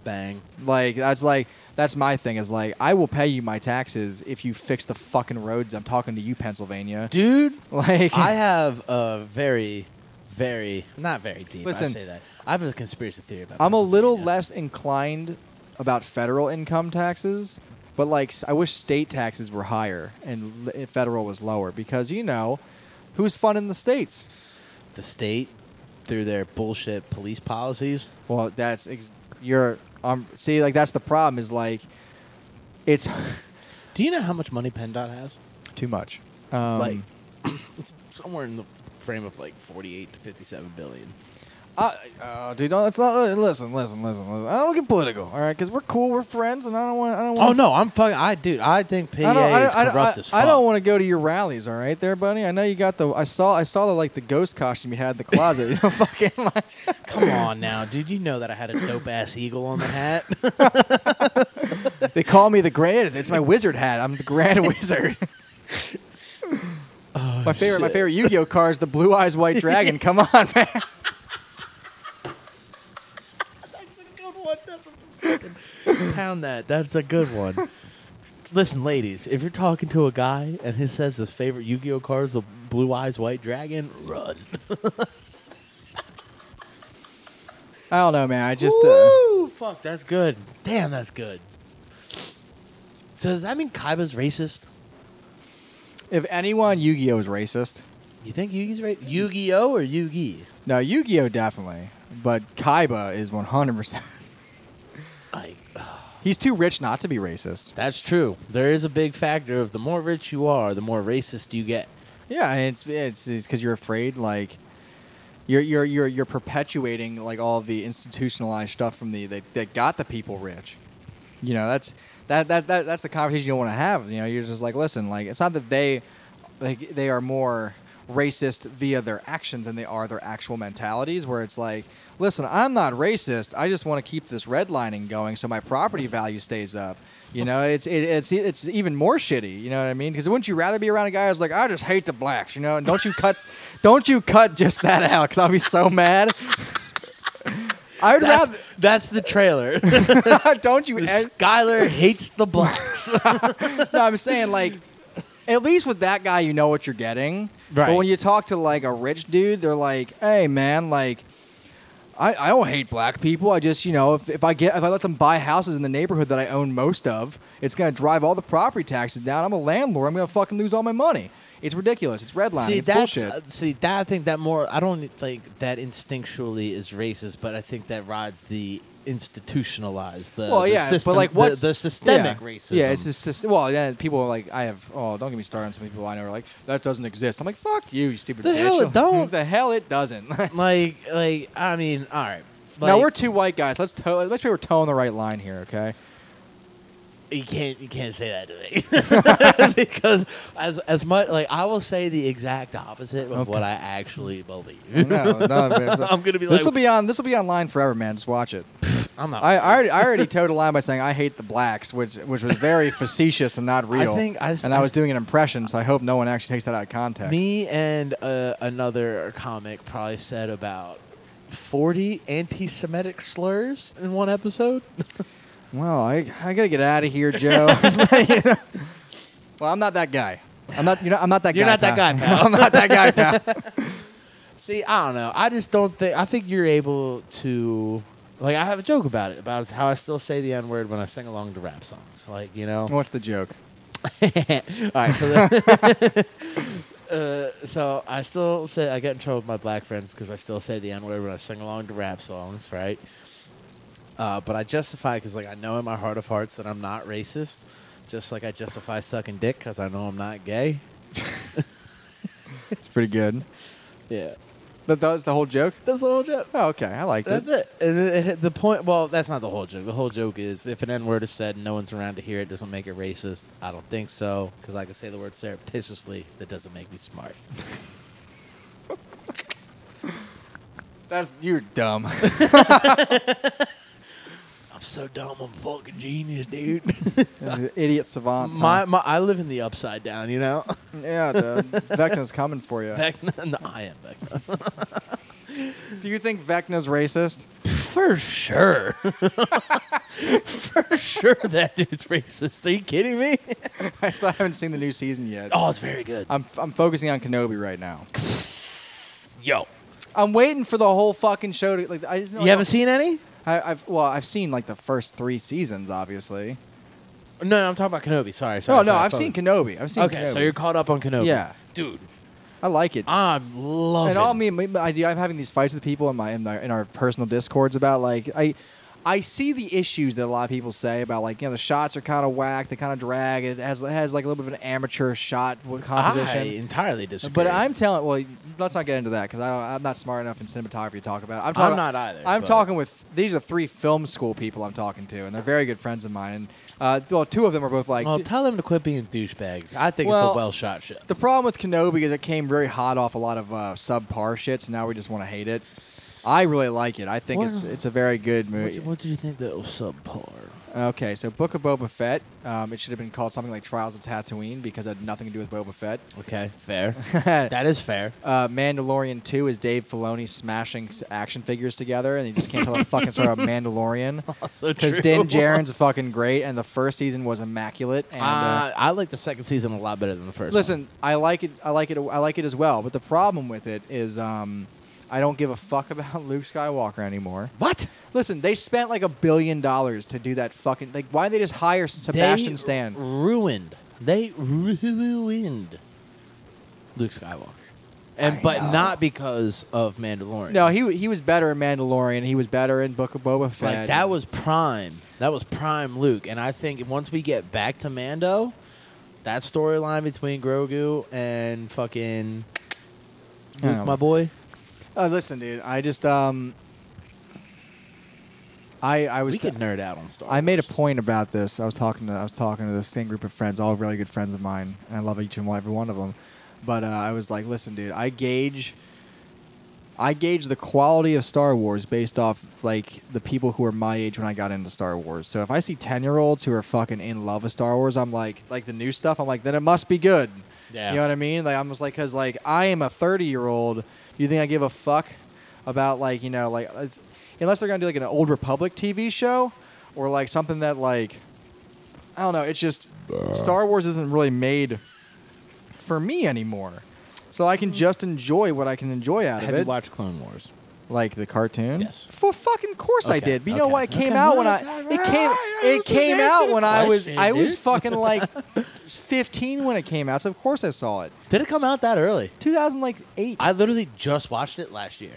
bang. Like that's like that's my thing is like I will pay you my taxes if you fix the fucking roads. I'm talking to you, Pennsylvania. *laughs* Dude, Like I have a very, very not very deep. I Listen. say that I have a conspiracy theory about. I'm a little Pennsylvania. less inclined about federal income taxes, but like s- I wish state taxes were higher and l- federal was lower because you know who's funding the states. the state through their bullshit police policies. Well, that's ex- you're um see like that's the problem is like it's *laughs* Do you know how much money PennDOT has? too much. Um, like, *clears throat* it's somewhere in the frame of like 48 to 57 billion. I, uh, dude, no, it's not. uh, Listen, listen, listen, listen. I don't get political, all right? Because we're cool, we're friends, and I don't want. I don't want. Oh no, I'm fucking. I dude, I think PA I don't, I, E is don't- I, corrupt don't- as fuck. I, I don't want to go to your rallies, all right, there, buddy. I know you got the. I saw. I saw the like the ghost costume you had in the closet. *laughs* You know, fucking like. Come on now, dude. You know that I had a dope ass eagle on the hat. *laughs* They call me the Grand. It's my wizard hat. I'm the *laughs* Grand *laughs* Wizard. Oh, my favorite. My favorite Yu-Gi-Oh card is the Blue *laughs* Eyes White Dragon. Come on, man. That's a good one. That's a fucking pound that. That's a good one. Listen, ladies, if you're talking to a guy and he says his favorite Yu-Gi-Oh card is the Blue Eyes White Dragon, run. I don't know, man. I just. Uh, Woo! fuck, that's good. Damn, that's good. So does that mean Kaiba's racist? if anyone, Yu-Gi-Oh is racist. You think Yugi's racist? Yu-Gi-Oh or Yugi? No, Yu-Gi-Oh definitely, but Kaiba is 100. percent Like, He's too rich not to be racist. that's true. There is a big factor of the more rich you are, the more racist you get. Yeah, and it's it's because you're afraid like. You're, you're, you're, you're perpetuating like all the institutionalized stuff from the that, that got the people rich. You know that's that, that, that that's the conversation you don't want to have. You know you're just like listen like it's not that they like they are more racist via their actions than they are their actual mentalities. Where it's like listen I'm not racist I just want to keep this redlining going so my property value stays up. You know it's it, it's it's even more shitty. You know what I mean? Because wouldn't you rather be around a guy who's like I just hate the blacks? You know and don't you cut *laughs* don't you cut just that out because I'll be so mad. *laughs* I'd That's, that's the *laughs* trailer. rather *laughs* don't you ed- Skylar hates the blacks. no, I'm saying like, at least with that guy, you know what you're getting. Right. But when you talk to like a rich dude, they're like, "Hey, man, like, I, I don't hate black people. I just you know if, if I get if I let them buy houses in the neighborhood that I own most of, it's gonna drive all the property taxes down. I'm a landlord. I'm gonna fucking lose all my money. It's ridiculous. It's redlining. see, it's that's bullshit. uh, see that I think that more. I don't think that instinctually is racist, but I think that rides the institutionalized, the, well, the yeah, system, but like the- what's the, systemic yeah. racism. Yeah, it's just system. Well, yeah, people are like I have. Oh, don't get me started on some people I know are like that doesn't exist. I'm like, fuck you, you stupid. The bitch. *laughs* hell it don't. the hell it doesn't. *laughs* like like I mean, all right. now Like, we're two white guys. Let's toe, let's make sure we're towing the right line here, *laughs* okay? you can't you can't say that to me *laughs* because as as much like I will say the exact opposite of Okay. what I actually believe. No, no, I'm gonna be this will like be on this will be online forever, man. Just *laughs* watch it. I'm not. I I already, I already towed a line by saying I hate the blacks, which which was *laughs* very facetious and not real. think I s- and I was doing an impression, so I hope no one actually takes that out of context. Me and uh, another comic probably said about 40 anti Semitic slurs in one episode. *laughs* Well, I I gotta get out of here, Joe. *laughs* It's like, you know. well, I'm not that guy. I'm not. You know, I'm not that You're guy. not that guy, pal. *laughs* I'm not that guy, pal. *laughs* See, I don't know. I just don't think. I think you're able to. Like, I have a joke about it, about how I still say the N word when I sing along to rap songs. Like, you know? What's the joke? *laughs* All right, so the- *laughs* uh, so I still say I get in trouble with my black friends because I still say the N word when I sing along to rap songs, right? Uh, but I justify because, like, I know in my heart of hearts that I'm not racist, just like I justify sucking dick because I know I'm not gay. It's pretty good. Yeah, That, that was the whole joke. that's the whole joke. Oh, okay. I *laughs* liked That's it. it. And it- it hit the point, well, that's not the whole joke. The whole joke is if an N word is said and no one's around to hear it, doesn't make it racist. I don't think so because I can say the word surreptitiously. That doesn't make me smart. That's you're dumb. I'm so dumb. I'm fucking genius, *laughs* dude. Idiot savants. my, huh? my, I live in the upside down. You *laughs* know, yeah, dude. Vecna's coming for you. Back- *laughs* no, I am back *laughs* Do you think Vecna's racist? for sure. *laughs* For sure, that dude's racist. Are you kidding me? *laughs* *laughs* I still haven't seen the new season yet. Oh, it's very good. I'm, f- I'm focusing on Kenobi right now. Yo, I'm waiting for the whole fucking show to like. I just know you haven't seen any? I, I've well, I've seen like the first three seasons, obviously. Oh, No, no, I'm talking about Kenobi. Sorry, sorry. No, no, sorry. I've seen Kenobi. I've seen Okay, Kenobi. so you're caught up on Kenobi. Yeah. dude, I like it. I'm loving. and all me, me I do, I'm having these fights with people in my in, the, in our personal discords about like I, I see the issues that a lot of people say about like you know the shots are kind of whack, they kind of drag. It has it has like a little bit of an amateur shot w- I composition. entirely disagree. but I'm telling well, let's not get into that because I'm not smart enough in cinematography to talk about. It. I'm, I'm talking, not either, I'm but- talking with these are three film school people I'm talking to, and they're very good friends of mine. And uh, well, two of them are both like Well, tell them to quit being douchebags. I think it's Well, a well shot show. The problem with Kenobi is it came very hot off a lot of uh, subpar shit, so now we just want to hate it. I really like it. I think What- it's it's a very good What, movie. do- what do you think that was subpar? Okay, so Book of Boba Fett. Um, it should have been called something like Trials of Tatooine because it had nothing to do with *laughs* Boba Fett. Okay, fair. that is *laughs* fair. Uh, Mandalorian 2 is Dave Filoni smashing s- action figures together, and you just can't tell the fucking *laughs* story about Mandalorian. Also Because true. *laughs* Din Djarin's fucking great, and the first season was immaculate. And, uh, Uh, I like the second season a lot better than the first. Listen, I like it. I like it. I like it as well. But the problem with it is, um, I don't give a fuck *laughs* about Luke Skywalker anymore. one. what? Listen, they spent like a billion dollars to do that fucking. Like, why didn't they just hire Sebastian they Stan? ruined. They ruined Luke Skywalker, and I but know. not because of Mandalorian. No, he he was better in Mandalorian. He was better in Book of Boba Fett. Like that was prime. That was prime Luke, and I think once we get back to Mando, that storyline between Grogu and fucking I Luke, don't- my boy. Uh, listen, dude. I just um. I I was. We t- could nerd out on Star. I made a Wars. point about this. I was talking to I was talking to the same group of friends, all really good friends of mine, and I love each and every one of them. But uh, I was like, listen, dude, I gauge, I gauge the quality of Star Wars based off like the people who are my age when I got into Star Wars. So if I see ten year olds who are fucking in love with Star Wars, I'm like, like the new stuff, I'm like, then it must be good. Yeah. You know what I mean? Like I'm just like, cause like I am a 30 year old. Do you think I give a fuck about like you know like uh, unless they're gonna do like an old Republic TV show or like something that like I don't know. It's just Star Wars isn't really made for me anymore. So I can just enjoy what I can enjoy out Have of you it, watched Clone Wars? like the cartoon. Yes. For fucking course I Okay, did. But you know okay, what? It came okay. out when I Well, it came it just asking came out a when I was question, I was dude. fucking like 15 when it came out. So of course I saw it. Did it come out that early? 2008. I literally just watched it last year.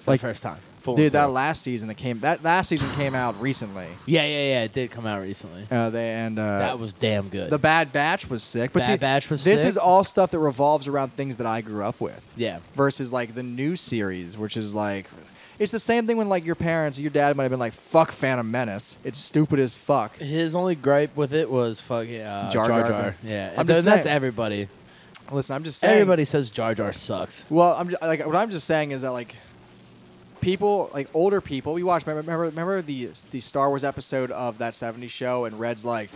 For Like- the first time. Full Dude, and that full. last season that came that last season came out recently. yeah, yeah, yeah. It did come out recently. Uh, they and uh, that was damn good. the Bad Batch was sick. But Bad see, Batch was this sick. is all stuff that revolves around things that I grew up with. yeah. Versus like the new series, which is like, it's the same thing when like your parents, your dad might have been like, "Fuck Phantom Menace, it's stupid as fuck." His only gripe with it was fucking uh, Jar Jar Jar. Jar. Yeah, I'm Th- just that's saying. everybody. Listen, I'm just saying. Everybody says Jar Jar sucks. Well, I'm just, like what I'm just saying is that like people, like older people, we watched. Remember, remember, remember the the Star Wars episode of that '70s show, and Red's like,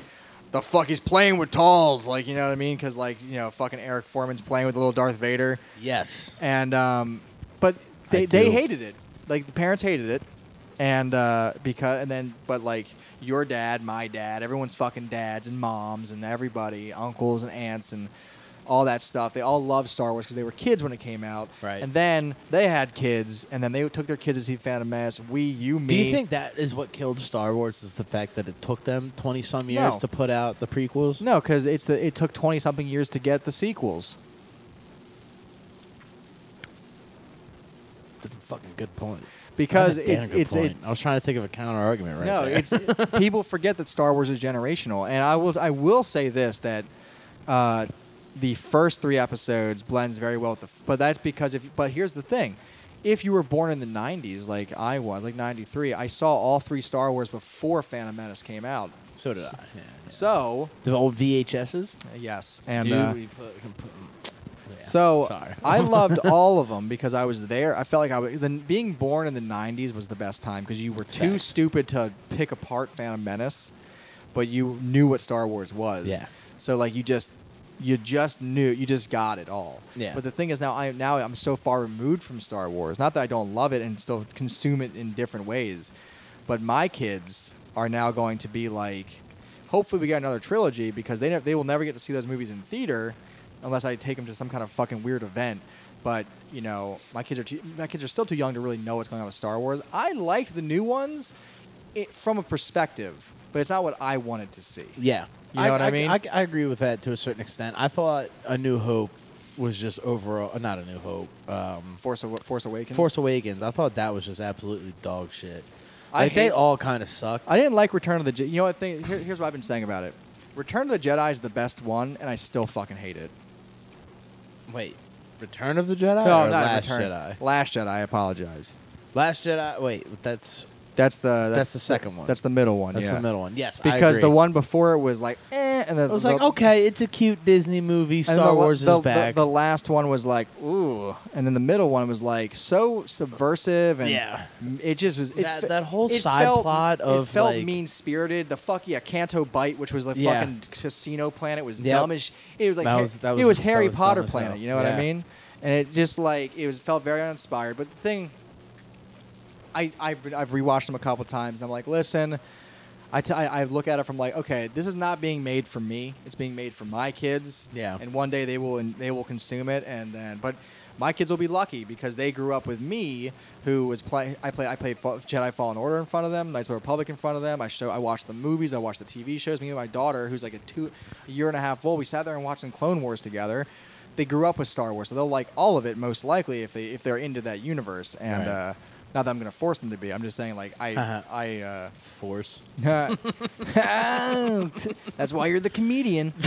"The fuck, he's playing with dolls," like you know what I mean? Because like you know, fucking Eric Foreman's playing with a little Darth Vader, Yes. and um, but I they they do. hated it. Like the parents hated it, and uh, because and then but like your dad, my dad, everyone's fucking dads and moms and everybody, uncles and aunts and all that stuff. They all loved Star Wars because they were kids when it came out. Right. And then they had kids, and then they took their kids to see Phantom Menace. We, you, me. Do you think that is what killed Star Wars? Is the fact that it took them twenty some years No. to put out the prequels? No, because it's the it took twenty something years to get the sequels. That's a fucking good point. Because That's a damn it's good it's point. it, I was trying to think of a counter argument right no, there. it's people forget that Star Wars is generational, and I will I will say this that uh, the first three episodes blends very well with the, but that's because if but here's the thing, if you were born in the '90s like I was, like '93, I saw all three Star Wars before Phantom Menace came out. so did I. Yeah, yeah. So The old VHSs. yes, and Dude, uh, we put- we put- yeah, so sorry. *laughs* I loved all of them because I was there. I felt like I was then being born in the '90s was the best time because you were too Facts. stupid to pick apart Phantom Menace, but you knew what Star Wars was. Yeah. So like you just you just knew you just got it all. Yeah. But the thing is now I now I'm so far removed from Star Wars. Not that I don't love it and still consume it in different ways, But my kids are now going to be like, hopefully we get another trilogy because they ne- they will never get to see those movies in theater unless I take them to some kind of fucking weird event. But you know, my kids are too, my kids are still too young to really know what's going on with Star Wars. I liked the new ones it, from a perspective, but it's not what I wanted to see. Yeah, You know what I mean? I, I agree with that to a certain extent. I thought A New Hope was just overall uh, not A New Hope. Um, Force Awa- Force Awakens. Force Awakens. I thought that was just absolutely dog shit. I Like hate- they all kind of sucked. I didn't like Return of the Jedi. You know what? Thing, here, here's what I've been saying about it. Return of the Jedi is the best one, and I still fucking hate it. Wait, Return of the Jedi No, or not Oh, Last Return. Jedi? Last Jedi. I apologize. Last Jedi. Wait, that's That's the that's, the second one. That's the middle one. that's yeah. the middle one. Yes, I Because the agree. one before it was like, eh, and then I was the, like, okay, it's a cute Disney movie. and Star the, Wars the, is back. The, the last one was like, ooh, and then the middle one was like so subversive and Yeah. it just was it That- fe- that whole it side felt- plot of, it felt like- mean spirited. The fuck yeah, Canto Bite, which was the Yeah. fucking casino planet, was Yep. dumb as sh- it was like That Ha- was- that it was- was that Harry was dumb Potter as hell. planet. You know what Yeah. I mean? And it just like it was felt very uninspired. But the thing, I I've, I've rewatched them a couple times, and I'm like, listen. I, t- I I look at it from like, okay, this is not being made for me. It's being made for my kids. Yeah. And one day they will and they will consume it, and then but my kids will be lucky because they grew up with me, who was play. I play. I played Fa- Jedi Fallen Order in front of them, Knights of the Republic in front of them. I show. I watched the movies. I watched the TV shows. Me and my daughter, who's like a two, a year and a half old, we sat there and watched the Clone Wars together. They grew up with Star Wars, so they'll like all of it most likely if they if they're into that universe. And Right. uh, not that I'm gonna force them to be. I'm just saying like I I. Uh, *laughs* Force. That's why you're the comedian. *laughs*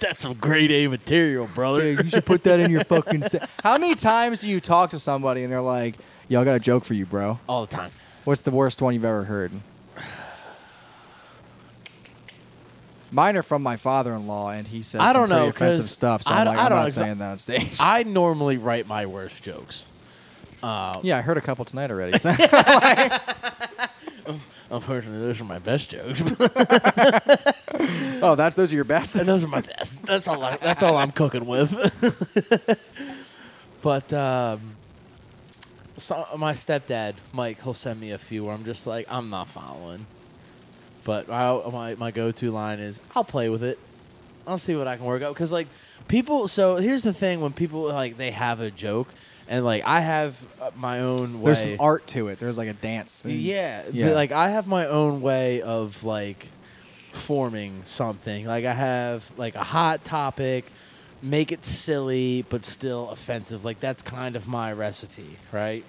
That's some grade A material, brother. you should put that in your fucking. se- How many times do you talk to somebody and they're like, "Yo, I got a joke for you, bro. All the time. What's the worst one you've ever heard?" Mine are from my father-in-law, and he says I don't some pretty know, 'cause offensive stuff. So I I, am d- like, I I am don't not exa- saying that on stage. I normally write my worst jokes. Um, yeah, I heard a couple tonight already. *laughs* So. Unfortunately, those are my best jokes, *laughs* oh, that's those are your best. and those are my best. That's all. I, that's all I'm cooking with. *laughs* but um, so my stepdad Mike, he'll send me a few where I'm just like, I'm not following. But I, my my go-to line is, I'll play with it. I'll see what I can work out. Because like people, so here's the thing: when people like they have a joke, and like I have uh, my own way. There's some art to it. There's like a dance. and- Yeah, th- Yeah. like I have my own way of like forming something. Like I have like a hot topic, make it silly but still offensive. Like that's kind of my recipe, right?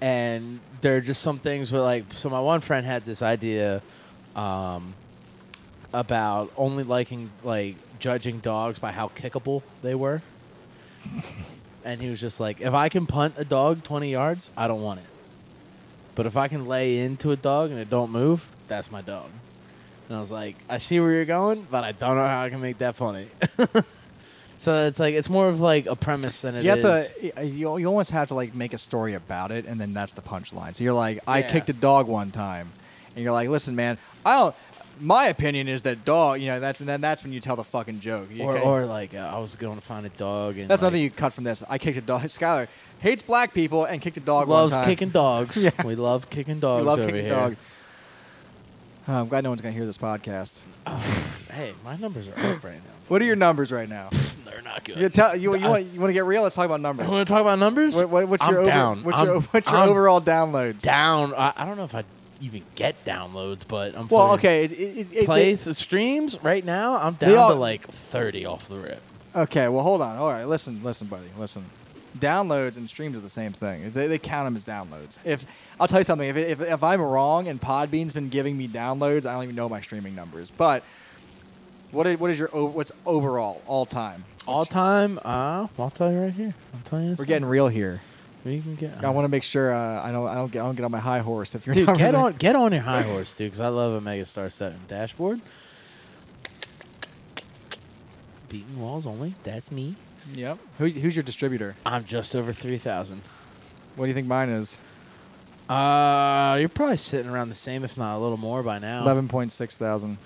And there are just some things where like so my one friend had this idea um about only liking like judging dogs by how kickable they *laughs* were. And he was just like, if I can punt a dog 20 yards, I don't want it. But if I can lay into a dog and it don't move, that's my dog. And I was like, I see where you're going, but I don't know how I can make that funny. *laughs* so it's like it's more of like a premise than it is. you have to. y- You, you almost have to like make a story about it, and then that's the punchline. So you're like, I Yeah. kicked a dog one time, and you're like, listen, man, I don't. My opinion is that dog. You know, that's and then that's when you tell the fucking joke. You or, can't- or like uh, I was going to find a dog and that's like, nothing you cut from this. I kicked a dog. *laughs* Skylar hates black people and kicked a dog. one loves time. kicking dogs. *laughs* Yeah. We love kicking We dogs love over kicking here. dogs. Uh, I'm glad no one's gonna hear this podcast. Hey, my numbers are up right now. What are your numbers right now? They're not good. You tell you, *laughs* you want you want to get real? Let's talk about numbers. want to talk about numbers? What- what- what's I'm your over- down. what's I'm, your what's your I'm overall downloads? down? I, I don't know if I even get downloads, but I'm well, fucking- okay, it, it, it, it, plays streams right now. I'm down all- to like 30 off the rip. Okay, well, hold on. All right, listen, listen, buddy, listen. Downloads and streams are the same thing. They, they count them as downloads. If I'll tell you something, if, if, if I'm wrong and Podbean's been giving me downloads, I don't even know my streaming numbers. But what is, what is your o- what's overall all time? All time, uh, I'll tell you right here. I'm telling you, We're getting real here. we can get. *laughs* I want to make sure uh, I don't I don't get I don't get on my high horse. If you're dude, get on, get on your high horse, dude, because I love a Megastar Seven dashboard. Beaten walls only. That's me. Yep. Who, who's your distributor? I'm just over 3,000. What do you think mine is? Uh, you're probably sitting around the same, if not a little more by now. Eleven point six thousand.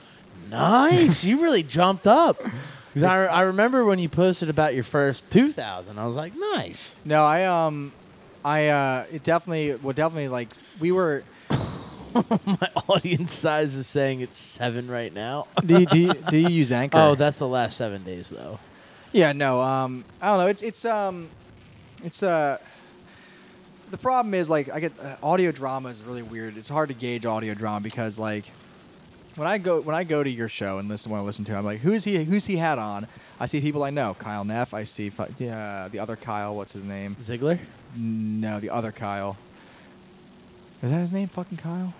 Nice. you really jumped *laughs* up. 'Cause I, It's- I remember when you posted about your first 2,000. I was like, nice. No, I um, I uh, it definitely well definitely like we were. *laughs* My audience size is saying it's seven right now. *laughs* Do you, do you, do you use Anchor? Oh, that's the last seven days though. Yeah, no. Um, I don't know. It's it's um, it's uh. The problem is like I get uh, audio drama is really weird. It's hard to gauge audio drama because like when I go when I go to your show and listen when I listen to, it, I'm like, who's he? Who's he had on? I see people I know, Kyle Neff. I see fu- yeah, the other Kyle. What's his name? Ziggler? No, the other Kyle. Is that his name? Fucking Kyle.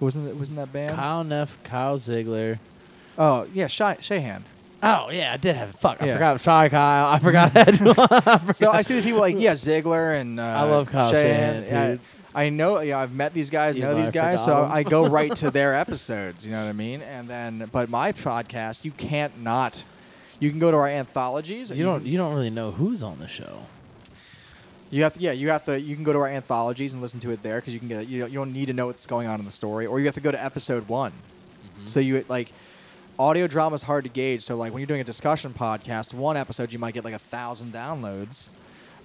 Wasn't it, wasn't that band? Kyle Neff, Kyle Ziggler. Oh yeah, Sha Shahan. Oh yeah, I did have fuck. I Yeah. forgot. Sorry, Kyle. I forgot that. *laughs* so I see these people like yeah, Ziggler and uh, I love Kyle Shahan. Shanahan, Yeah, dude. I know. Yeah, I've met these guys, You know know, these I guys, so forgot 'em. *laughs* I go right to their episodes. You know what I mean? And then, but my podcast, you can't not. You can go to our *laughs* *laughs* anthologies. you don't. You don't really know who's on the show. You have to, yeah, you have to. You can go to our anthologies and listen to it there because you can get. it- You don't, you don't need to know what's going on in the story, or you have to go to episode one. So you like, audio drama is hard to gauge. So like when you're doing a discussion podcast, one episode you might get like a thousand downloads,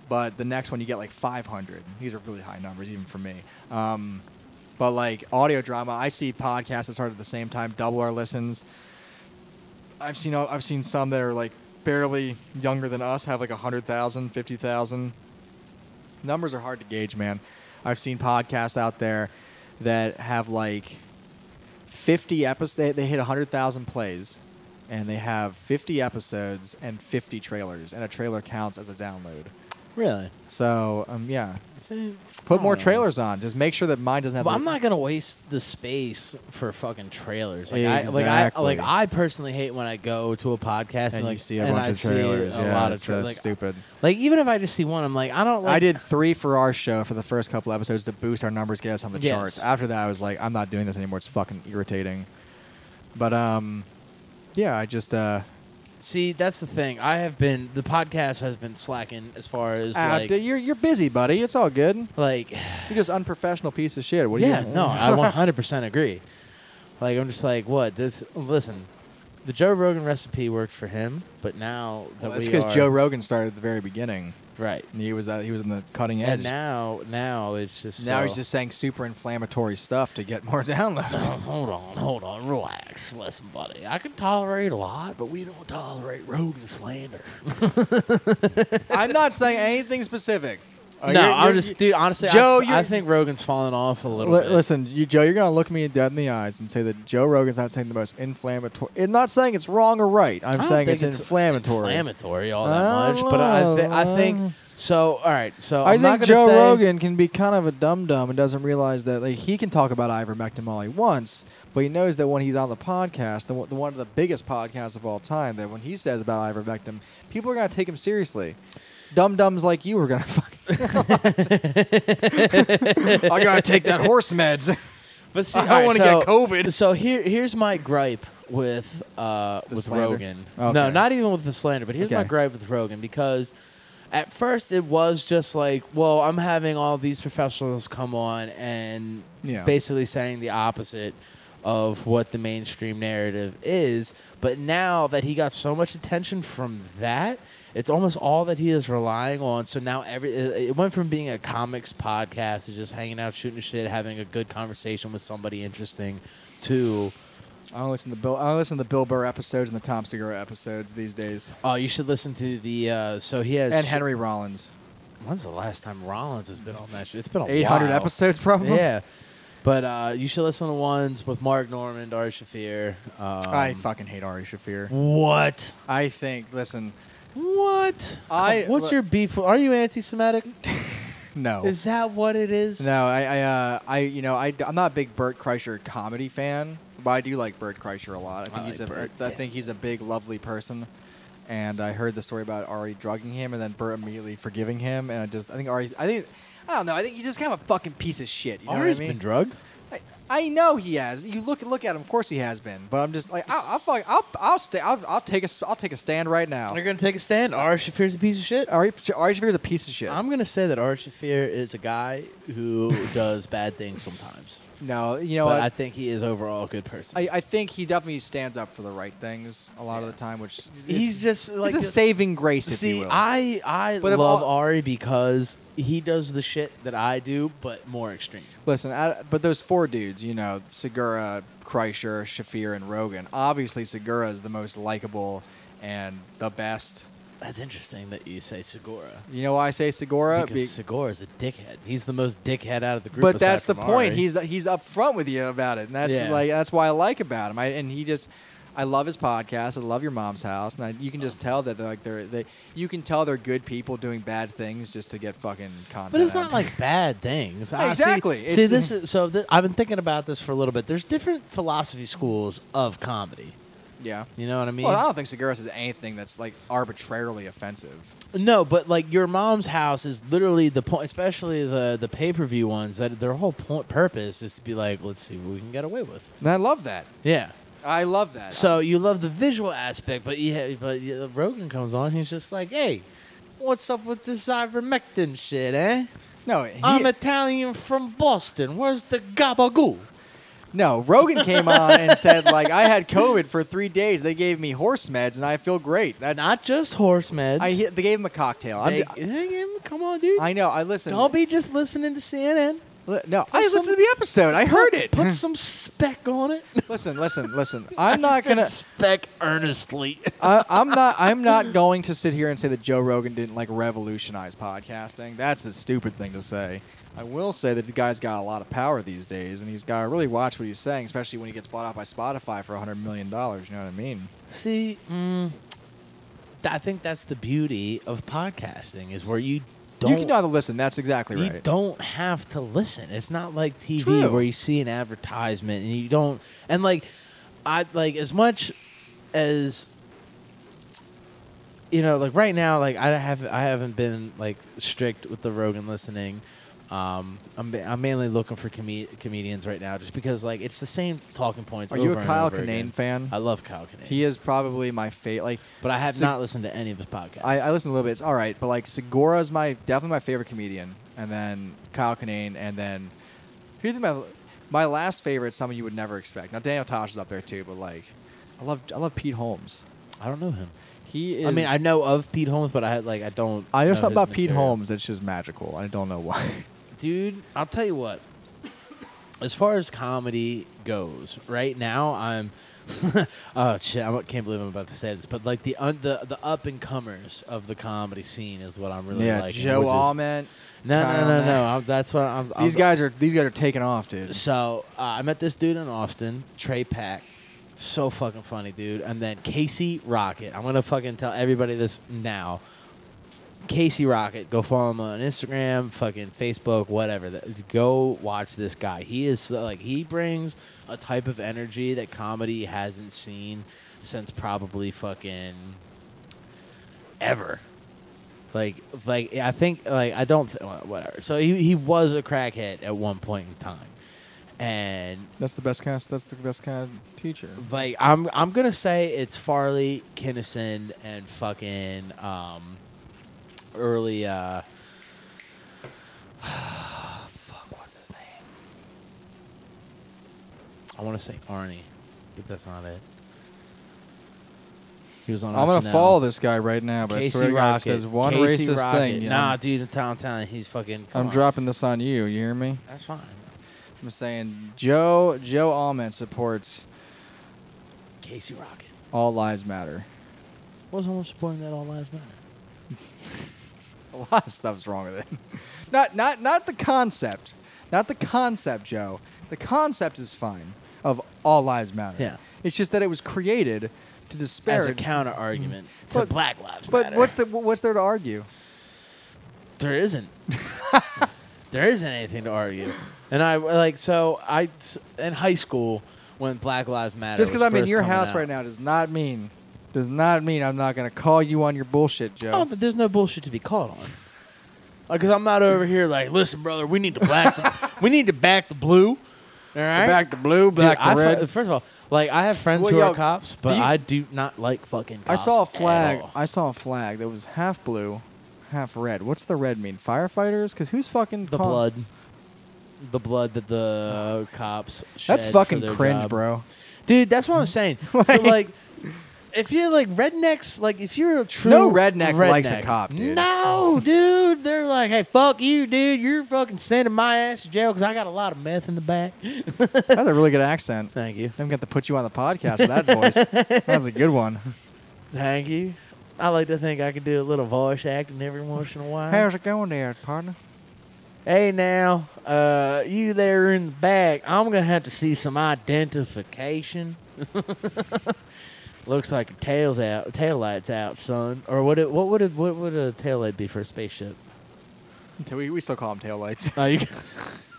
but the next one you get like 500. These are really high numbers even for me. Um, but like audio drama, I see podcasts that start at the same time, double our listens. I've seen I've seen some that are like barely younger than us have like 100,000, 50,000 numbers are hard to gauge, man. I've seen podcasts out there that have like 50 episodes. They, they hit 100,000 plays and they have 50 episodes and 50 trailers, and a trailer counts as a download. Really? So, um, yeah. See, Put more I don't know. trailers on. Just make sure that mine doesn't have. But the- Oh. I'm not gonna waste the space for fucking trailers. Like I, like I, Exactly. like I personally hate when I go to a podcast and, And like you see a and bunch I of see trailers. a yeah, lot of it's so trailers. Like, stupid. like even if I just see one, I'm like, I don't. Like, I did three for our show for the first couple episodes to boost our numbers, get us on the Yes. charts. After that, I was like, I'm not doing this anymore. It's fucking irritating. But um, yeah, I just uh, See, that's the thing. I have been the podcast has been slacking as far as ah, like d- you're you're busy, buddy. It's all good. like You're just unprofessional piece of shit. What do yeah, you? no, *laughs* I 100% agree. Like, I'm just like, what? This, listen, the Joe Rogan recipe worked for him, but now that Well, that's we because are- Joe Rogan started at the very beginning. right, And He was uh, he was on the cutting edge. and now, now it's just Now so- he's just saying super inflammatory stuff to get more *laughs* downloads. Oh, hold on, hold on, relax, listen, buddy. I can tolerate a lot, but we don't tolerate Rogan slander. I'm not saying anything specific. Uh, no, you're- I'm you're- just, dude. Honestly, Joe, I, you're- I think Rogan's fallen off a little Li- bit. Listen, you, Joe, you're gonna look me dead in the eyes and say that Joe Rogan's not saying the most inflammatory. It's not saying it's wrong or right. I'm I don't saying think it's, inflammatory. inflammatory all I that much, don't but I, thi- know. I think so. All right, so I I'm not think gonna Joe say- Rogan can be kind of a dum dum and doesn't realize that like he can talk about ivermectin all he wants, but he knows that when he's on the podcast, the, one- the one of the biggest podcasts of all time, that when he says about ivermectin, people are gonna take him seriously. Dum dums like you are gonna *laughs* fucking. *laughs* I gotta take that horse meds. But see, I don't all right, wanna so- get COVID. So here, here's my gripe with uh, The with slander? Rogan. No, Okay. not even with the slander. But here's my Okay. gripe with Rogan because at first it was just like, well, I'm having all these professionals come on and Yeah. basically saying the opposite of what the mainstream narrative is. But now that he got so much attention from that, it's almost all that he is relying on. So now every it it went from being a comics podcast to just hanging out, shooting shit, having a good conversation with somebody interesting, to I don't listen to Bill. I don't listen to Bill Burr episodes and the Tom Segura episodes these days, oh, you should listen to the uh, so he has and Henry Rollins. When's the last time Rollins has been on that shit? It's been a Eight hundred while. episodes, *laughs* probably. Yeah. But uh, you should listen to ones with Mark Norman, Ari Shafir. Um, I fucking hate Ari Shafir. What? I think. Listen, What? I- What's your beef? with- Are you anti-Semitic? no. Is that what it is? No, I, I, uh, I, you know, I, am not a big Bert Kreischer comedy fan, but I do like Bert Kreischer a lot. I think I he's like a, Bert, I yeah. think he's a big, lovely person. And I heard the story about Ari drugging him, and then Bert immediately forgiving him, and I just, I think Ari, I think, I don't know, I think he's just kind of a fucking piece of shit. You know Ari's what I mean? been drugged. I, I know he has. You look look at him. Of course he has been. But I'm just like I'll I'll fuck, I'll, I'll stay. I'll, I'll take a s- I'll take a stand right now. You're gonna take a stand. Ari Shafir's a piece of shit. Ari Ari Shaffir is a piece of *laughs* shit. I'm gonna say that Ari Shafir is a guy who does bad things sometimes. No, you know but what? I think he is overall a good person. I, I think he definitely stands up for the right things a lot of the time, which He's just like like a saving grace. If you See, will. I I But of love all- Ari because he does the shit that I do, but more extreme. Listen, I, but those four dudes, you know, Segura, Kreischer, Shafir, and Rogan. Obviously, Segura is the most likable and the best. That's interesting that you say Segura. You know why I say Segura? Because Be- Segura is a dickhead. He's the most dickhead out of the group. but aside that's the from point. Ari. He's he's upfront with you about it, and that's Yeah. like that's why I like about him. I, and he just, I love his podcast. I love your mom's house, and I, you can just tell that they're like they're they, you can tell they're good people doing bad things just to get fucking content. But it's out not of like bad things. No, I- see- exactly. See, It's- this is so. Th- I've been thinking about this for a little bit. There's different philosophy schools of comedy. them. *laughs* yeah. You know what I mean? Well, I don't think Segura says anything that's like arbitrarily offensive. No, but like your mom's house is literally the point, especially the the pay per view ones. That their whole point purpose is to be like, let's see what we can get away with. And I love that. Yeah. I love that. So you love the visual aspect, but yeah, but yeah, Rogan comes on, he's just like, hey. What's up with this ivermectin shit, eh? no, he- I'm Italian from Boston. Where's the gabagool? no. Rogan came on and said like I had COVID for three days. They gave me horse meds and I feel great. That's Not just horse meds. I. They gave him a cocktail. They- I'm, Hey, come on, dude. I know. I listen. Don't be just listening to CNN. Li- No, Put I some- listened to the episode. I heard Put- it. *laughs* Put some spec on it. *laughs* listen, listen, listen. I'm not said gonna. spec *laughs* earnestly. I, *laughs* I'm not. I'm not going to sit here and say that Joe Rogan didn't like revolutionize podcasting. That's a stupid thing to say. I will say that the guy's got a lot of power these days, and he's got to really watch what he's saying, especially when he gets bought out by Spotify for 100 million dollars. You know what I mean? See, mm, th- I think that's the beauty of podcasting is where you don't you can either listen. That's exactly you right. don't have to listen. It's not like TV True. where you see an advertisement and you don't and like I like as much as you know like right now like I have I haven't been like strict with the Rogan listening. Um, I'm, ma- I'm mainly looking for com- comedians right now just because like it's the same talking points. Are you over a and Kyle over again. Kinane fan? I love Kyle Kinane. He is probably my favorite. Like, But I have Sig- not listened to any of his podcasts. I, I listen a little bit. It's all right, but like Segura is my definitely my favorite comedian, and then Kyle Kinane, and then who do you think my my last favorite? Someone you would never expect. Now Daniel Tosh is up there too, but like I love I love Pete Holmes. I don't know him. He is. I mean, I know of Pete Holmes, but I like I don't. I know know something his about Pete material. Holmes that's just magical. I don't know why. dude. I'll tell you what. As far as comedy goes, right now I'm. *laughs* oh shit! I can't believe I'm about to say this, but like the un- the the up and comers of the comedy scene is what I'm *laughs* really yeah, like. Joe Alment. No, Kyle no, no, Nash. no. I'm, that's what I'm. These I'm, guys are these guys are taking off, dude. So uh, I met this dude in Austin, Trey Pack. So fucking funny, dude. And then Casey Rocket. I'm gonna fucking tell everybody this now. Casey Rocket, go follow him on Instagram, fucking Facebook, whatever. Th- Go watch this guy. He is uh, like he brings a type of energy that comedy hasn't seen since probably fucking ever. Like, like I think, like I don't, th- well, whatever. So he he was a crackhead at one point in time, and That's the best kind. Of, that's the best kind of teacher. like I'm I'm gonna say it's Farley, Kinnison, and fucking um, early uh, *sighs* fuck, what's his name? I want to say Arnie, but that's not it. He was on. I'm gonna SNL. follow this guy right now, but I Casey swear to God, if Rocket he says one Casey racist Rocket. thing. you know, Nah, dude, I'm telling, telling you, he's fucking. come I'm on. dropping this on you. You hear me? That's fine. I'm saying Joe Joe Allman supports Casey Rocket. all lives matter. *laughs* Wasn't one supporting that all lives matter? A lot of stuff's wrong with it. *laughs* not not not the concept. Not the concept, Joe. The concept is fine of all lives matter. Yeah. It's just that it was created As to a disparage. counter argument to Mm. But- Black Lives but Matter. what's the what's there to argue? There *laughs* isn't. there isn't anything to argue. And I like so I in high school when Black Lives Matter. Just because because I'm in your house right now does not mean does not mean I'm not gonna call you on your bullshit, Joe. Oh, but there's no bullshit to be caught on. Because I'm not over here like, listen, brother, we need to black, the, *laughs* we need to back the blue. All right, Back to blue, back Dude, to I fu- red. first of all, like I have friends Well, who yo, are cops, but do you- I do not like fucking. I cops saw a at flag. all. I saw a flag that was half blue, half red. What's the red mean? Firefighters? Because who's fucking The call- blood. the blood that *sighs* the cops. That's shed for fucking their cringe, job. *laughs* bro. Dude, that's what I'm *laughs* saying. so Like- like, if you're like rednecks, like if you're a true No redneck likes a cop, dude. No, dude, they're like, hey, fuck you, dude. You're fucking sending my ass to jail because I got a lot of meth in the back. That's a really good accent. Thank you, I'm going to put you on the podcast with that voice. That was a *laughs* good one. thank you. I like to think I can do a little voice acting every once in a while. it going there, partner? Hey now, uh, you there in the back? I'm gonna have to see some identification. *laughs* Looks like your tail's out, tail lights out, son. Or what? It, what would it? What would a tail light be for a spaceship? We, we still call them taillights.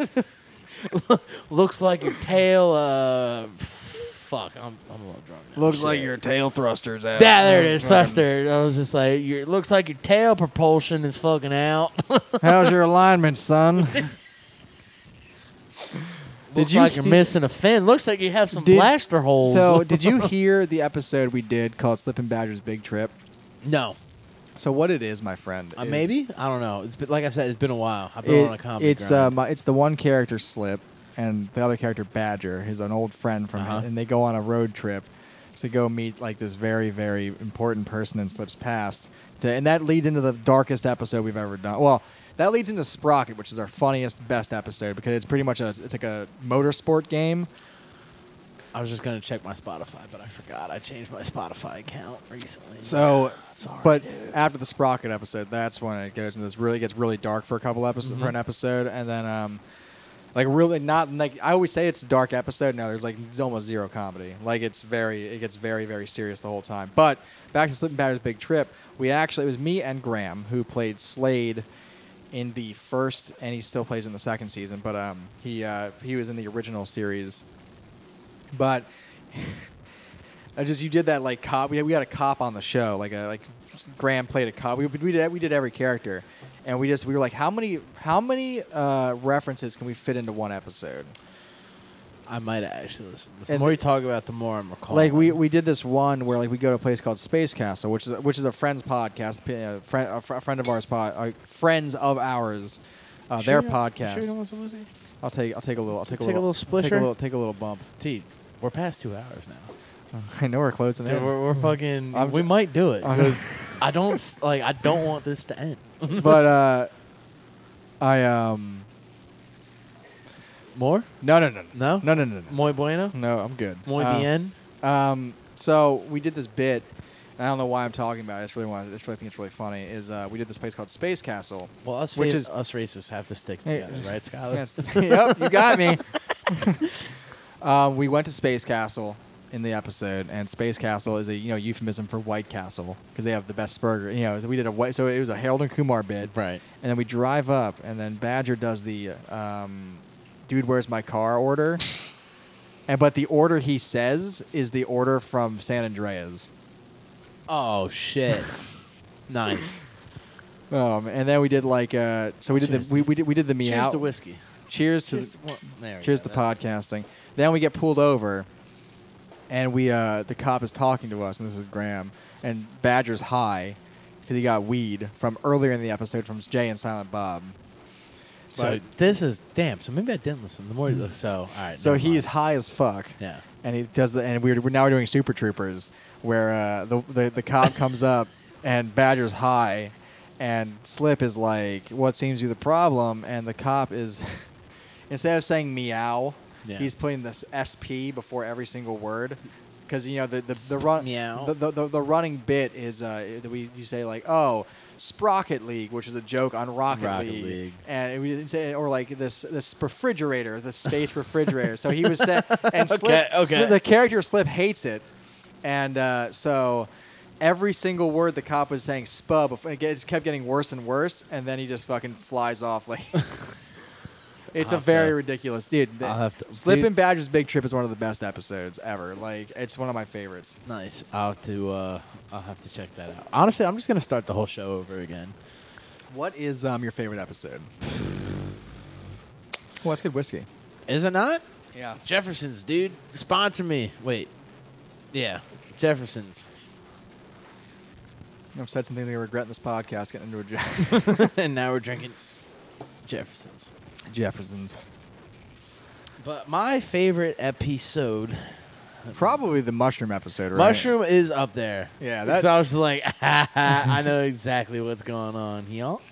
Oh, you Looks like your tail. Uh, fuck, I'm I'm a little drunk. now. *laughs* Looks Shit. tail thruster's out. Yeah, there it is, Buster. I was just like, your looks like your tail propulsion is fucking out. *laughs* *laughs* How's your alignment, son? Looks you- like you're did- missing a fin. Looks like you have some Did- blaster *laughs* holes. so, did you hear the episode we did called Slippin' Badger's Big Trip? no. So, what it is, my friend? Uh, is- maybe I don't know. It's been, like I said, it's been a while. I've been It- on a comedy. it's grind. um, it's the one character Slip and the other character Badger, is an old friend from Uh-huh. him, and they go on a road trip to go meet like this very very important person in Slip's past, to, and that leads into the darkest episode we've ever done. Well. That leads into Sprocket, which is our funniest, best episode because it's pretty much a it's like a motorsport game. I was just gonna check my Spotify, but I forgot. I changed my Spotify account recently. So, Sorry, but dude. after the Sprocket episode, that's when it goes and this really gets really dark for a couple episodes Mm-hmm. for an episode, and then um, like really not like I always say it's a dark episode. Now there's like z- almost zero comedy. Like it's very it gets very very serious the whole time. But back to Slip and Batter's Big Trip, we actually it was me and Graham who played Slade in the first, and he still plays in the second season. But um, he uh, he was in the original series, but. I just you did that like cop. We, we had a cop on the show, like a like Graham played a cop. We, we did we did every character, and we just we were like, how many how many uh, references can we fit into one episode? I might have actually listened. The And more the- you talk about, it, the more I'm recalling. Like we, we did this one where like we go to a place called Space Castle, which is which is a friend's podcast, a friend a, fr- a friend of ours pod, uh, friends of ours, uh, their podcast. I'll take I'll take a little I'll take, Take a little take a splisher? little take a little *laughs* bump. *laughs* Dude, we're past two hours now. I know we're closing Dude, in. we're, we're fucking. Mm. I'm- we might do it I'm- because I don't s- like. I don't want this to end. but uh, I um More? no no no No? no no no no Muy bueno. No, I'm good. Muy Mm. Uh, bien. Um, so we did this bit. And I don't know why I'm talking about it. I just really want. I just really think it's really funny. Is uh, we did this place called Space Castle. Well, us which fa- is- us racists have to stick Hey, together, right, Skylar? Yes. *laughs* yep, you got me. *laughs* um, we went to Space Castle in the episode, and Space Castle is a you know euphemism for White Castle because they have the best burger. You know, so we did a white. So it was a Harold and Kumar bit, Right. and then we drive up, and then Badger does the um, "Dude, where's my car?" order, *laughs* and but the order he says is the order from San Andreas. Oh *laughs* shit. nice. Um, and then we did like uh, so we did Oh, Cheers. the we, we did we did the meow. Cheers to whiskey. Cheers to Cheers the- to, well, there we Cheers go, to that's it. podcasting. Then we get pulled over, and we uh, the cop is talking to us, and this is Graham, and Badger's high because he got weed from earlier in the episode from Jay and Silent Bob. So But- this is damn. So maybe I didn't listen. The more you- so, all right. so never he's mind. high as fuck. Yeah. And he does the and we're, we're now doing Super Troopers where uh, the, the the cop comes up and Badger's high, and Slip is like, "What seems to be the problem?" And the cop is *laughs* instead of saying meow, Yeah. he's putting this sp before every single word. Because you know the the, the run Meow. the, the, the, the running bit is uh, that we you say like oh Sprocket League which is a joke on Rocket, Rocket League. League. and we didn't say or like this this refrigerator the space *laughs* refrigerator so he was saying and Slip, Okay, okay. Slip- the character Slip hates it and uh, so every single word the cop was saying spub before, it just kept getting worse and worse and then he just fucking flies off like *laughs* It's I'll a have very to- ridiculous, dude. the- I'll have to- Slip dude. and Badger's Big Trip is one of the best episodes ever. Like, it's one of my favorites. nice. I'll have to. Uh, I'll have to check that out. Honestly, I'm just gonna start the whole show over again. What is um, your favorite episode? Well, that's good whiskey. Is it not? Yeah. Jefferson's, dude, sponsor me. Wait. Yeah, Jefferson's. *laughs* I've said some things I regret in this podcast getting into a and now we're drinking Jefferson's. *laughs* Jefferson's. But my favorite episode, Probably the mushroom episode, right? Mushroom is up there. Yeah, That's that, I was like, *laughs* I know exactly what's going on. Y'all,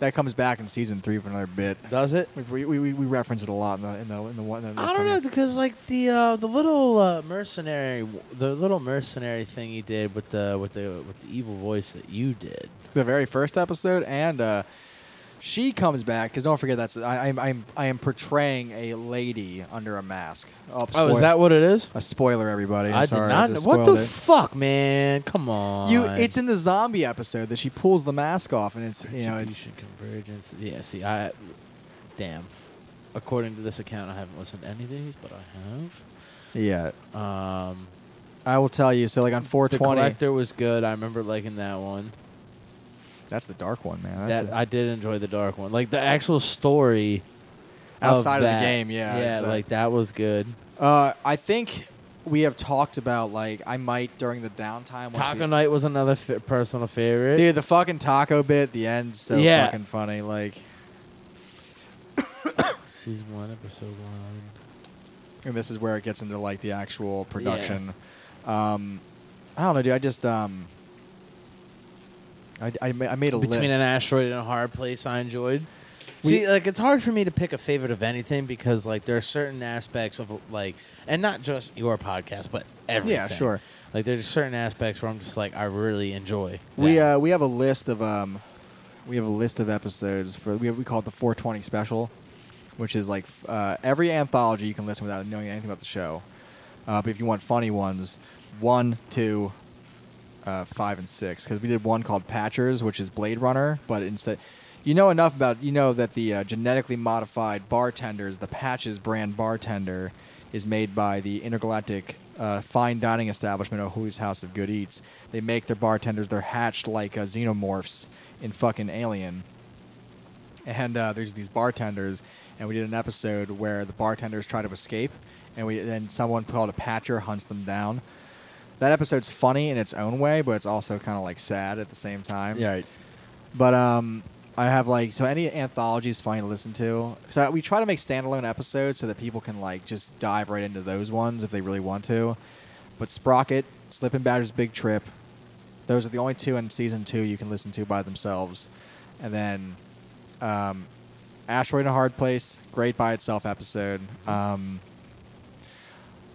that comes back in season three for another bit. does it? We, we, we, we reference it a lot in the in the in the one. In the I don't know because like the uh, the little uh, mercenary, the little mercenary thing he did with the with the with the evil voice that you did. the very first episode, and uh, she comes back because don't forget that's I, I'm I'm I am portraying a lady under a mask. Oh, Oh, is spoil- that what it is? a spoiler, everybody? I'm I sorry, did not. I know. just What the spoiled it. fuck, man? Come on. you? It's in the zombie episode that she pulls the mask off, and it's you know it's Retribution, convergence. Yeah. See, I damn. According to this account, I haven't listened to any of these, but I yeah. have. Um, I will tell you. So like on the 420, collector was good. I remember liking that one. that's the dark one, man. That's That a- I did enjoy the dark one. Like the actual story. Outside of the that. game, yeah, Yeah, exactly. like that was good. Uh, I think we have talked about like I might during the downtime. once Taco we- Night was another f- personal favorite. dude, the fucking taco bit at the end so Yeah. fucking funny. Like, Season one, episode one. and this is where it gets into like the actual production. Um, I don't know, dude. I just um, I, I, ma- I made a Between list. an asteroid and a hard place, I enjoyed. We- See, like it's hard for me to pick a favorite of anything because like there are certain aspects of like, and not just your podcast, but everything. yeah, sure. Like there's certain aspects where I'm just like I really enjoy. We that. uh, we have a list of um, we have a list of episodes for we have, we call it the 420 special, which is like f- uh, every anthology you can listen without knowing anything about the show. Uh, but if you want funny ones, one, two, uh, five, and six, because we did one called Patchers, which is Blade Runner, but instead. You know enough about you know that the uh, genetically modified bartenders, the Patches brand bartender, is made by the intergalactic uh, fine dining establishment O'Huey's House of Good Eats. They make their bartenders; they're hatched like uh, xenomorphs in fucking Alien and uh, there's these bartenders, and we did an episode where the bartenders try to escape, and we then someone called a patcher hunts them down. That episode's funny in its own way, but it's also kind of like sad at the same time. yeah. But um, I have like so any anthology is fine to listen to. So we try to make standalone episodes so that people can like just dive right into those ones if they really want to. But Sprocket, Slip and Batter's Big Trip, those are the only two in season two you can listen to by themselves. And then um, Asteroid in a Hard Place, great by itself episode. Um,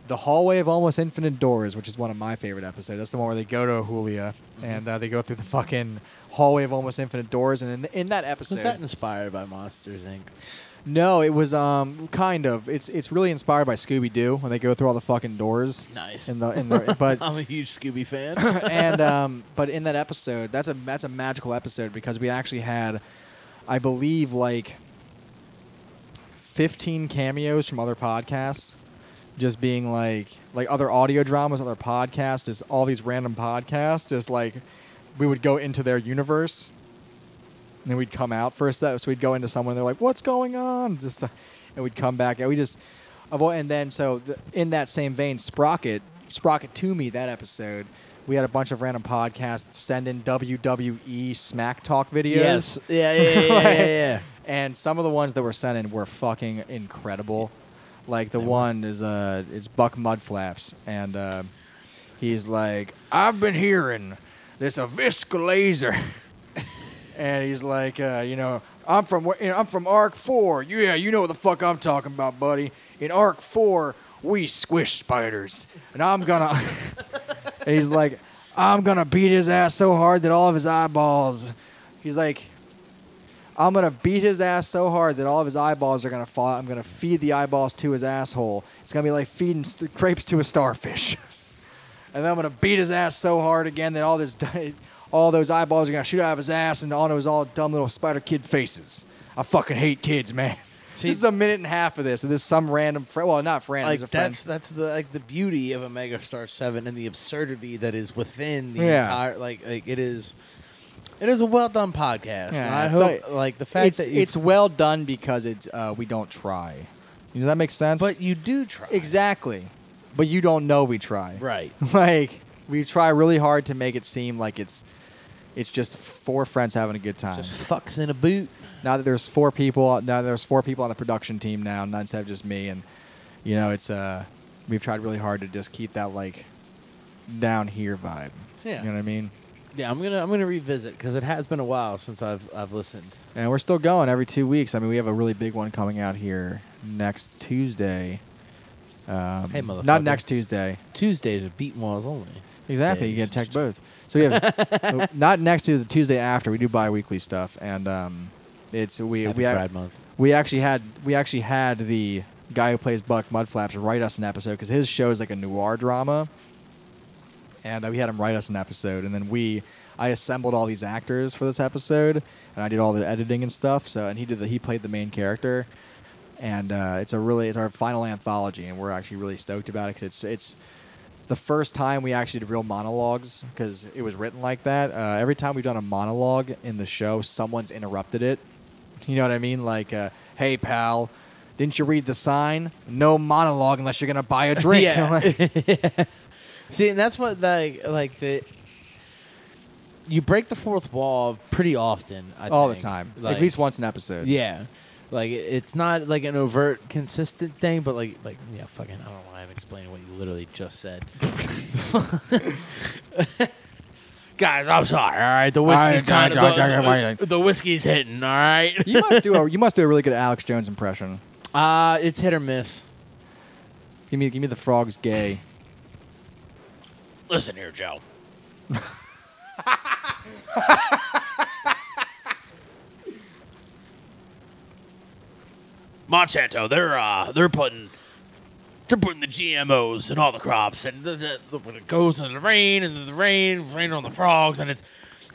the Hallway of Almost Infinite Doors, which is one of my favorite episodes. That's the one where they go to Julia and uh, they go through the fucking hallway of almost infinite doors. And in, th- in that episode, Was that inspired by Monsters Inc? no, it was um kind of. It's it's really inspired by Scooby Doo when they go through all the fucking doors. Nice. In the in the *laughs* but I'm a huge Scooby *laughs* fan. and um, but in that episode, that's a that's a magical episode because we actually had, I believe, like fifteen cameos from other podcasts, just being like like other audio dramas, other podcasts, just all these random podcasts, just like we would go into their universe, and then we'd come out for a set. So we'd go into someone, and they're like, "What's going on?" Just and we'd come back, and we just avoid. And then so th- in that same vein, Sprocket, Sprocket to me that episode. We had a bunch of random podcasts send in WWE E smack talk videos. yes. Yeah. Yeah. Yeah. Yeah. yeah, yeah. And some of the ones that were sent in were fucking incredible. Like the They were. one is uh it's Buck Mudflaps and uh, he's like, I've been hearing this Avisca laser *laughs* and he's like, uh, you know, I'm from wh- you know, I'm from Arc Four. Yeah, you know what the fuck I'm talking about, buddy. In Arc Four, we squish spiders, and I'm gonna. *laughs* and he's like, I'm gonna beat his ass so hard that all of his eyeballs. He's like, I'm gonna beat his ass so hard that all of his eyeballs are gonna fall. out. I'm gonna feed the eyeballs to his asshole. It's gonna be like feeding st- crepes to a starfish. *laughs* and then I'm gonna beat his ass so hard again that all this, *laughs* all those eyeballs are gonna shoot out of his ass and onto his all dumb little spider kid faces. I fucking hate kids, man. See- this is a minute and a half of this, and this is some random friend. Well, not friend. *laughs* like he's a friend. that's that's the like the beauty of a megastar 7 and the absurdity that is within the Yeah. entire like, like it is it is a well done podcast and Yeah, i it's hope like- like the fact it's, that you it's well done because it's uh, we don't try. Does that make sense? but you do try exactly. But *laughs* you don't know we try. right Like we try really hard to make it seem like it's It's just four friends having a good time. Just fucks in a boot. *laughs* now that there's four people, now that there's four people on the production team now, not instead of just me, and you know, it's uh, we've tried really hard to just keep that like down here vibe. Yeah. you know what I mean. Yeah, I'm gonna I'm gonna revisit because it has been a while since I've I've listened. And we're still going every two weeks. I mean, we have a really big one coming out here next Tuesday. Um, Hey, Not motherfucker. next Tuesday. Tuesdays are beat walls only. Exactly. You Days. get to check both. So we *laughs* have not next to the Tuesday after. We do bi-weekly stuff, and um, it's we Happy we ac- Pride Month. we actually had we actually had the guy who plays Buck Mudflaps write us an episode because his show is like a noir drama, and uh, we had him write us an episode, and then we I assembled all these actors for this episode, and I did all the editing and stuff. So and he did the he played the main character, and uh, it's a really it's our final anthology, and we're actually really stoked about it because it's it's the first time we actually did real monologues because it was written like that. Uh, every time we've done a monologue in the show, someone's interrupted it. You know what I mean? Like, uh, hey, pal, didn't you read the sign? No monologue unless you're going to *laughs* buy a drink. Yeah. I'm *laughs* like, *laughs* See, and that's what like like the you break the fourth wall pretty often. I all the think. time. Like- At least once an episode. Yeah, like it- it's not like an overt, consistent thing, but like like yeah, fucking. I don't know why I'm explaining what you literally just *laughs* said. Guys, I'm sorry. All right, the whiskey's I- kind I- I- I- of the, the whiskey's hitting. All right, You must do a you must do a really good Alex Jones impression. uh, it's hit or miss. Give me give me the frog's gay. Listen here, Joe. Monsanto, they're uh, they're putting they're putting the GMOs in all the crops, and the, the, the, when it goes into the rain, and the rain rain on the frogs, and it's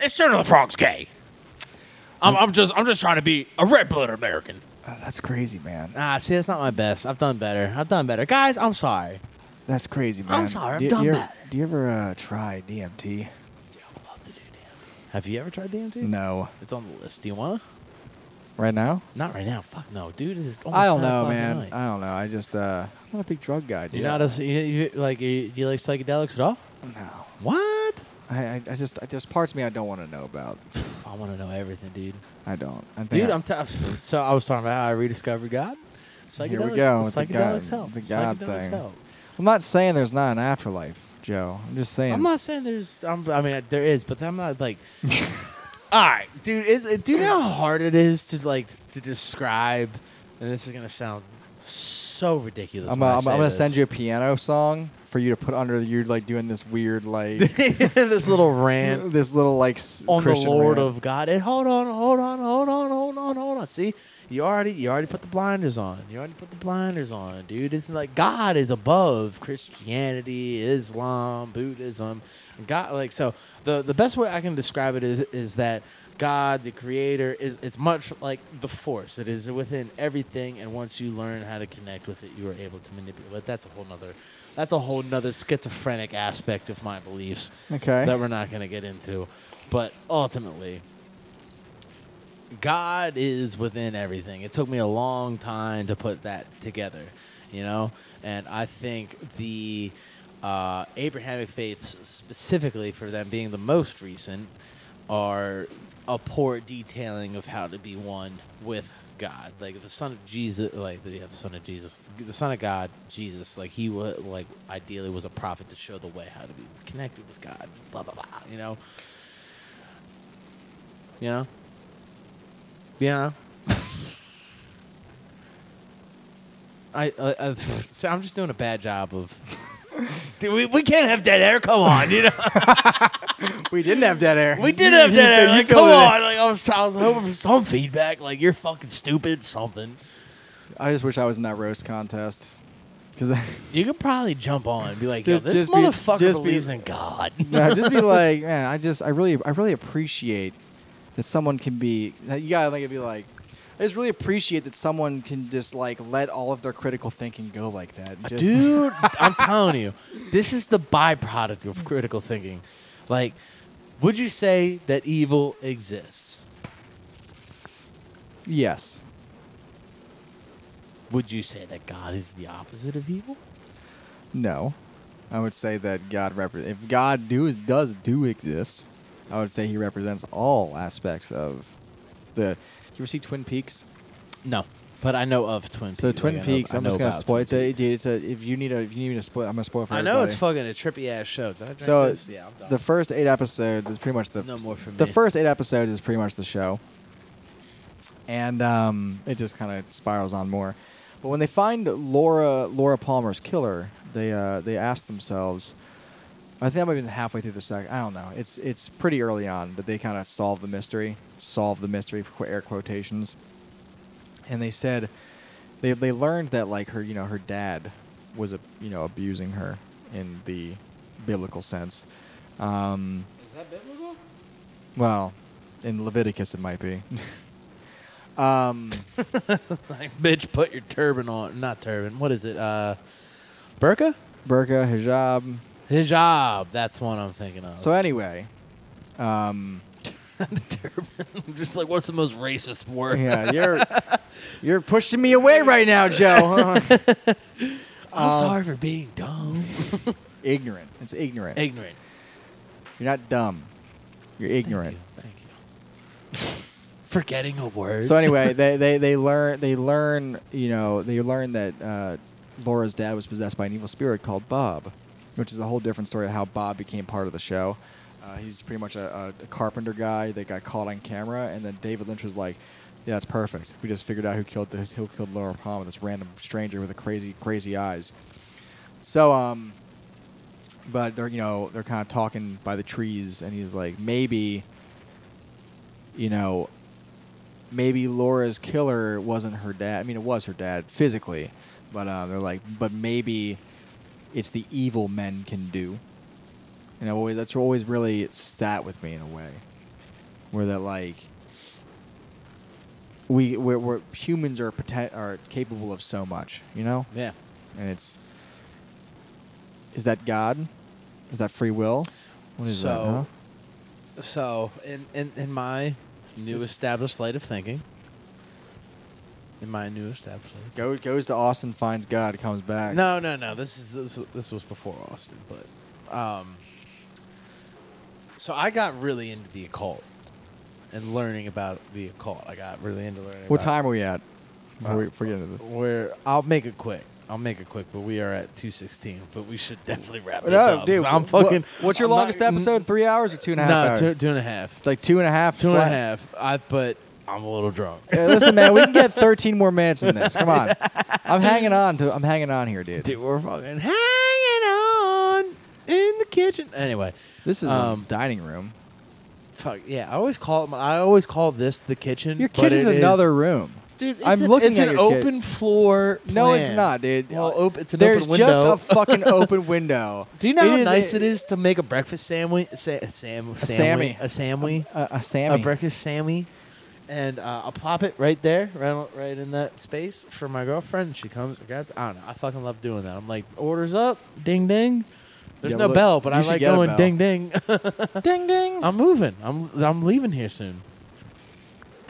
it's turning the frogs gay. I'm, I'm just I'm just trying to be a red blooded American. Oh, that's crazy, man. Ah, see, that's not my best. I've done better. I've done better, guys. I'm sorry. That's crazy, man. I'm sorry, I'm do, done do you, ever- bad. do you ever uh, try DMT? Have you ever tried DMT? No. It's on the list. Do you wanna? Right now? Not right now. Fuck no, dude. It's almost I don't 10 know, o'clock at man. night. I don't know. I just uh, I'm not a big drug guy, dude. You're not a you, you, like you, do you like psychedelics at all? no. What? I, I, I just I, there's parts of me I don't want to know about. I want to know everything, dude. I don't. I think Dude, I- I'm t- so I was talking about how I rediscovered God. Psychedelics, Here we go with the God- psychedelics help. the God psychedelics thing. help. I'm not saying there's not an afterlife, Joe. I'm just saying. I'm not saying there's. I'm, I mean, there is, but I'm not like. all right, dude. Is, do you know how hard it is to like to describe? And this is gonna sound so ridiculous. I'm, when I uh, I'm, say I'm gonna this. send you a piano song for you to put under you like doing this weird *laughs* *laughs* like this little rant. this little like s- on Christian the Lord rant. of God. And hold on, hold on, hold on, hold on, hold on. See, you already you already put the blinders on. You already put the blinders on, dude. It's like God is above Christianity, Islam, Buddhism. God, like so. The the best way I can describe it is is that God, the Creator, is it's much like the Force. It is within everything, and once you learn how to connect with it, you are able to manipulate. But that's a whole nother. That's a whole nother schizophrenic aspect of my beliefs Okay. that we're not going to get into. But ultimately, God is within everything. It took me a long time to put that together, you know? And I think the uh, Abrahamic faiths, specifically for them being the most recent, are a poor detailing of how to be one with God. Like the Son of Jesus, like the, yeah, the Son of Jesus, the Son of God, Jesus, like he was, like ideally was a prophet to show the way how to be connected with God, blah, blah, blah, you know? You know? Yeah. *laughs* I, I, I *laughs* so I'm just doing a bad job of. *laughs* Dude, we, we can't have dead air. Come on, you know We didn't have dead air. we did have dead air. You Like, go come with it. on, like I was, I was hoping for some feedback. Like you're fucking stupid, something. I just wish I was in that roast contest because *laughs* You could probably jump on and be like, "Yo, Just- this just be- motherfucker just be- believes in God." no, just be like, *laughs* man, I just, I really, I really appreciate that someone can be. You gotta think it'd be like, I just really appreciate that someone can just like let all of their critical thinking go like that. and Just, *laughs* Dude, I'm telling you, this is the byproduct of critical thinking. Like, would you say that evil exists? Yes. Would you say that God is the opposite of evil? No. I would say that God repre- if God do does do exist, I would say he represents all aspects of the. You ever see Twin Peaks? No, but I know of Twin Peaks. So Twin Like, I know- Peaks. I I'm know just gonna about spoil it. Twin It's a, Peaks. it's a, if you need a if you need me to spoil, I'm gonna spoil it for I know everybody. it's fucking a trippy ass show. Did I drink So this? yeah, I'm done. the first eight episodes is pretty much the No more for the me. first eight episodes is pretty much the show, and um, it just kind of spirals on more. But when they find Laura Laura Palmer's killer, they uh, they ask themselves. I think I'm even halfway through the second. I don't know. It's it's pretty early on, but they kind of solve the mystery, solve the mystery, qu- air quotations. And they said, they they learned that like her, you know, her dad was a you know abusing her in the biblical sense. Um, Is that biblical? well, in Leviticus it might be. um, Like, bitch, put your turban on. Not turban. What is it? Uh, burqa? burqa, hijab. Hijab. That's one I'm thinking of. So anyway, um, I'm *laughs* just like, what's the most racist word? yeah, you're you're pushing me away right now, Joe. *laughs* Um, I'm sorry for being dumb. *laughs* ignorant. It's ignorant. Ignorant. you're not dumb. You're ignorant. Thank you. *laughs* Forgetting a word. So anyway, they, they, they learn they learn you know they learn that uh, Laura's dad was possessed by an evil spirit called Bob, which is a whole different story of how Bob became part of the show. Uh, he's pretty much a, a, a carpenter guy that got caught on camera, and then David Lynch was like, "Yeah, that's perfect. We just figured out who killed the, who killed Laura Palmer, this random stranger with the crazy crazy eyes." So um, but they're you know they're kind of talking by the trees, and he's like, maybe, you know, maybe Laura's killer wasn't her dad. I mean, it was her dad physically, but uh, they're like, but maybe it's the evil men can do. And I always that's always really sat with me in a way, where that like we we're, we're humans are poten- are capable of so much, you know, yeah. and it's is that God? Is that free will? What is that? So- Huh? So, in, in, in my new This- established light of thinking, in my new established light of Go, goes to Austin, finds God, comes back. No, no, no. This is this, this was before Austin, but um, so I got really into the occult and learning about the occult. I got really into learning. What about time are we at? Before we before we get into this. We're I'll make it quick. I'll make it quick, but we are at two sixteen. But we should definitely wrap this up. 'cause I'm wha- fucking. what's your I'm not- longest episode? Three hours or two and a No, half? two, two and a half. It's like two and a half. Two and a flat. half. I but I'm a little drunk. Yeah, listen, man, we *laughs* can get 13 more minutes in this. Come on, I'm hanging on to. I'm hanging on here, dude. Dude, we're fucking hanging on in the kitchen. Anyway, This is Um, the dining room. Fuck yeah! I always call it. My, I always call this the kitchen. Your but kitchen's it is- another room. Dude, it's I'm an- looking it's at an your kit- open floor. No, it's plan. not, dude. Well, op- it's an There's open just window. *laughs* a fucking open window. Do you know how is nice a- it is to make a breakfast sandwich? Sa- sam- sandwich- Sammy. a sammy, A, a a Sammy. breakfast sammy, and uh, I'll pop it right there, right, on- right in that space for my girlfriend. She comes, grabs. I don't know. I fucking love doing that. I'm like, orders up, ding ding. There's Yeah, no look, bell, but you I should like get a going bell. ding ding. *laughs* ding ding. I'm moving. I'm I'm leaving here soon.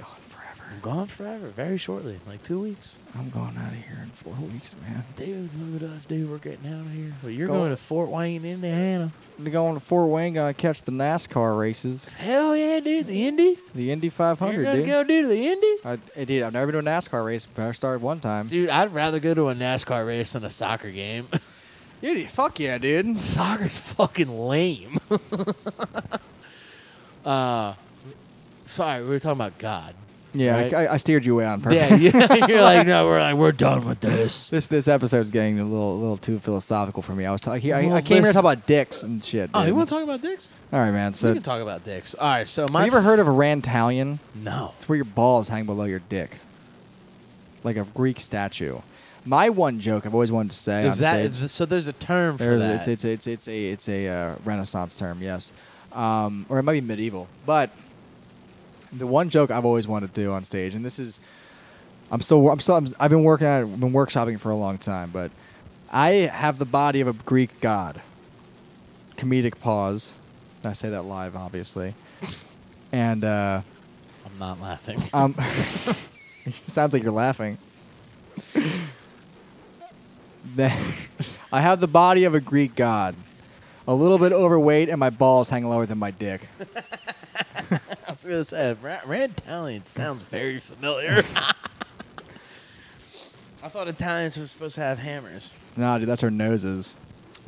gone forever. I'm gone forever. Very shortly, like two weeks. I'm going out of here in four weeks, man. Dude, look at us, dude. We're getting out of here. Well, you're Go- going to Fort Wayne, Indiana. I'm going to Fort Wayne. Gonna catch the NASCAR races, Hell yeah, dude. The Indy. the Indy You're 500, going dude. to go do the Indy? I, I did. I've never been to a NASCAR race, but I started one time. Dude, I'd rather go to a NASCAR race than a soccer game. *laughs* Dude, fuck yeah, dude. Soccer's fucking lame. *laughs* uh, sorry, we were talking about God. Yeah, Right? I, I steered you away on purpose. *laughs* Yeah, you- you're like, no, we're like, we're done with this. *laughs* This this episode's getting a little little too philosophical for me. I was talking. I, Well, I came here to this- talk about dicks and shit. Oh, you dude. want to talk about dicks? All right, man. we So, can talk about dicks. All right, so my. have you ever heard of a rantalion? No. It's where your balls hang below your dick, like a Greek statue. My one joke I've always wanted to say Is on that stage- so? There's a term for There's- that. It's, it's, it's, it's a it's a uh, Renaissance term, yes, um, or it might be medieval. But the one joke I've always wanted to do on stage, and this is, I'm so I'm so I'm, I've been working on it, been workshopping for a long time, but I have the body of a Greek god. Comedic pause. I say that live, obviously, and uh, I'm not laughing. um, *laughs* sounds like you're laughing. Then- *laughs* I have the body of a Greek god, a little bit overweight, and my balls hang lower than my dick. for this. Uh, Ra- Rand Italian sounds very familiar. *laughs* I thought Italians were supposed to have hammers. Nah, dude, that's our noses.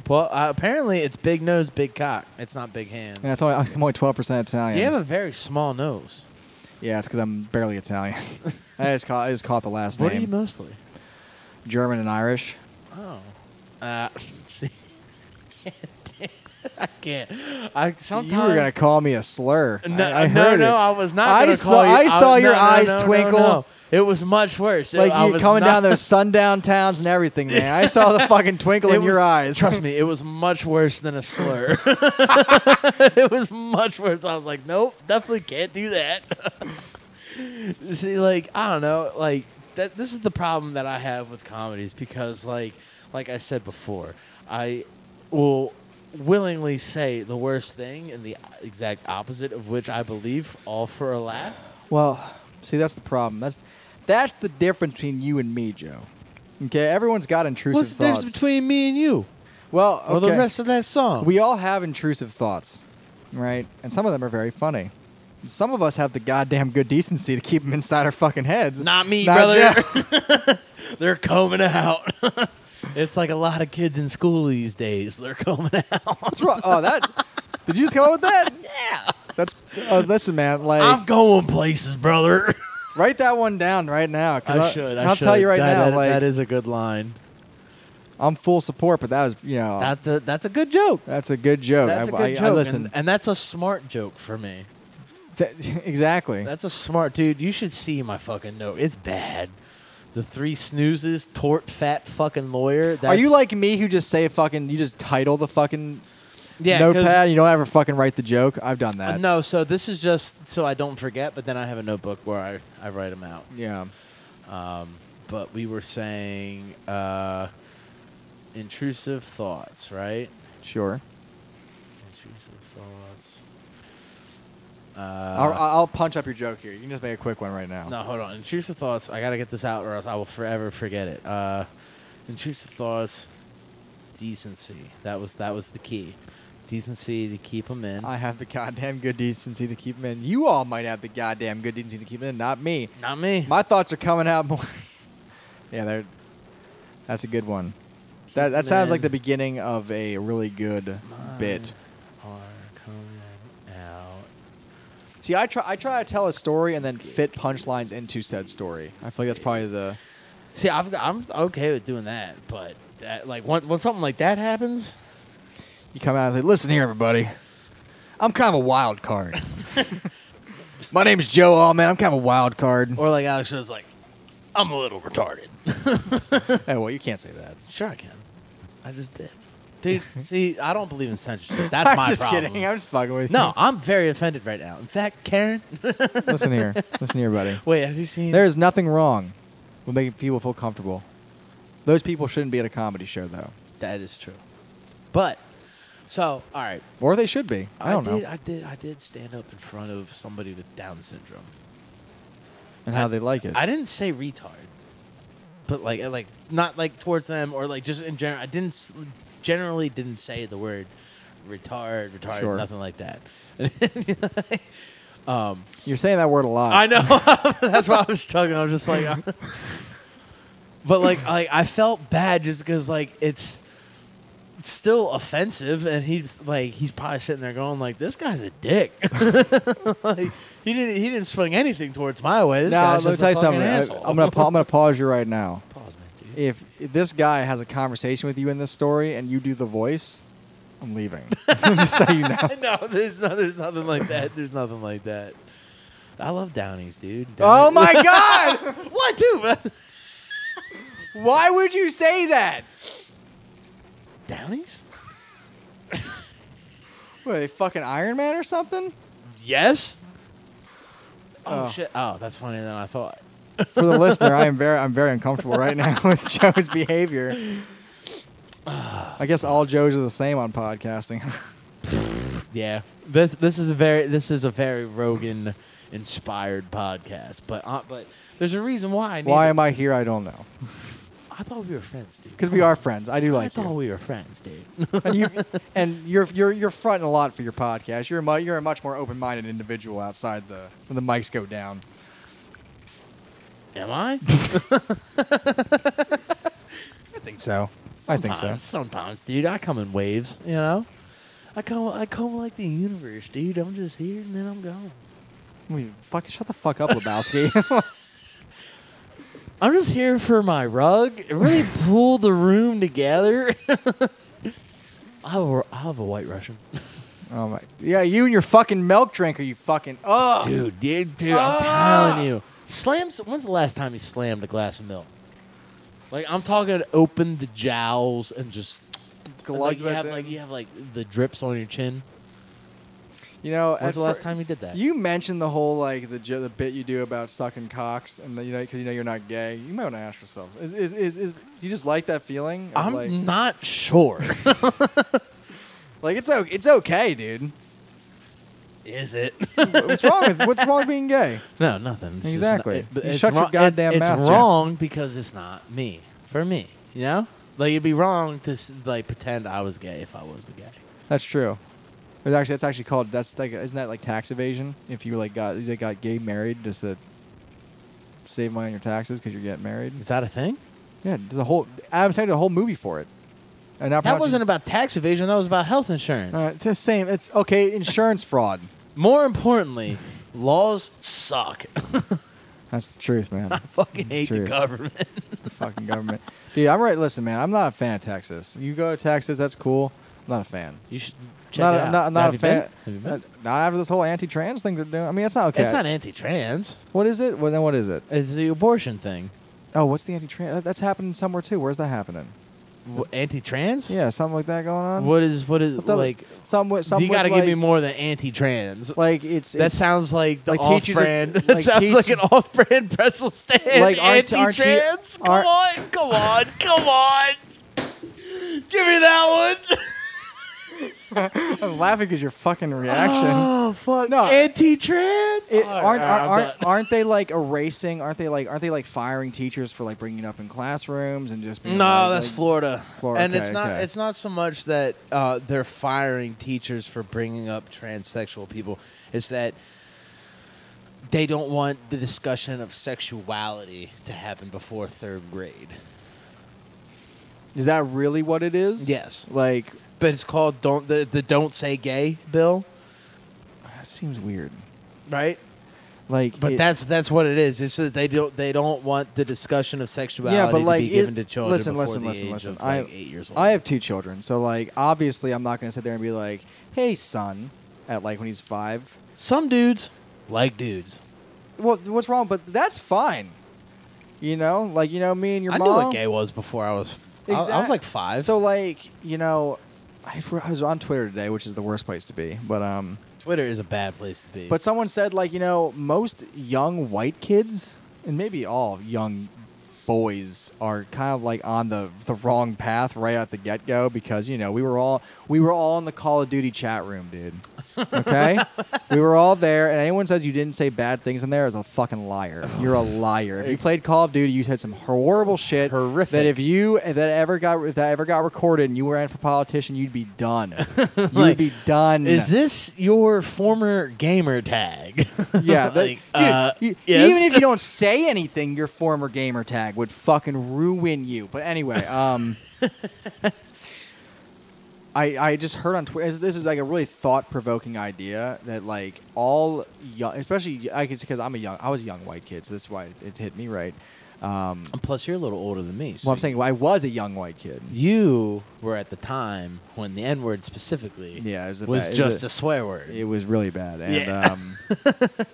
Well, uh, apparently it's big nose, big cock. It's not big hands. Yeah, it's only, I'm only 12% Italian. you have a very small nose. yeah, it's because I'm *laughs* barely Italian. I, just caught, I just caught the last What are name. you mostly? German and Irish. Oh. Uh, *laughs* see. I can't. I sometimes. You were going to call me a slur. No, I, I no, heard no, it. I was not. I gonna saw- call you- I saw was- your no, no, eyes no, no, twinkle. no. It was much worse. It- like I you was coming not- down those sundown towns and everything, man. I saw *laughs* the fucking twinkle It in your was- *laughs* eyes. Trust me, it was much worse than a *laughs* slur. it was much worse. I was like, nope, definitely can't do that. *laughs* See, like I don't know, like that. This is the problem that I have with comedies because, like, like I said before, I will willingly say the worst thing and the exact opposite of which I believe, all for a laugh. Well, see, that's the problem. That's that's the difference between you and me, Joe. Okay, everyone's got intrusive What's the thoughts. difference between me and you, well, okay. or the rest of that song? We all have intrusive thoughts, right? And some of them are very funny. Some of us have the goddamn good decency to keep them inside our fucking heads. Not me, Not brother. *laughs* They're combing out. *laughs* it's like a lot of kids in school these days. They're combing out. What's wrong? Oh, *laughs* that. Did you just come up with that? Yeah. That's. Uh, listen, man. Like, I'm going places, brother. write that one down right now. 'cause *laughs* I should. I I'll should. tell you right That- now. that- like, that is a good line. I'm full support, but that was, you know, That's a that's a good joke. that's a good joke. That's a I, good Oh. I- I joke. listen. and, and that's a smart joke for me. Th- *laughs* exactly. That's a smart dude. You should see my fucking note. It's bad. The three snoozes, tort, fat fucking lawyer. That's, Are you like me who just say fucking, you just title the fucking yeah, 'cause- notepad and you don't ever fucking write the joke? I've done that. No, so this is just so I don't forget. But then I have a notebook where I I write them out. Yeah. Um, but we were saying uh, intrusive thoughts, right? Sure. Intrusive thoughts. I'll, Uh, I'll punch up your joke here. You can just make a quick one right now. no, hold on. Intrusive thoughts. I gotta get this out, or else I will forever forget it. Uh, intrusive thoughts. Decency. That was that was the key. Decency to keep them in. I have the goddamn good decency to keep them in. You all might have the goddamn good decency to keep them in, not me. Not me. My thoughts are coming out more. *laughs* yeah, they're, that's a good one. That, that sounds like in. the beginning of a really good bit. Are coming out. See, I try I try to tell a story and then fit punchlines into said story. I feel like that's probably the See, I've, got- I'm okay with doing that, but that like when, when something like that happens, you come out and say, "Listen here, everybody, I'm kind of a wild *laughs* card. My name's Joe Allman. I'm kind of a wild card. Or like Alex says, like, I'm a little retarded. *laughs* oh well, you can't say that. Sure I can. I just did. Dude, *laughs* see, I don't believe in *laughs* censorship. That's I'm my just problem. kidding. I'm just fucking with no, I'm very offended right now. In fact, Karen, you. Listen *laughs* here, listen here, buddy. *laughs* wait, have you seen? There is nothing wrong with making people feel comfortable. Those people shouldn't be at a comedy show though, that is true. But so, all right, or they should be. I don't did, know. I did, I did stand up in front of somebody with Down syndrome. And how they like it. I didn't say retard, but like, like not like towards them or like just in general. I didn't s- generally didn't say the word retard, retard, Sure. nothing like that. You're saying that word a lot. I *laughs* know. That's why I was chugging. I was just like, uh, *laughs* but like, like I felt bad just because like it's still offensive, and he's like, he's probably sitting there going like, this guy's a dick. *laughs* like, he didn't he didn't swing anything towards my way. This Now guy's let me just tell a you fucking something. I, asshole. I'm gonna pa- I'm gonna pause you right now. pause, man. Dude. if this guy has a conversation with you in this story and you do the voice, I'm leaving. *laughs* Just so *laughs* you know. *laughs* no, there's no, there's nothing like that. There's nothing like that. I love Downies, dude. Oh Downies- my god! *laughs* *laughs* what, dude? Why would you say that? Downies? What, they fucking Iron Man or something? Yes. Oh, Oh. shit! Oh, that's funnier than I thought. For the listener, I am very I'm very uncomfortable right now *laughs* with Joe's behavior. I guess all Joes are the same on podcasting. *laughs* Yeah. This this is a very this is a very Rogan inspired podcast, but uh, but there's a reason why I need Why it. am I here? I don't know. I I thought we were friends, dude. Because we are friends. I do I like thought you. we were friends, *laughs* dude. and, you, and you're you're you're fronting a lot for your podcast. You're a mu- you're a much more open-minded individual outside the when the mics go down. Am I? I think so. I *laughs* think Sometimes- so. Sometimes, dude, I come in waves. You know, I come, I come like the universe, dude. I'm just here and then I'm gone. We, fuck, shut the fuck *laughs* up, Lebowski. I'm just here for my rug. It *laughs* really pulled the room together. *laughs* I have, a, I have a white Russian, oh my. Yeah, you and your fucking milk drinker. You fucking. Oh. dude, dude, dude. I'm telling you, slams. When's the last time he slammed a glass of milk? Like I'm talking, open the jowls and just like you that have down. like you have like the drips on your chin. You know, at When's the last fir- time he did that? You mentioned the whole like the jo- the bit you do about sucking cocks, and the, you know because you know you're not gay. You might want to ask yourself: is, is, is, is do you just like that feeling? of, I'm like, not sure. like it's o- it's *laughs* okay, dude. *laughs* Is it? what's wrong with what's wrong with being gay? No, nothing. It's just not- Exactly. it- but You it's shut your wrong- it- goddamn mouth, Jeff. It's wrong because it's not me. For me, you know, like it'd be wrong to s- like pretend I was gay if I wasn't gay. That's true. It's actually that's actually called that's like isn't that like tax evasion? If you like got they got gay married just to save money on your taxes because you're getting married. Is that a thing? Yeah, there's a whole Adam Sandler did a whole movie for it. And now That wasn't about tax evasion. That was about health insurance. Uh, it's the same. It's okay. Insurance fraud. More importantly, laws suck. *laughs* That's the truth, man. I fucking hate the Truth. government. the fucking government. Dude, I'm right. Listen, man, I'm not a fan of Texas. You go to Texas, that's cool. I'm not a fan. You *laughs* should check Not it a- out. I'm not, I'm not Have a you fan. been? Have you been? uh, Not after this whole anti-trans thing they're doing. I mean, that's not okay. It's not anti-trans. what is it? Well, then what is it? It's the abortion thing. Oh, what's the anti-trans? that- That's happening somewhere too. Where's that happening? Wha- anti-trans? Yeah, um, something like that going on. What is what is What the- like? Some, with- some you got to with, give me like- more than anti-trans. Like it's that it's, sounds like the like teachers are- off-brand. *laughs* that like sounds like an teach- off-brand *laughs* pretzel stand. Like, aren't- aren't you- anti-trans? aren't- come on, come on, come on. Give me that one. *laughs* I'm laughing because *gasps* your fucking reaction. *laughs* Oh fuck! No. anti-trans. It, Oh, aren't, nah, aren't, I'm aren't, done. aren't they like erasing? Aren't they like aren't they like firing teachers for like bringing it up in classrooms and just being no, like- that's like, Florida. Florida, and it's okay, not. okay. It's not so much that uh, they're firing teachers for bringing up transsexual people. It's that they don't want the discussion of sexuality to happen before third grade. Is that really what it is? Yes. Like But it's called don't the, the don't say gay bill, that seems weird. right? Like, But it- that's that's what it is. It's that they don't they don't want the discussion of sexuality like, to be it- given to children listen, before listen, the listen, age listen. of like I- eight years old. I have two children, so like obviously I'm not gonna sit there and be like, "Hey, son," at like when he's five. some dudes like dudes. Well, what's wrong? But that's fine. You know, like you know me and your I mom. knew what gay was before I was. I- I, Exact- was like five. So like you know, I, I was on Twitter today, which is the worst place to be. But um, Twitter is a bad place to be. But someone said, like, you know, most young white kids, and maybe all young boys, are kind of like on the the wrong path right at the get go because you know we were all we were all in the Call of Duty chat room, dude. *laughs* Okay, we were all there, and anyone says you didn't say bad things in there is a fucking liar. You're a liar. If you played Call of Duty, you said some horrible shit. Horrific. That if you if that ever got if that ever got recorded and you ran for politician, you'd be *laughs* done. You'd Like, be done. is this your former gamer *laughs* tag? Yeah, that- Like, dude, uh, you- yes. even if you don't say anything, your former gamer tag would fucking ruin you. But anyway, um, *laughs* I I just heard on Twitter. This is like a really thought provoking idea that like all young, especially I because I'm a young, I was a young white kid, so that's why it hit me right. Um, And Plus, you're a little older than me. well, so I'm saying I was a young white kid. you were at the time when the N word specifically Yeah, it was, a was bad- it just was a, swear word. It was really bad, and Yeah. um,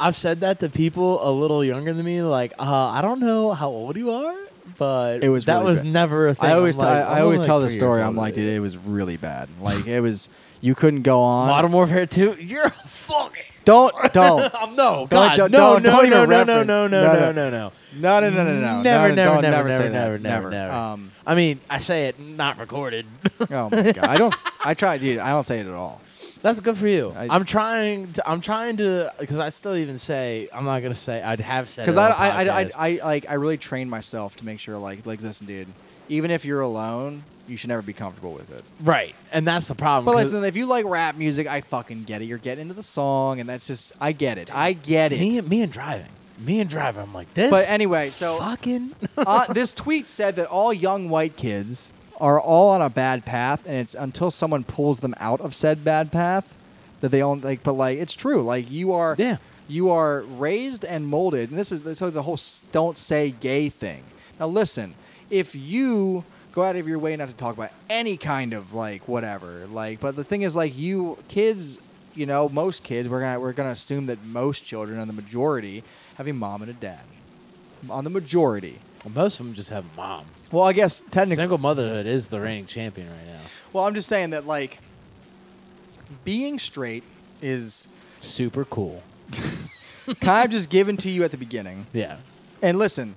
I've said that to people a little younger than me. Like, uh, I don't know how old you are, but It was that really was bad. never a thing. I always, I'm like, I, I I'm always like tell the three years story. I'm older like, than dude, you. it was really bad. Like it was, you couldn't go on. Modern Warfare Two. You're a fucking. Don't *laughs* don't. Um, no, God, don't- no, don't- no, don't even no, no, no, reference. no, no, No, no, no. no, no. No, no, no, no, no. Never, no, never, don't never, say never, that. never, never, never. Um, I mean, I say it not recorded. *laughs* oh my god, I don't. I try, dude. I don't say it at all. That's good for you. I- I, am trying to. I'm trying to because I still even say I'm not gonna say I'd have said because it I, on I, I, I, podcast. I like I really trained myself to make sure like like listen, dude. Even if you're alone, you should never be comfortable with it. right, and that's the problem. But 'cause- listen, if you like rap music, I fucking get it. You're getting into the song, and that's just I get it. I get it. me, and- me and driving, me and driving. I'm like this. but anyway, *laughs* so fucking *laughs* uh, this tweet said that all young white kids are all on a bad path, and it's until someone pulls them out of said bad path that they own. Like, but like, it's true. Like, you are, Yeah. you are raised and molded. And this is so the whole s- "don't say gay" thing. Now, listen, if you go out of your way not to talk about any kind of like whatever, like, but the thing is, like, you kids. You know, most kids, we're gonna we're gonna assume that most children, and the majority, have a mom and a dad. On the majority, Well, most of them just have a mom. well, I guess technically. Single motherhood is the reigning champion right now. Well, I'm just saying that like being straight is Super cool. kind of just given to you at the beginning. Yeah. And listen,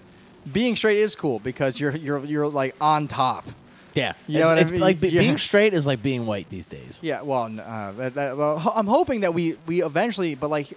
being straight is cool because you're you're you're like on top. Yeah. You it's know what I it's mean? like be- Yeah. being straight is like being white these days. Yeah. Well, n- uh, that, that, well, ho- I'm hoping that we we eventually, but like.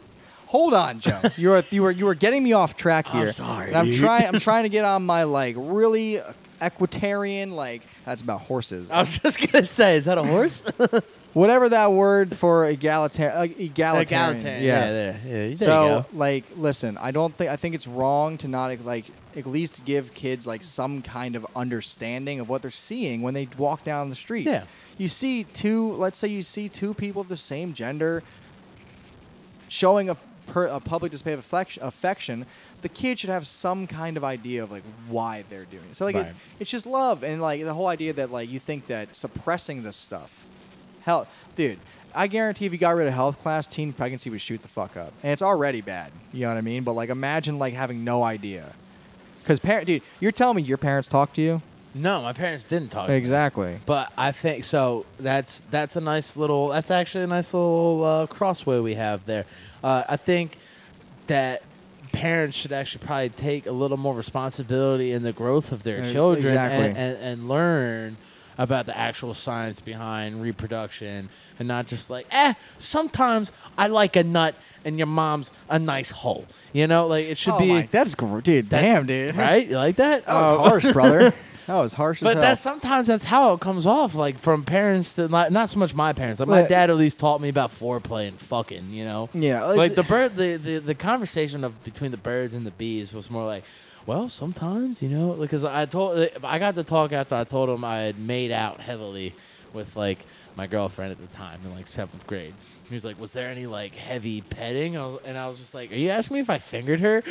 Hold *laughs* on, Joe. You are you are you are getting me off track I'm here. sorry, And I'm dude. trying *laughs* I'm trying to get on my like really equitarian like that's about horses. I was just gonna say, is that a horse? *laughs* Whatever that word for egalitarian uh, egalitarian. Egalitarian. yes. Yeah, there. Yeah, there you so go. like listen i don't think i think it's wrong to not like at least give kids like some kind of understanding of what they're seeing when they walk down the street Yeah. you see two let's say you see two people of the same gender showing a, per, a public display of affection, affection the kid should have some kind of idea of like why they're doing it so like it- Right. it's just love and like the whole idea that like you think that suppressing this stuff Hell, dude, I guarantee if you got rid of health class, teen pregnancy would shoot the fuck up, and it's already bad. You know what I mean? But like, imagine like having no idea, because parent, dude, you're telling me your parents talk to you? no, my parents didn't talk. to me. Exactly. But I think so. That's that's a nice little. That's actually a nice little uh, crossway we have there. Uh, I think that parents should actually probably take a little more responsibility in the growth of their Ex- children exactly. and, and, and learn about the actual science behind reproduction and not just like eh sometimes i like a nut and your mom's a nice hole you know like it should oh be my, that's gr- dude. that- damn, dude. right you like that *laughs* That was harsh, brother. That was harsh as but hell. that's Uh, sometimes that's how it comes off, like from parents to not, not so much my parents. Like my But- dad at least taught me about foreplay and fucking, you know. Yeah, it's- Like the bird, the, the the conversation of between the birds and the bees was more like, well, sometimes you know, because I told I got to talk after I told him I had made out heavily with like my girlfriend at the time in like seventh grade. He was like, "Was there any like heavy petting?" I was- And I was just like, "Are you asking me if I fingered her?"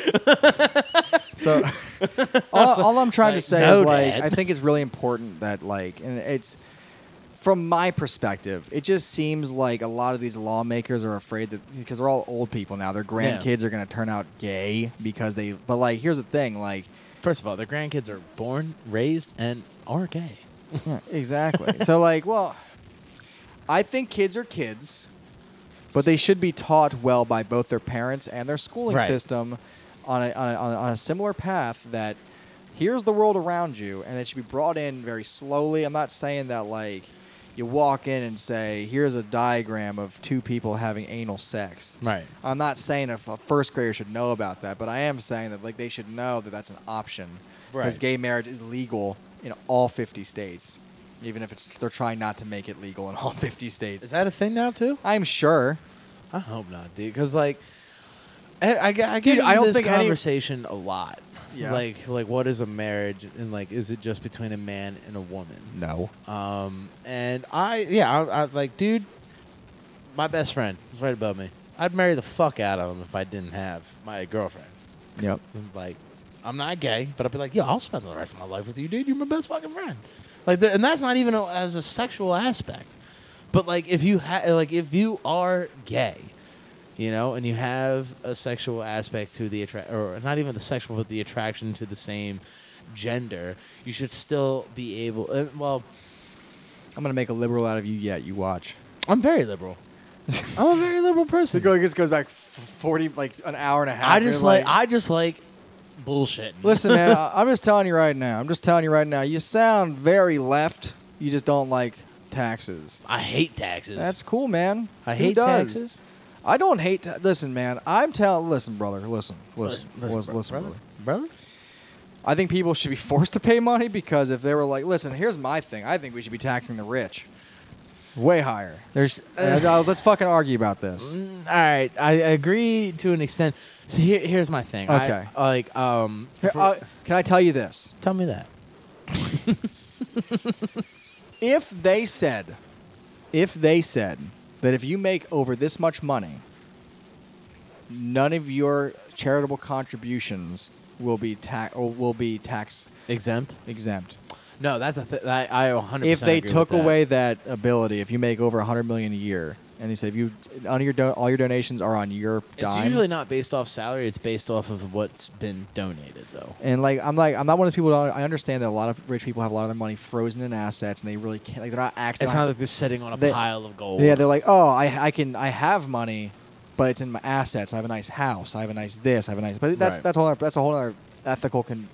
So all, all I'm trying to Like, say no, is like Dad. I think it's really important that like and it's from my perspective, it just seems like a lot of these lawmakers are afraid that because they're all old people now, their grandkids are going to turn out gay because they. But like, here's the thing, like First of all, their grandkids are born, raised, and are gay. exactly. so like, well, I think kids are kids, but they should be taught well by both their parents and their schooling Right. system on a, on, a, on, a, on a similar path that here's the world around you and it should be brought in very slowly. I'm not saying that like you walk in and say, here's a diagram of two people having anal sex. Right. I'm not saying if a first grader should know about that, but I am saying that like they should know that that's an option because Right. gay marriage is legal in all 50 states, even if it's they're trying not to make it legal in all *laughs* 50 states. Is that a thing now too? I'm sure. I hope not, dude. Because like, I, I, get- I get Dude, I into don't this think any- conversation a lot. Yeah. Like, like what is a marriage, and like, is it just between a man and a woman? No. Um, and I, yeah, I, I like, dude, my best friend is right above me. I'd marry the fuck out of him if I didn't have my girlfriend. Yep. And, like, I'm not gay, but I'd be like, yo, I'll spend the rest of my life with you, dude. You're my best fucking friend. Like, th- and that's not even a, as a sexual aspect, but like, if you ha- like, if you are gay, you know, and you have a sexual aspect to the attract, or not even the sexual, but the attraction to the same gender, you should still be able. Uh, well, I'm gonna make a liberal out of you yet. You watch. I'm very liberal. I'm a very liberal person. just goes back 40 like an hour and a half. I just like, I just like bullshit. listen, man. I- I'm just telling you right now. I'm just telling you right now. You sound very left. You just don't like taxes. I hate taxes. That's cool, man. I Who hate does? taxes. I don't hate. Ta- listen, man. I'm telling. Listen, brother. Listen. Listen. Listen, listen, brother. brother. I think people should be *laughs* forced to pay money because if they were like, listen, here's my thing. I think we should be taxing the rich way higher. There's, uh, let's fucking argue about this. Mm, all right, I agree to an extent. So here, here's my thing. I- Okay. like, um, Here, uh, can I tell you this? tell me that. If they said, if they said that if you make over this much money, none of your charitable contributions will be tax or will be tax Exempt? exempt. No, that's a th- I, I 100. if they took away that ability, if you make over 100 million a year, and they say if you all your do- all your donations are on your it's dime, usually not based off salary. It's based off of what's been donated, though. and like I'm like I'm not one of those people. That, I understand that a lot of rich people have a lot of their money frozen in assets, and they really can't like they're not acting. It's not like they're sitting on a They- pile of gold. yeah, they're like, oh, I I can I have money, but it's in my assets. I have a nice house. I have a nice this. I have a nice. But that's Right. that's a whole other, that's a whole other ethical con-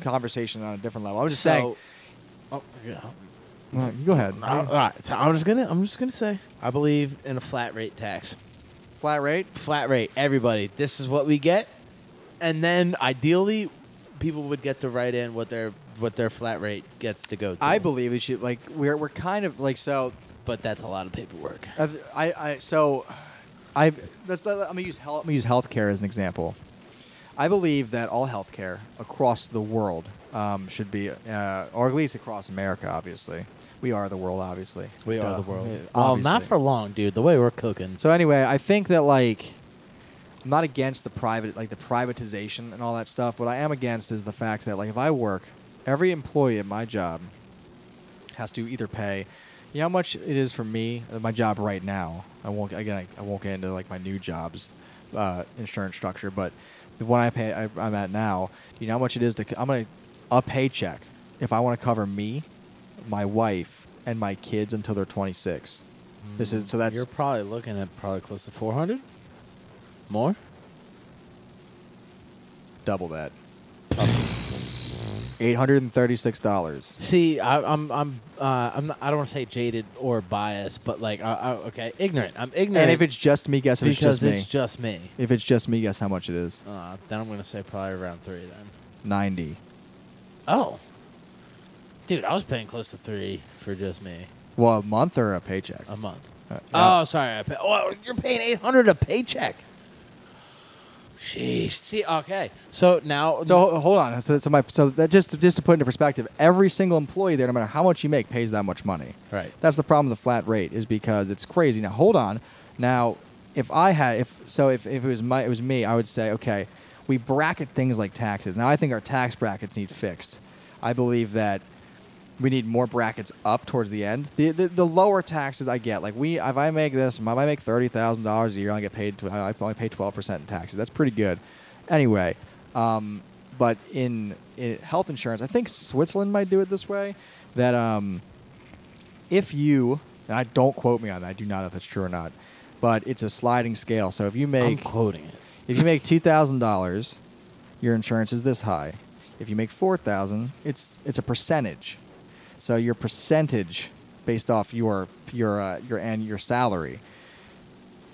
conversation on a different level. I was just so. Oh, yeah. saying. Go ahead. I- all right, so I'm just gonna I'm just gonna say I believe in a flat rate tax. Flat rate. Flat rate, everybody. This is what we get, and then ideally, people would get to write in what their what their flat rate gets to go to. I believe we should like we're we're kind of like so but that's a lot of paperwork. I, I, I so, I let's, let, I'm gonna use health. I'm gonna use healthcare as an example. I believe that all healthcare across the world um, should be, uh, or at least across America. Obviously, we are the world. Obviously, We are Duh. the world. Yeah, well, not obviously. for long, dude. The way we're cooking. So anyway, I think that like I'm not against the private like the privatization and all that stuff. What I am against is the fact that like if I work, every employee at my job has to either pay you know how much it is for me uh, my job right now. I won't again I, I won't get into like my new job's uh, insurance structure, but the one I pay I, I'm at now, you know how much it is to c- I'm gonna a paycheck if I want to cover me, my wife, and my kids until they're 26. This is so that's Mm. You're probably looking at probably close to 400 more. double that. Eight hundred and thirty-six dollars. See, I, I'm I'm uh, I'm not, I don't want to say jaded or biased, but like I, I, okay, ignorant. I'm ignorant. And if it's just me, guess if it's because just me. it's just me. if it's just me, guess how much it is? Uh, then I'm gonna say probably around three then. Ninety. Oh, dude, I was paying close to three for just me Well, a month or a paycheck. a month. Uh, Um, Oh, sorry. I pay, oh, you're paying eight hundred a paycheck. Jeez. See, okay. So now, So ho- hold on. So, so my so that just just to put into perspective, every single employee there, no matter how much you make, pays that much money. right. That's the problem with the flat rate is because it's crazy. Now hold on. Now if I had if so if, if it was my it was me, I would say, okay, we bracket things like taxes. Now I think our tax brackets need fixed. I believe that we need more brackets up towards the end. The the, the lower taxes I get, like we if I make this, if I make thirty thousand dollars a year, I get paid tw- I only pay twelve percent in taxes. That's pretty good. Anyway, um, but in, in health insurance, I think Switzerland might do it this way. That um, if you and I don't quote me on that, I do not know if that's true or not, but it's a sliding scale. So if you I'm make quoting it. if you make two thousand dollars, your insurance is this high. If you make four thousand, it's it's a percentage. So your percentage based off your your uh, your and your salary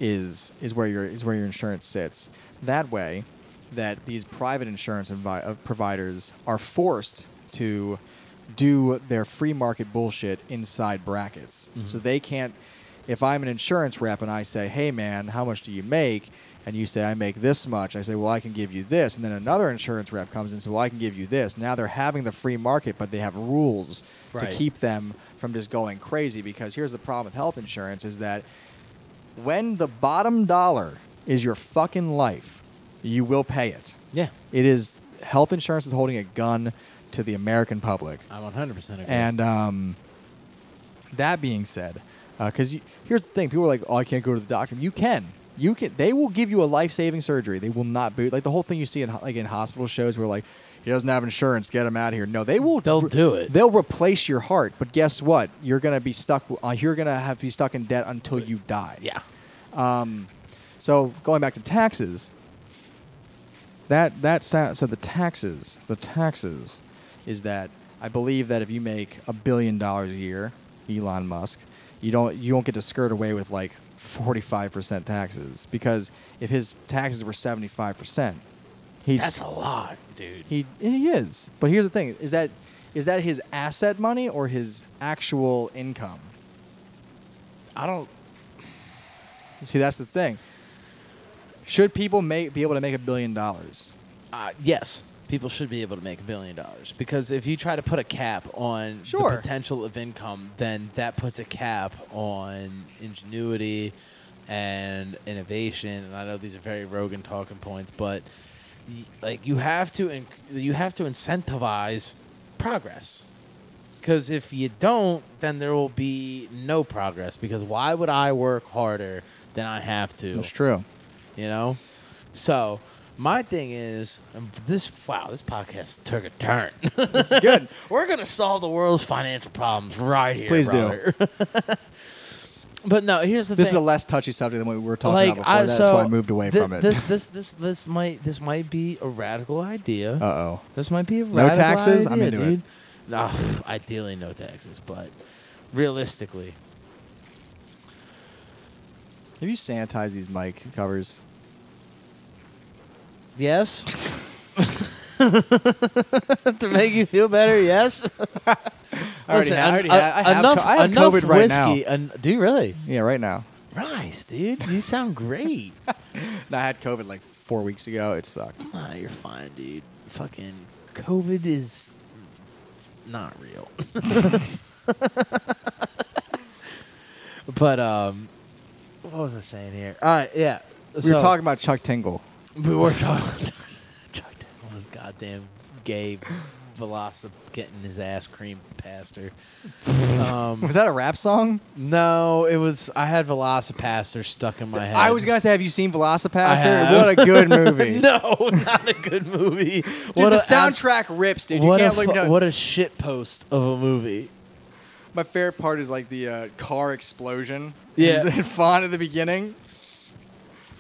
is is where your is where your insurance sits. That way, that these private insurance envi- uh, providers are forced to do their free market bullshit inside brackets. So they can't. If I'm an insurance rep and I say, "Hey man, how much do you make?" and you say, "I make this much," I say, "Well, I can give you this," and then another insurance rep comes in and says, "Well, I can give you this." Now they're having the free market, but they have rules Right. to keep them from just going crazy. Because here's the problem with health insurance: is that when the bottom dollar is your fucking life, you will pay it. Yeah, It is health insurance is holding a gun to the American public. I 100 percent agree. And um, that being said, because you here's the thing: people are like, "Oh, I can't go to the doctor." You can. You can. They will give you a life-saving surgery. They will not boot like the whole thing you see in ho- like in hospital shows where like he doesn't have insurance, get him out of here. No, they will. They'll do it. They'll replace your heart, but guess what? You're gonna be stuck. Uh, you're gonna have to be stuck in debt until you die. yeah. So going back to taxes, that that sa- so the taxes, the taxes, is that I believe that if you make a billion dollars a year, Elon Musk, you don't you don't get to skirt away with like 45% taxes because if his taxes were 75%, he's That's a lot, dude. he he is. But here's the thing: is that is that his asset money or his actual income? I don't. See, that's the thing. Should people make, be able to make a billion dollars? Uh, yes, people should be able to make a billion dollars because if you try to put a cap on Sure. the potential of income, then that puts a cap on ingenuity and innovation. And I know these are very Rogan talking points, but y- like you have to inc- you have to incentivize progress. Because if you don't, then there will be no progress. Because why would I work harder than I have to? That's true. you know. So my thing is um, this. Wow, this podcast took a turn. *laughs* This is good. We're gonna solve the world's financial problems right here. Please do. do. *laughs* but no, here's the This is thing. a less touchy subject than what we were talking like about before. I, that's so why I moved away thi- from it. *laughs* This this this this might this might be a radical idea. uh oh. This might be a radical taxes? Idea, I'm into it. dude. Nah, ideally no taxes, but realistically, Have you sanitized these mic covers? yes. *laughs* to make you feel better, yes. I already, Listen, ha- I en- already uh, ha- I have, enough, co- I have enough COVID right whiskey. en- do you really? now. Yeah, right now. Nice, dude. You sound *laughs* great. No, I had COVID like four weeks ago. It sucked. nah, you're fine, dude. Fucking COVID is not real. *laughs* but um, what was I saying here? Uh, All right, yeah. we were so- talking about Chuck Tingle. We were talking. *laughs* Chuck Daniel was goddamn gay. Velocip getting his ass cream pastor. Um, Was that a rap song? No, it was. I had Velocipaster stuck in my head. I was gonna say, have you seen Velocipaster? have. What *laughs* a good movie! *laughs* No, not a good movie. Dude, a the abs- soundtrack rips, dude. You what can't a look fu- down. what a shit post of a movie. My favorite part is like the uh, car explosion. Yeah. *laughs* and font at the beginning.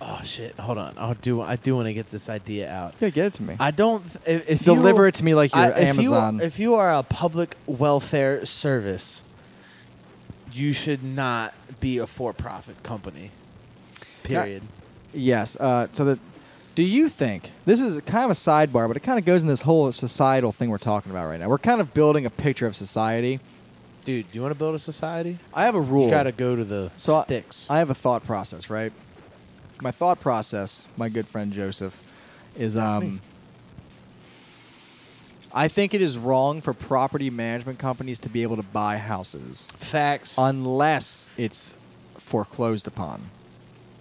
Oh shit! Hold on. I'll do. I do want to get this idea out. Yeah, get it to me. I don't. th- If, if Deliver you, it to me like you're I- if you- Amazon. If you, are a public welfare service, you should not be a for-profit company. Yeah. Period. yes. Uh, so the, do you think this is kind of a sidebar, but it kind of goes in this whole societal thing we're talking about right now? We're kind of building a picture of society. Dude, you want to build a society? I have a rule. You gotta go to the So I- sticks. I have a thought process, right? My thought process, my good friend Joseph, is um, me. I think it is wrong for property management companies to be able to buy houses Facts. unless it's foreclosed upon.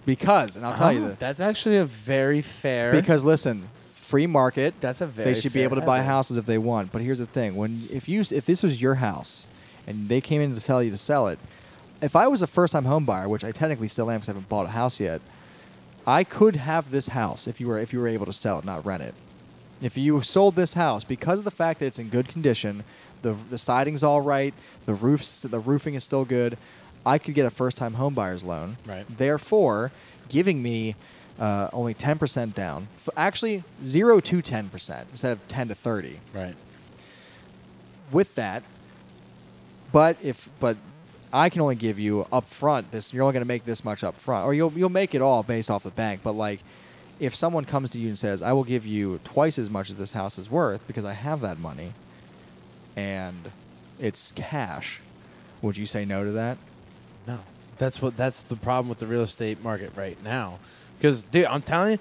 Because, and I'll tell you Oh, this, That's actually a very fair. because listen, free market. That's a They very should be fair able to buy headline. houses if they want. But here's the thing: when if you if this was your house, and they came in to tell you to sell it, if I was a first-time home buyer, which I technically still am because I haven't bought a house yet, I could have this house if you were if you were able to sell it, not rent it. If you sold this house because of the fact that it's in good condition, the the siding's all right, the roofs the roofing is still good, I could get a first time home buyer's loan. Right. Therefore, giving me uh, only ten percent down, f- actually zero to ten percent instead of ten to thirty right. with that. But if but I can only give you up front this you're only going to make this much up front or you'll you'll make it all based off the bank but like if someone comes to you and says I will give you twice as much as this house is worth because I have that money and it's cash would you say no to that No, that's what. That's the problem with the real estate market right now. Because, dude, I'm telling you,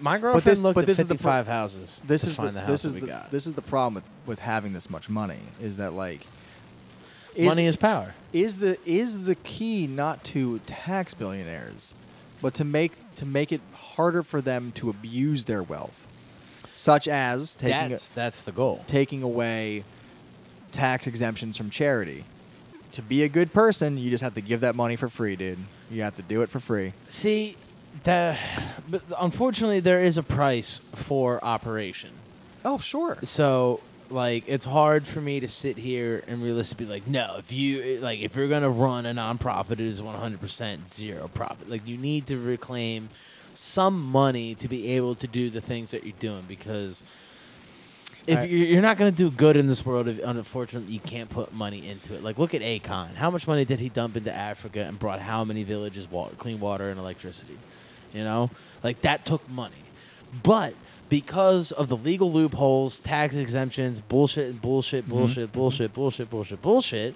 my girlfriend this- looked but at this is the 55 houses this to is find the, the, house this that is we the, got. this is the problem with with having this much money is that like is- Money is power. is the is the key not to tax billionaires, but to make to make it harder for them to abuse their wealth, such as taking That's that's the goal. taking away tax exemptions from charity. To be a good person, you just have to give that money for free, dude. You have to do it for free. See, the, *sighs* but unfortunately, there is a price for operation. Oh, sure. So, like, it's hard for me to sit here and realistically be like, no, if you like, if you're gonna run a nonprofit, it is 100% zero profit. Like, you need to reclaim some money to be able to do the things that you're doing because If I- you're you're not going to do good in this world, if unfortunately you can't put money into it. Like, look at Akon. How much money did he dump into Africa and brought how many villages wa- clean water and electricity? You know, like that took money, but because of the legal loopholes, tax exemptions, bullshit, Mm-hmm. bullshit, bullshit, bullshit, bullshit, bullshit, bullshit,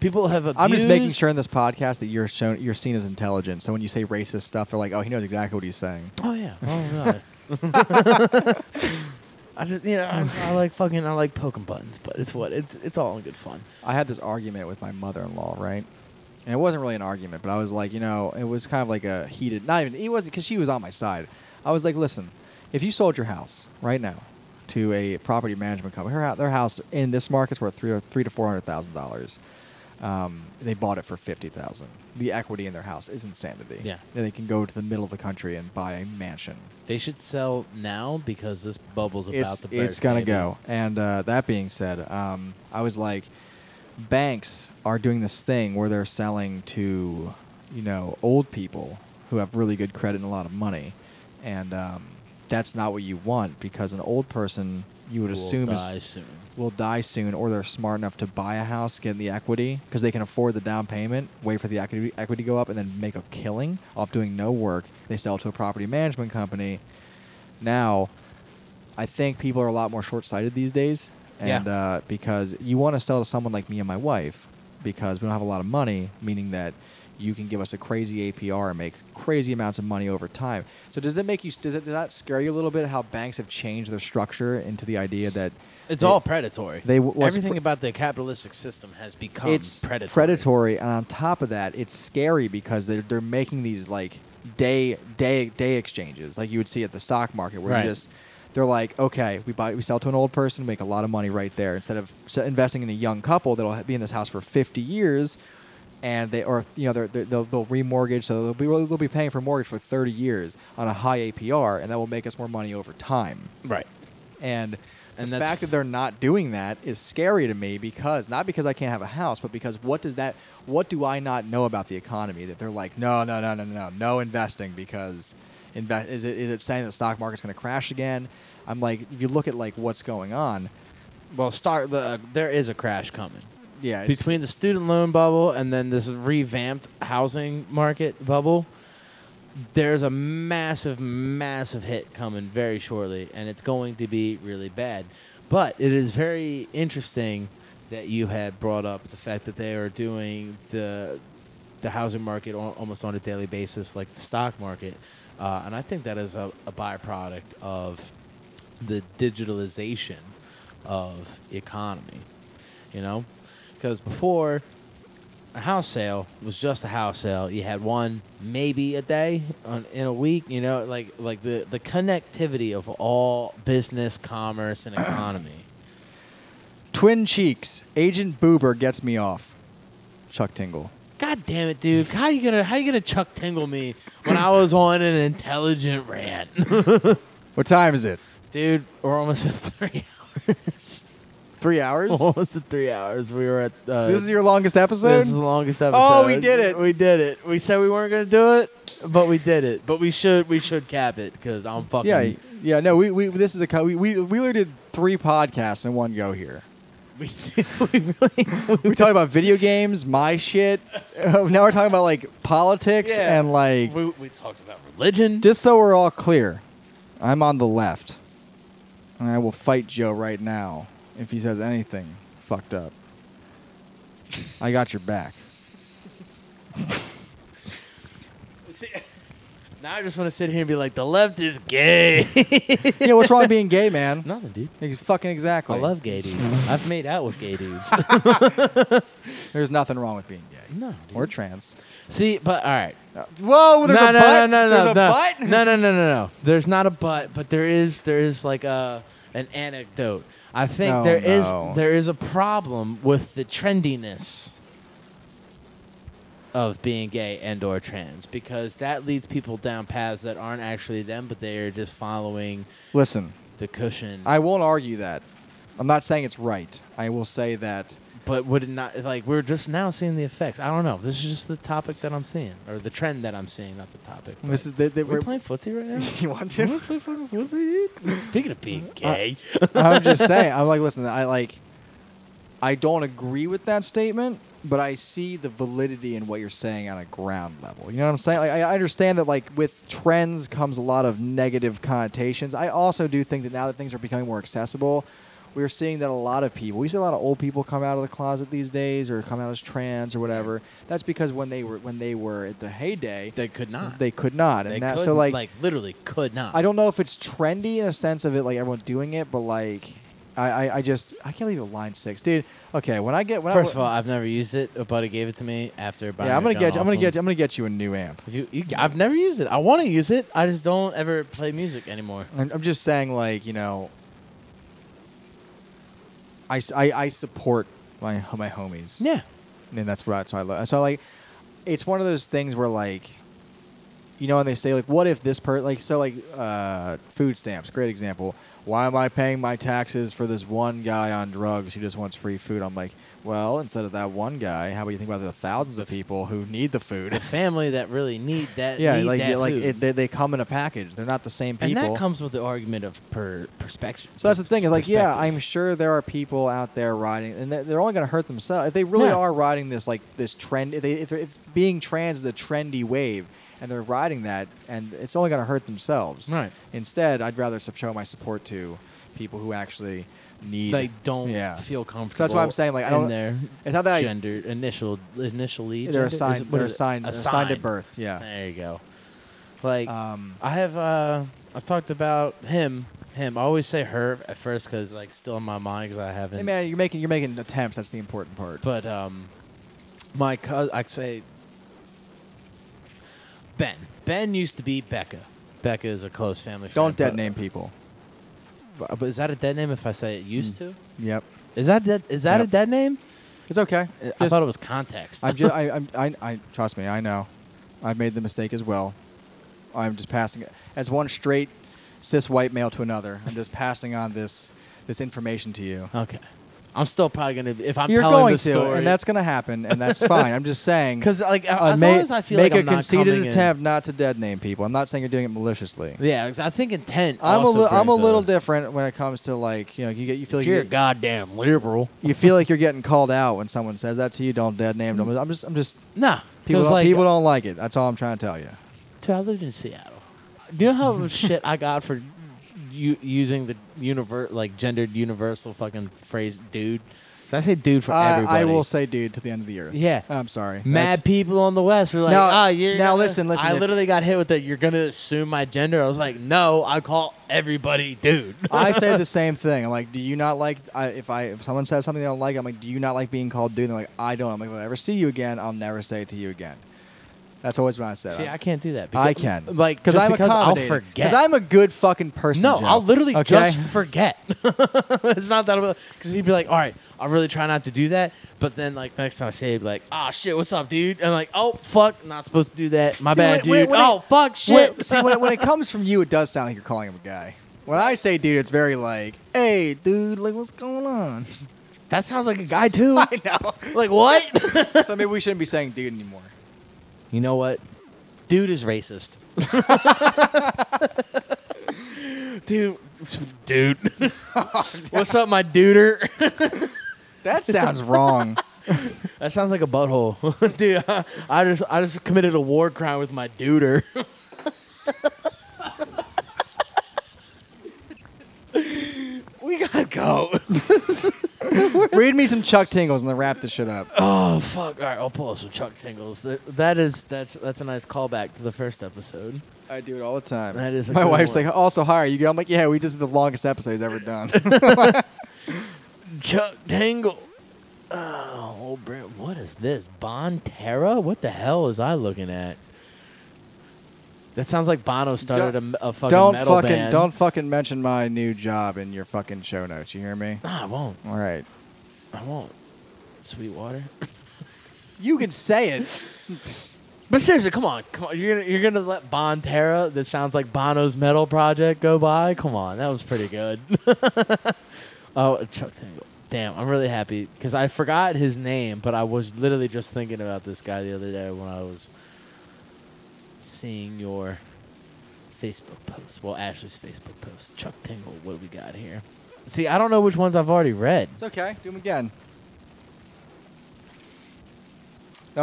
people have abused. I'm just making sure in this podcast that you're shown you're seen as intelligent. So when you say racist stuff, they're like, "Oh, he knows exactly what he's saying." Oh yeah. Oh *laughs* god. *laughs* I just you know I, I like fucking I like poking buttons, but it's what it's it's all in good fun. I had this argument with my mother-in-law, right? And it wasn't really an argument, but I was like, you know, it was kind of like a heated. Not even it wasn't because she was on my side. I was like, listen, if you sold your house right now to a property management company, her hou- their house in this market's worth three or three to four hundred thousand dollars. Um, they bought it for fifty thousand. The equity in their house is insanity. Yeah. and they can go to the middle of the country and buy a mansion. They should sell now because this bubble's about It's, to burst. it's gonna baby. go. And uh, that being said, um, I was like, banks are doing this thing where they're selling to, you know, old people who have really good credit and a lot of money, and um, that's not what you want because an old person you would Will assume is- die soon. will die soon, or they're smart enough to buy a house, get the equity because they can afford the down payment, wait for the equity equity to go up, and then make a killing off doing no work. They sell to a property management company. Now, I think people are a lot more short sighted these days, Yeah. and uh, because you want to sell to someone like me and my wife because we don't have a lot of money, meaning that you can give us a crazy APR and make crazy amounts of money over time. So does that make you? Does, it, does that scare you a little bit? How banks have changed their structure into the idea that It's they- all predatory. they w- what's everything pre- about the capitalistic system has become it's predatory. and on top of that, it's scary because they're they're making these like day day day exchanges, like you would see at the stock market, where Right. you just they're like, okay, we buy we sell to an old person, make a lot of money right there, instead of s- investing in a young couple that'll ha- be in this house for fifty years. And they, or you know, they're, they're, they'll, they'll remortgage, so they'll be they'll be paying for mortgage for thirty years on a high APR, and that will make us more money over time. Right. And And the that's fact that they're not doing that is scary to me because not because I can't have a house, but because what does that what do I not know about the economy that they're like, no, no, no, no, no, no investing because invest is it is it saying the stock market's going to crash again? I'm like, if you look at like what's going on, Well, start the uh, there is a crash coming. yeah, it's, Between the student loan bubble and then this revamped housing market bubble, there's a massive, massive hit coming very shortly, and it's going to be really bad. But it is very interesting that you had brought up the fact that they are doing the the housing market al- almost on a daily basis, like the stock market, uh, and I think that is a, a byproduct of the digitalization of the economy. You know, because before a house sale was just a house sale. You had one maybe a day on, in a week. You know, like like the the connectivity of all business, commerce, and economy. twin cheeks. Agent Boober gets me off. Chuck Tingle. *coughs* God damn it, dude! How you gonna how you gonna chuck tingle me when I was on an intelligent rant, *laughs* What time is it? dude? We're almost at three *laughs* hours. Three hours. We're *laughs* almost at three hours. We were at Oh, uh, This is your longest episode. This is the longest episode. Oh, we did it. We did it. We said we weren't gonna do it, but we did it. But we should we should cap it because I'm fucking. yeah, yeah. No, we, we this is a co- we we we literally did three podcasts in one go here. We, did- *laughs* we really. *laughs* we talked about video games, my shit. *laughs* now we're talking about like politics Yeah. and like We, we talked about religion. *laughs* just so we're all clear. I'm on the left. And I will fight Joe right now if he says anything fucked up. I got *laughs* your back. See, now I just want to sit here and be like, the left is gay. yeah, what's wrong with being gay, man? *laughs* Nothing, dude. Ex- Fucking exactly. I love gay *laughs* dudes. I've made out with gay dudes. There's nothing wrong with being gay *laughs* no. Dude. or trans. See, but all right. Whoa, there's no, a no, butt. no, no, there's no, a no, butt. no, no, no, no, no. There's not a but, but there is there is like a an anecdote. I think Oh, there is no. there is a problem with the trendiness of being gay and or trans because that leads people down paths that aren't actually them, but they are just following Listen, the cushion. I won't argue that. I'm not saying it's right. I will say that But would it not like we're just now seeing the effects? I don't know. This is just the topic that I'm seeing, or the trend that I'm seeing, not the topic. This is the, We're the, Hmm? we're- playing footsie right *laughs* now. you want to? Speaking of being gay, I'm just saying. I'm like, listen, I like, I don't agree with that statement, but I see the validity in what you're saying on a ground level. You know what I'm saying? Like, I I understand that like with trends comes a lot of negative connotations. I also do think that now that things are becoming more accessible, we're seeing that a lot of people, we see a lot of old people come out of the closet these days, or come out as trans or whatever. That's because when they were when they were at the heyday, they could not. they could not, and They that, could so like literally could not. I don't know if it's trendy in a sense of it, like everyone doing it, but like, I, I, I just I can't leave a line six, dude. Okay, when I get when First of I, all, I've never used it. A buddy gave it to me after buying. yeah, I'm a gonna gun get off you, I'm gonna him. get you, I'm gonna get you a new amp. If you- you- I've never used it. I want to use it. I just don't ever play music anymore. I'm, I'm just saying, like you know, I, s- I- I support my my homies, Yeah. and that's what I, that's what I love. So like, it's one of those things where like. You know, and they say like, "What if this person like so like uh, food stamps? Great example. Why am I paying my taxes for this one guy on drugs who just wants free food? I'm like, well, instead of that one guy, how about you think about the thousands of people who need the *laughs* food? The family that really need that. yeah, need like that yeah, like food. it, they, they come in a package. They're not the same and people. that comes with the argument of per perspective. So that's the thing. Is like, yeah, perspective. I'm sure there are people out there riding, and they're- they're only going to hurt themselves. If they really Yeah. are riding this like this trend, if, they, if, if being trans is a trendy wave, and they're riding that, and it's only going to hurt themselves. Right. Instead, I'd rather sup- show my support to people who actually need. They don't Yeah. feel comfortable. I'm saying, like, I don't- in their It's not that I- gender initial initially they're gender? Is assigned. it- what They're is it? assigned. they're assigned at Assigned. birth. Yeah. There you go. Like Um, I have, uh I've talked about him. Him. I always say her at first because like still in my mind because I haven't. hey man, you're making you're making attempts. That's the important part. But um, my cousin, I say Ben. Ben used to be Becca. Becca is a close family. friend, don't dead name people. But, but is that a dead name if I say it Mm. used to? Yep. Is that dead, is that Yep. a dead name? It's okay. I Just- thought it was context. I'm just, I, I'm, I, I, trust me, I know. I've made the mistake as well. I'm just passing it as one straight cis white male to another. I'm just passing on this this information to you. okay. I'm still probably gonna. be- If I'm You're telling going the to, story, and that's going to happen, and *laughs* that's fine. I'm just saying. because like uh, as ma- long as I feel make like a I'm not conceited coming in- attempt not to dead name people. I'm not saying you're doing it maliciously. Yeah, 'cause I think intent. I'm a also li- I'm a brings little different when it comes to like you know you get you feel like You're you a goddamn liberal. you feel like you're getting called out when someone says that to you. Don't dead name them. I'm just I'm just Nah, people 'cause, don't, like, people don't like it. That's all I'm trying to tell you. Dude, I lived in Seattle. Do you know how *laughs* much shit I got for u- using the univer- like gendered universal fucking phrase, dude? 'Cause I say dude for I- everybody. I will say, dude, to the end of the earth. Yeah. I'm sorry. Mad That's- people on the West are like, Now- oh, you're now gonna-" listen, listen, I if- literally got hit with that. You're gonna assume my gender. I was like, no, I call everybody dude. *laughs* *laughs* I say the same thing. I'm like, do you not like I, if I if someone says something I don't like? I'm like, do you not like being called dude? And they're like, I don't. I'm like, if I ever see you again, I'll never say it to you again. That's always what I said. See, I can't do that. I can like, just I'm because I'll accommodating. forget. I'm a good fucking person. No, Joe. I'll literally Okay? just forget. *laughs* it's not that because he'd be like, "All right, I'll really try not to do that," but then like next time I say, it, he'd be like, "Ah, shit, what's up, dude?" And like, "Oh, fuck, not supposed to do that. My See, bad, when- when- dude. when oh, it- fuck, shit." When, *laughs* see, when it, when it comes from you, it does sound like you're calling him a guy. When I say dude, it's very like, hey, dude, like what's *laughs* going on? that sounds like a guy too. *laughs* I know. like what? so maybe we shouldn't be saying dude anymore. you know what? Dude is *laughs* racist. dude, dude, what's up, my duder? That sounds wrong. That sounds like a butthole, *laughs* dude. I, I just I just committed a war crime with my duder. *laughs* we gotta go. *laughs* Read me some Chuck Tingles and then wrap this shit up. Oh fuck! All right, I'll pull up some Chuck Tingles. That, that is that's that's a nice callback to the first episode. I do it all the time. That is a My good wife's one. like, also, how are you? go?" I'm like, yeah, we just did the longest episode he's *laughs* ever done. Chuck Tingle. Oh, old Brent, what is this? Bonterra? What the hell is I looking at? That sounds like *laughs* Bono started Don't- a, a fucking don't metal fucking band. don't fucking mention my new job in your fucking show notes. You hear me? Nah, I won't. All right. I won't. Sweetwater. You can say it. But seriously, come on, come on. You're gonna you're gonna let Bonterra that sounds like Bono's metal project go by? Come on, that was pretty good. *laughs* oh, Chuck Tingle. damn, I'm really happy because I forgot his name, but I was literally just thinking about this guy the other day when I was seeing your Facebook post. Well, Ashley's Facebook post. Chuck Tingle, what do we got here? See, I don't know which ones I've already read. It's okay. Do them again. All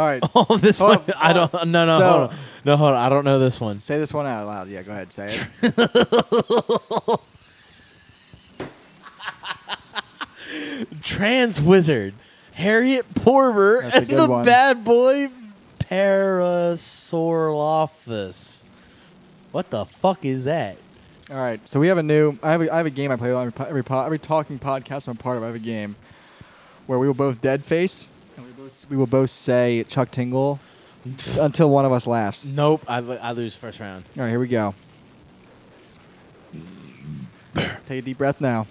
*laughs* right. Oh, this Oh, one. I don't. No, no, so- hold on. No, hold on. I don't know this one. Say this one out loud. Yeah, go ahead. Say it. Trans Wizard, Harriet Porter, That's a and good the one. bad boy Parasaurolophus. What the fuck is that? All right. So we have a new. I have a, I have a game I play on every po- every, po- every talking podcast I'm a part of. I have a game where we will both dead face and we both we will both say Chuck Tingle until one of us laughs. Nope, I, lo- I lose first round. All right, here we go. Take a deep breath now.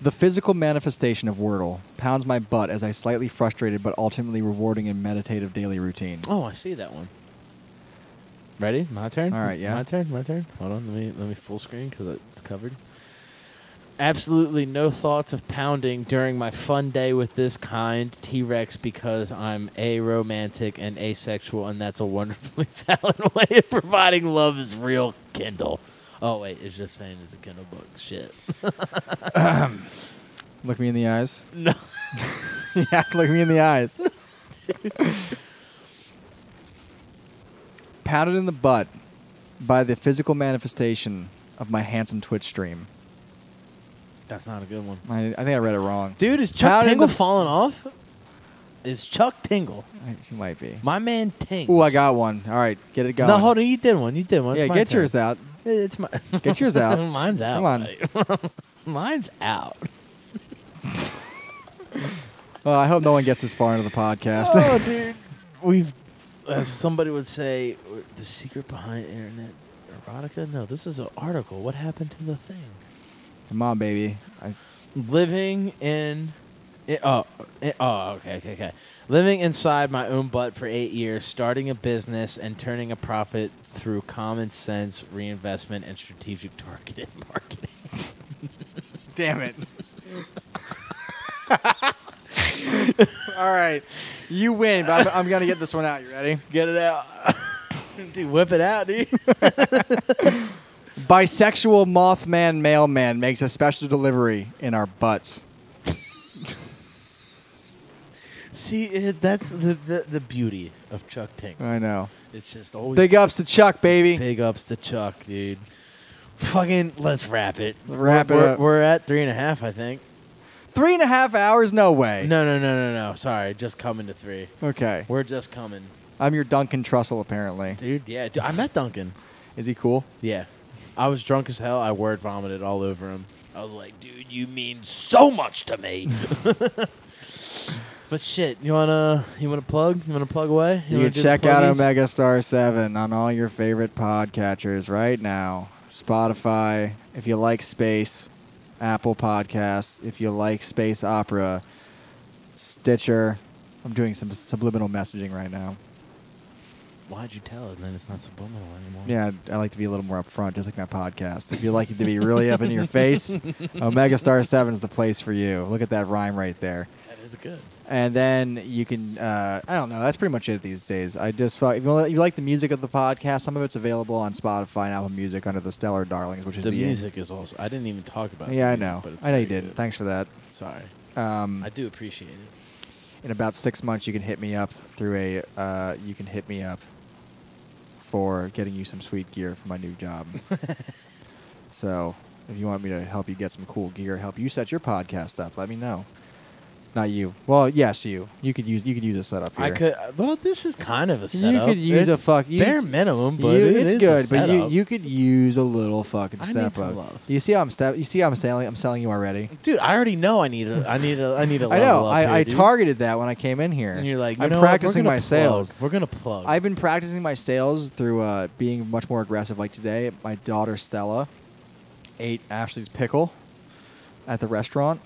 The physical manifestation of Wordle pounds my butt as I slightly frustrated but ultimately rewarding and meditative daily routine. Oh, I see that one. Ready? My turn. All right, yeah. My turn. My turn. Hold on. Let me let me full screen because it's covered. Absolutely no thoughts of pounding during my fun day with this kind T Rex because I'm aromantic and asexual, and that's a wonderfully *laughs* valid way of providing love is real Kindle. Oh wait, it's just saying it's a Kindle book. Shit. Look me in the eyes. No. *laughs* yeah, look me in the *laughs* eyes. Pounded in the butt by the physical manifestation of my handsome Twitch stream. That's not a good one. I, I think I read it wrong. Dude, is Chuck Pounded in Tingle the- falling off? Is Chuck Tingle? I- She might be. My man Tings. Ooh, I got one. All right, get it going. No, hold on. You did one. You did one. It's Yeah, my get turn. yours out. It's my. *laughs* Get yours *laughs* out. Mine's out. Come on. mate. *laughs* Mine's out. Well, I hope no one gets this far into the podcast. Oh, dude. We've, as somebody would say, the secret behind internet erotica. No, this is an article. What happened to the thing? *laughs* Come on, baby. I, living in, i oh, i oh, okay, okay, okay. Living inside my own butt for eight years, starting a business and turning a profit through common sense reinvestment and strategic targeted *laughs* marketing. *laughs* Damn it. *laughs* All right. You win, but I'm, I'm going to get this one out. You ready? Get it out, *laughs* dude. Whip it out, dude. Bisexual Mothman Mailman makes a special delivery in our butts. See, it, that's the, the the beauty of Chuck Ting. I know. It's just always Big ups to Chuck, baby. Big ups to Chuck, dude. Fucking, let's wrap it. Wrap we're, it we're- up. We're at three and a half, I think. Three and a half hours? No way. No, no, no, no, no. Sorry, just coming to three. Okay. We're just coming, I'm your Duncan Trussell, apparently. dude. Yeah, dude, I met Duncan. Is he cool? Yeah, I was drunk as hell. I word vomited all over him. I was like, dude, you mean so much to me. *laughs* but shit, you wanna you wanna plug? You wanna plug away? You, wanna can do the check out pluggies? Omega Star 7 on all your favorite podcatchers right now. Spotify, if you like space, Apple Podcasts, if you like space opera, Stitcher. I'm doing some subliminal messaging right now. Why'd you tell it? Then it's not subliminal anymore. Yeah, I like to be a little more upfront, just like my podcast. If you like it to be really up in *laughs* your face, Omega Star 7 is the place for you. Look at that rhyme right there. that is good. and then you can uh, I don't know. That's pretty much it these days. I just fu- if you, li- you like the music of the podcast, some of it's available on Spotify and Apple Music under the Stellar Darlings, which is The the, music is also. I didn't even talk about. the yeah, I music, know. but it's I know you very didn't. good. Thanks for that. Sorry, Um, I do appreciate it. in about six months, you can hit me up through a uh, you can hit me up for getting you some sweet gear for my *laughs* new job. so if you want me to help you get some cool gear, help you set your podcast up, let me know. Not you. Well, yes, you. You could use you could use a setup here. I could. Well, this is kind of a You setup. could use It's a fuck- you- bare minimum, but You- it it's is a good, but you, setup. you could use a little fucking I need step some up. love. You see how I'm step, you see how I'm selling I'm selling you already. Dude, I already know I need a I need a I need a I level know. up I, here, I dude. targeted that when I came in here. and you're like you I'm know what? We're practicing gonna my plug. sales. We're gonna plug. I've been practicing my sales through uh, being much more aggressive. Like today, my daughter Stella ate Ashley's pickle at the restaurant.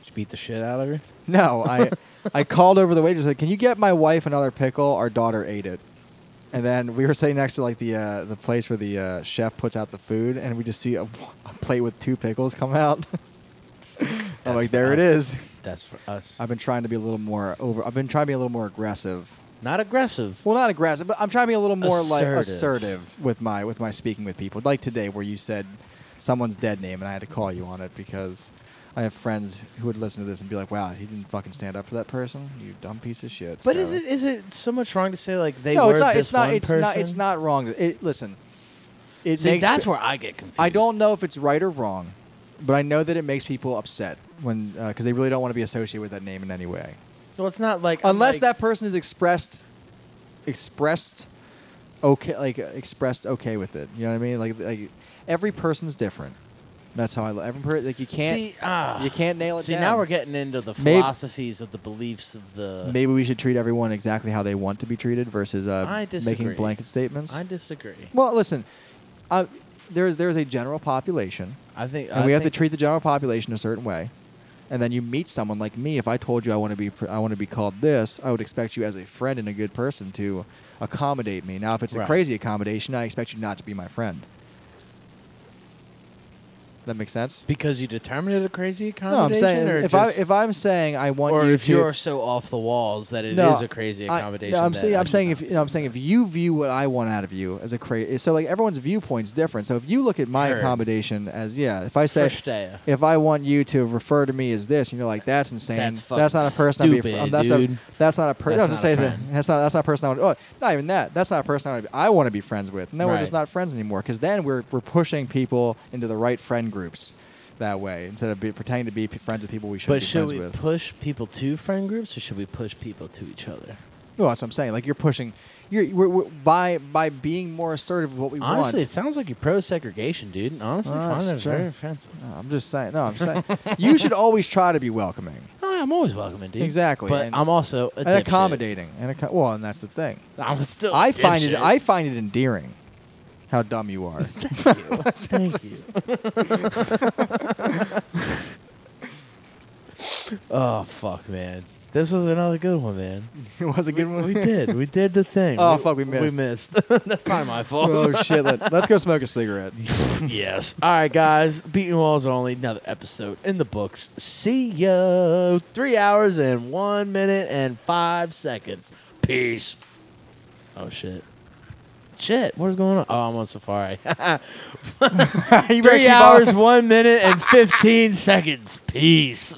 Did you beat the shit out of her. No, I I called over the waiter and said, "Can you get my wife another pickle? Our daughter ate it." And then we were sitting next to like the uh, the place where the uh, chef puts out *laughs* the food, and we just see a, a plate with two pickles come out. I'm That's like, there it us. is. That's for us. I've been trying to be a little more over. I've been trying to be a little more aggressive. Not aggressive. Well, not aggressive, but I'm trying to be a little more like Assertive. assertive with my with my speaking with people. Like today, where you said someone's dead name, and I had to call you on it because I have friends who would listen to this and be like, "Wow, he didn't fucking stand up for that person. You dumb piece of shit." But So- is it is it so much wrong to say like they no, were it's not. this It's not. one It's person? not. It's not wrong. It, listen, it See, makes that's where I get confused. I don't know if it's right or wrong, but I know that it makes people upset when because they really don't want to be associated with that name in any way, Well, it's not like I'm unless like- that person is expressed, expressed, okay, like uh, expressed okay with it. You know what I mean? Like, like every person's different. That's how I. lo- Every person like you can't See, ah. you can't nail it. See, down. now we're getting into the Maybe- philosophies of the beliefs of the. Maybe we should treat everyone exactly how they want to be treated versus uh, I making disagree. blanket statements. I disagree. well, listen, uh, there's there's a general population I think and I we have to think- treat the general population a certain way. And then you meet someone like me. If I told you I want to be pr- I want to be called this, I would expect you as a friend and a good person to accommodate me. Now, if it's a Right. crazy accommodation, I expect you not to be my friend. That makes sense. because you determined it a No, crazy I'm accommodation, saying or if just, I if I'm saying I want or you if to, you're so off the walls that it is No, a crazy I- accommodation. no, I'm that saying I I'm should saying not. if you know, I'm saying if you view what I want out of you as a crazy, so like everyone's viewpoint's different. So if you look at my Heard. accommodation as yeah, if I say Verstehe. if I want you to refer to me as this, and you're like, that's insane. That's That's, fucking not a person. I'd be a fr- stupid, that's dude. a that's not a person. No, That's not just a say that. friend. That's not that's not a person. I would, oh, not even that. That's not a person. I, would, I want to be friends with. No, we're just Right. not friends anymore. Because then we're we're pushing people into the right friend groups that way instead of be, pretending to be p- friends with people we shouldn't But be should friends we with. push people to friend groups, or should we push people to each other? no, that's what I'm saying. Like you're pushing. You're we're, we're, by by being more assertive with what we Honestly, it want. sounds like you're pro segregation, dude. Honestly, Ah, I find that sure. very offensive. No, I'm just saying. No, I'm saying you *laughs* should always try to be welcoming Oh, I'm always welcoming, dude. Exactly, but and- I'm also a and dipshit. accommodating and acco- well, and that's the thing. I'm still. a I find it dipshit. I find it endearing how dumb you *laughs* are. *laughs* Thank you. *laughs* *laughs* oh fuck, man! This was another good *laughs* one, man. it was a good one. We did. We did the thing. Oh, fuck, we missed. We missed. That's probably my fault. oh shit! Let, us go smoke a cigarette. *laughs* *laughs* yes. All right, guys. Beating walls only. Another episode in the books. See ya. Three hours and one minute and five seconds. Peace. Oh shit. Shit. What is going on? Oh, I'm on Safari. You better Three keep on- hours, one minute, and 15 seconds. Peace.